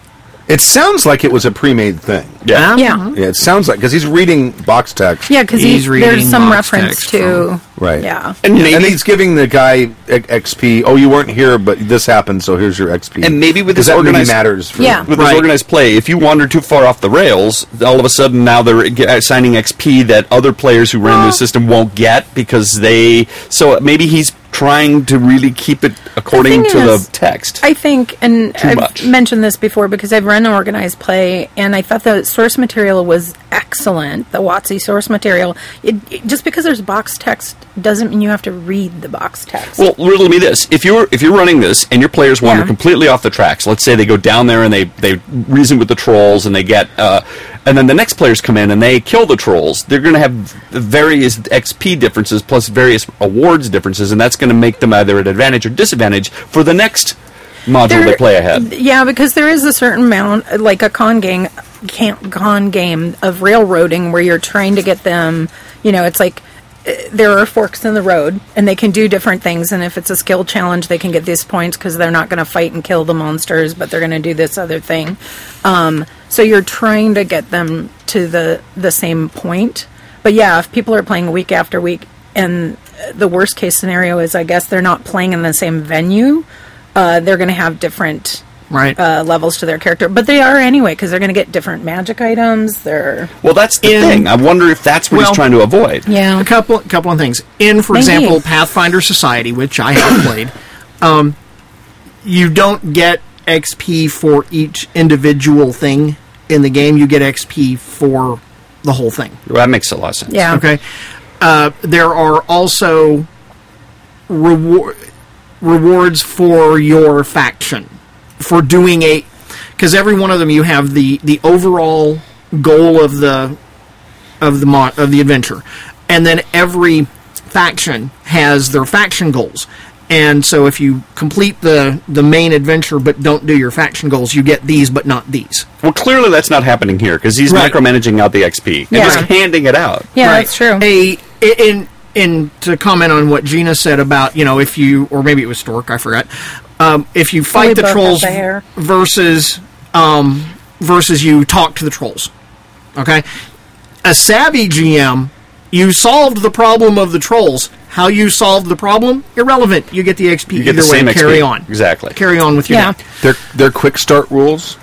Speaker 3: It sounds like it was a pre-made thing.
Speaker 4: Uh-huh. Yeah.
Speaker 6: Um,
Speaker 5: Yeah.
Speaker 3: Yeah, it sounds like because he's reading box text.
Speaker 5: Uh-huh. Yeah, because
Speaker 6: He's reading
Speaker 5: there's some
Speaker 6: box
Speaker 5: reference
Speaker 6: text
Speaker 5: to
Speaker 3: Right.
Speaker 5: Yeah,
Speaker 4: And maybe
Speaker 3: and he's giving the guy e- XP. Oh, you weren't here, but this happened, so here's your XP.
Speaker 4: And maybe with
Speaker 3: 'Cause
Speaker 4: this
Speaker 3: that really
Speaker 4: organized-
Speaker 3: matters. For,
Speaker 5: Yeah.
Speaker 4: with
Speaker 6: Right.
Speaker 4: this organized play, if you wander too far off the rails, all of a sudden now they're uh, ge- assigning XP that other players who ran
Speaker 5: Well-
Speaker 4: the system won't get because they. So maybe he's trying to really keep it according
Speaker 5: thing
Speaker 4: to
Speaker 5: is,
Speaker 4: the text.
Speaker 5: I think, and I've
Speaker 4: much.
Speaker 5: mentioned this before because I've run organized play, and I thought the source material was excellent. The WotC source material. It, it- just because there's box text doesn't mean you have to read the box text.
Speaker 4: Well, riddle me this: if you're if you're running this and your players wander
Speaker 5: Yeah.
Speaker 4: completely off the tracks, let's say they go down there and they they reason with the trolls and they get, uh, and then the next players come in and they kill the trolls, they're going to have various XP differences plus various awards differences, and that's going to make them either at advantage or disadvantage for the next module they
Speaker 5: There-
Speaker 4: play ahead.
Speaker 5: Yeah, because there is a certain amount, like a con game, can con game of railroading, where you're trying to get them. You know, it's like uh, there are forks in the road, and they can do different things. And if it's a skill challenge, they can get these points because they're not going to fight and kill the monsters, but they're going to do this other thing. Um, so you're trying to get them to the the same point. But yeah, if people are playing week after week, and uh, the worst case scenario is, I guess they're not playing in the same venue. Uh, they're going to have different
Speaker 6: Right.
Speaker 5: uh, levels to their character, but they are anyway because they're going to get different magic items. They're
Speaker 4: Well, that's the
Speaker 6: In-
Speaker 4: thing. I wonder if that's what
Speaker 6: Well-
Speaker 4: he's trying to avoid.
Speaker 5: yeah,
Speaker 6: A couple, couple of things. In, for
Speaker 5: Maybe.
Speaker 6: example, Pathfinder Society, which I have played, um, you don't get XP for each individual thing in the game. You get XP for the whole thing.
Speaker 4: Well, that makes a lot of sense.
Speaker 5: yeah.
Speaker 6: Okay. Uh, there are also reward rewards for your faction for doing a because every one of them you have the the overall goal of the of the mo- of the adventure, and then every faction has their faction goals. And so if you complete the the main adventure but don't do your faction goals, you get these but not these.
Speaker 4: Well, clearly that's not happening here because he's
Speaker 6: Right.
Speaker 4: micromanaging out the XP and
Speaker 5: Yeah.
Speaker 4: just handing it out.
Speaker 5: Yeah,
Speaker 6: Right.
Speaker 5: that's true.
Speaker 6: A i- in in to comment on what Gina said about you know if you or maybe it was Stork I forgot um, if you
Speaker 5: we
Speaker 6: fight the
Speaker 5: both have
Speaker 6: trolls
Speaker 5: the hair.
Speaker 6: versus um, versus you talk to the trolls. Okay, a savvy GM, you solved the problem of the trolls. How you solved the problem irrelevant. You get the XP
Speaker 4: get
Speaker 6: either
Speaker 4: the
Speaker 6: way.
Speaker 4: same XP.
Speaker 6: Carry on
Speaker 4: Exactly.
Speaker 6: Carry on with your
Speaker 5: yeah,
Speaker 6: day.
Speaker 3: Their their quick start rules.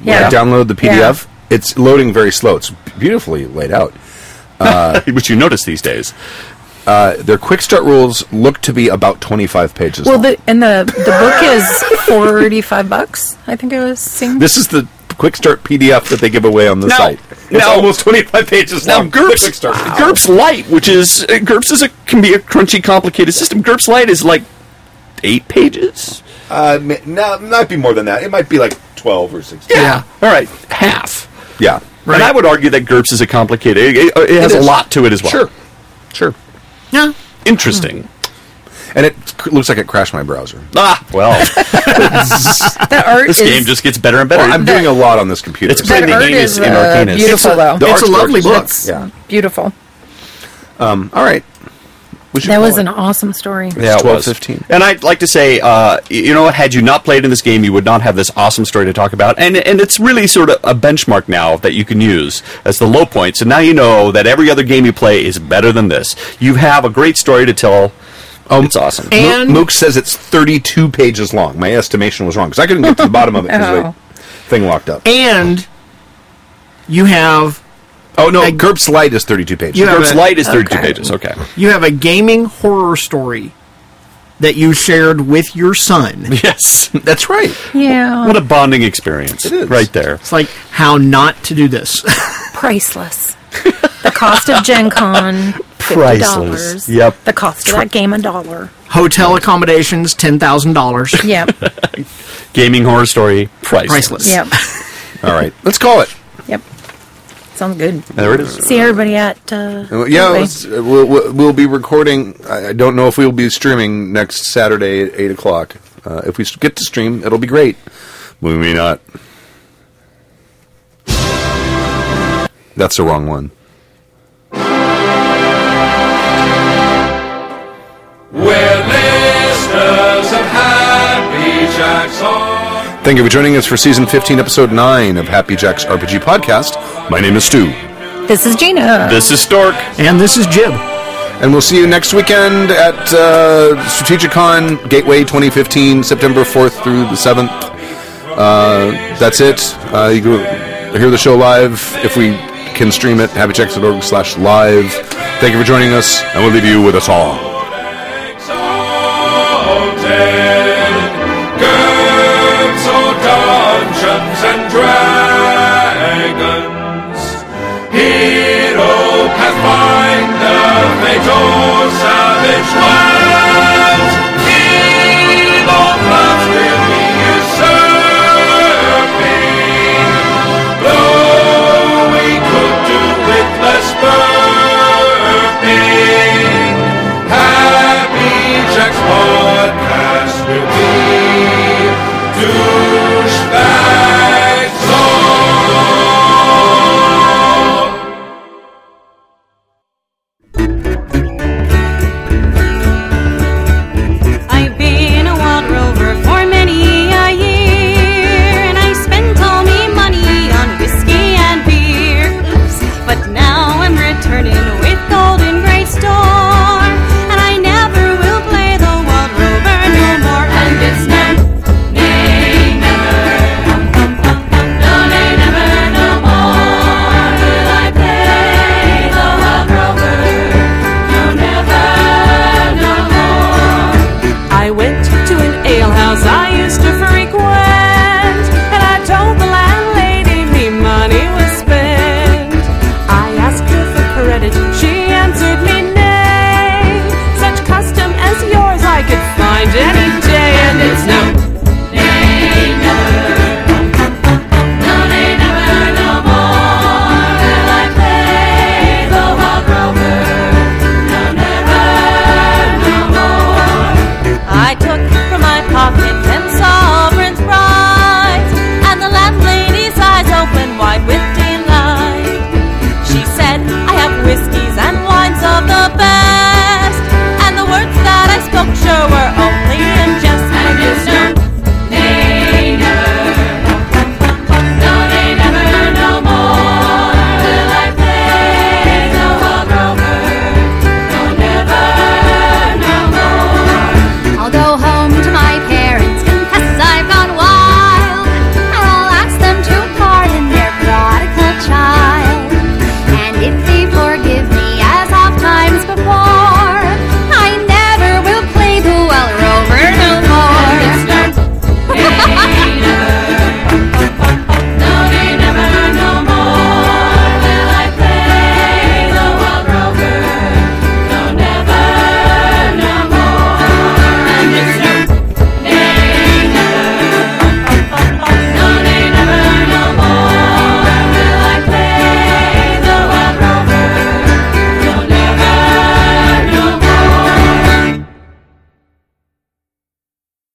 Speaker 5: yeah.
Speaker 3: I download the
Speaker 5: Yeah.
Speaker 3: PDF. It's loading very slow. It's beautifully laid out.
Speaker 4: which you notice these days.
Speaker 3: Uh, their quick start rules look to be about twenty five pages.
Speaker 5: Well,
Speaker 3: long.
Speaker 5: the and the the book is forty five bucks. I think I was seeing.
Speaker 3: this is the quick start PDF that they give away on the
Speaker 4: No.
Speaker 3: site. It's
Speaker 4: No.
Speaker 3: almost twenty five pages
Speaker 4: Now,
Speaker 3: long.
Speaker 4: GURPS,
Speaker 3: Quick start.
Speaker 4: GURPS Light, which is uh, GURPS is a can be a crunchy, complicated system. GURPS Light is like eight pages.
Speaker 3: Uh, ma- no, it might be more than that. It might be like twelve or sixteen.
Speaker 6: Yeah.
Speaker 4: all right, half.
Speaker 3: Yeah.
Speaker 4: And I would argue that GURPS is a complicated. It, it- it has a
Speaker 3: is.
Speaker 4: lot to it as well.
Speaker 3: Sure. Sure.
Speaker 6: Yeah.
Speaker 4: interesting.
Speaker 3: And it c- looks like it crashed my browser.
Speaker 4: Ah, well,
Speaker 5: the art
Speaker 4: this
Speaker 5: is
Speaker 4: game just gets better and better.
Speaker 3: Well, I'm doing a lot on this computer.
Speaker 4: It's
Speaker 3: so-
Speaker 4: playing
Speaker 5: that
Speaker 4: the
Speaker 5: art
Speaker 4: game
Speaker 5: is
Speaker 4: is in
Speaker 5: uh,
Speaker 4: Arcanus.
Speaker 5: beautiful though.
Speaker 3: The
Speaker 6: It's a
Speaker 3: art's
Speaker 6: lovely book.
Speaker 3: gorgeous.
Speaker 5: It's
Speaker 3: Yeah.
Speaker 5: beautiful.
Speaker 3: All right. We should
Speaker 5: That
Speaker 3: call
Speaker 5: was
Speaker 3: it.
Speaker 5: an awesome story.
Speaker 4: Yeah, it
Speaker 3: 12,
Speaker 4: was.
Speaker 3: 15.
Speaker 4: And I'd like to say, uh, y- you know, had you not played in this game, you would not have this awesome story to talk about. And and it's really sort of a benchmark now that you can use as the low point. So now you know that every other game you play is better than this. You have a great story to tell. Oh, it's awesome.
Speaker 3: Mo-
Speaker 6: And-
Speaker 3: Mook says it's 32 pages
Speaker 6: Oh.
Speaker 3: long. My estimation was wrong because I couldn't get to the bottom of it because
Speaker 5: Oh.
Speaker 3: the thing locked up.
Speaker 6: And you have
Speaker 3: Oh no,
Speaker 6: I-
Speaker 3: Gerb's Light is 32 pages.
Speaker 6: You have
Speaker 4: Herb's
Speaker 6: a-
Speaker 4: Light is 32
Speaker 5: okay.
Speaker 4: pages. Okay.
Speaker 6: you have a gaming horror story that you shared with your son.
Speaker 4: Yes.
Speaker 3: That's right.
Speaker 5: Yeah.
Speaker 4: What a bonding experience.
Speaker 3: It is.
Speaker 4: Right there.
Speaker 6: It's like how not to do this.
Speaker 5: priceless. the cost of Gen Con, $50.
Speaker 4: Priceless. Yep.
Speaker 5: The cost of that game, a dollar.
Speaker 6: Hotel accommodations, ten thousand dollars.
Speaker 5: Yep.
Speaker 4: Gaming horror story. Priceless.
Speaker 6: Priceless.
Speaker 5: yep.
Speaker 3: All right, let's call it.
Speaker 5: Yep. Sounds good.
Speaker 3: There it is.
Speaker 5: See everybody at. Uh,
Speaker 3: Yeah,
Speaker 5: Gateway.
Speaker 3: let's- uh, we'll, we'll, we'll be recording. I I don't know if we'll be streaming next Saturday at eight o'clock. Uh, if we s- get to stream, it'll be great. We may not. That's the wrong one. Thank you for joining us for season 15, episode 9 of Happy Jack's RPG podcast. My name is Stu.
Speaker 5: This is Gina.
Speaker 4: This is Stork.
Speaker 6: And this is Jib.
Speaker 3: And we'll see you next weekend at uh, Strategicon Gateway 2015, September 4th through the 7th. Uh, that's it. Uh, you can hear the show live if we can stream it. Happychecks.org slash live. Thank you for joining us, and we'll leave you with a song.
Speaker 8: Games or dungeons and dragons. Hero Pathfinder, Fatal Savage Lands. Evil plots will be usurping. Though we could do with less burping. Happy Jack's podcast will be douchebags on.
Speaker 9: I've been a wild rover for many a year, and I spent all me money on whiskey and beer. Oops, but now I'm returning with golden great store, and I never will play the wild rover no more. And it's never, nay, never, no, nay, never, no more will I play the wild rover. No, never, no more. I went to an alehouse I used to frequent, and I told the landlady me money was spent. I asked her for credit, she answered me nay. Such custom as yours I could find any day, and it's no. Nay, never. No, nay, never, no more will I play the wild rover. No, never, no more. I took from my pocket ten sovereigns bright, and the landlady's eyes opened wide with delight. She said, I have whiskies and wines of the best, and the words that I spoke sure were only in jest. And it's no, nay, never, no, nay, never, no more will I play the wild rover. No, never, no more. I'll go home to my parents, confess I've gone wild, and I'll ask them to pardon their prodigal child. And if they forgive me as oft times before, I never will play the well rover no more. No, nay, never, no more will I play the well rover. No, never, no more.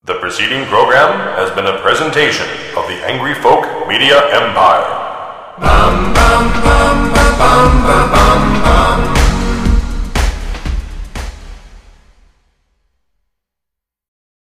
Speaker 8: The preceding program has been a presentation of the Angry Folk Media Empire. Bum, bum, bum, ba, bum, ba,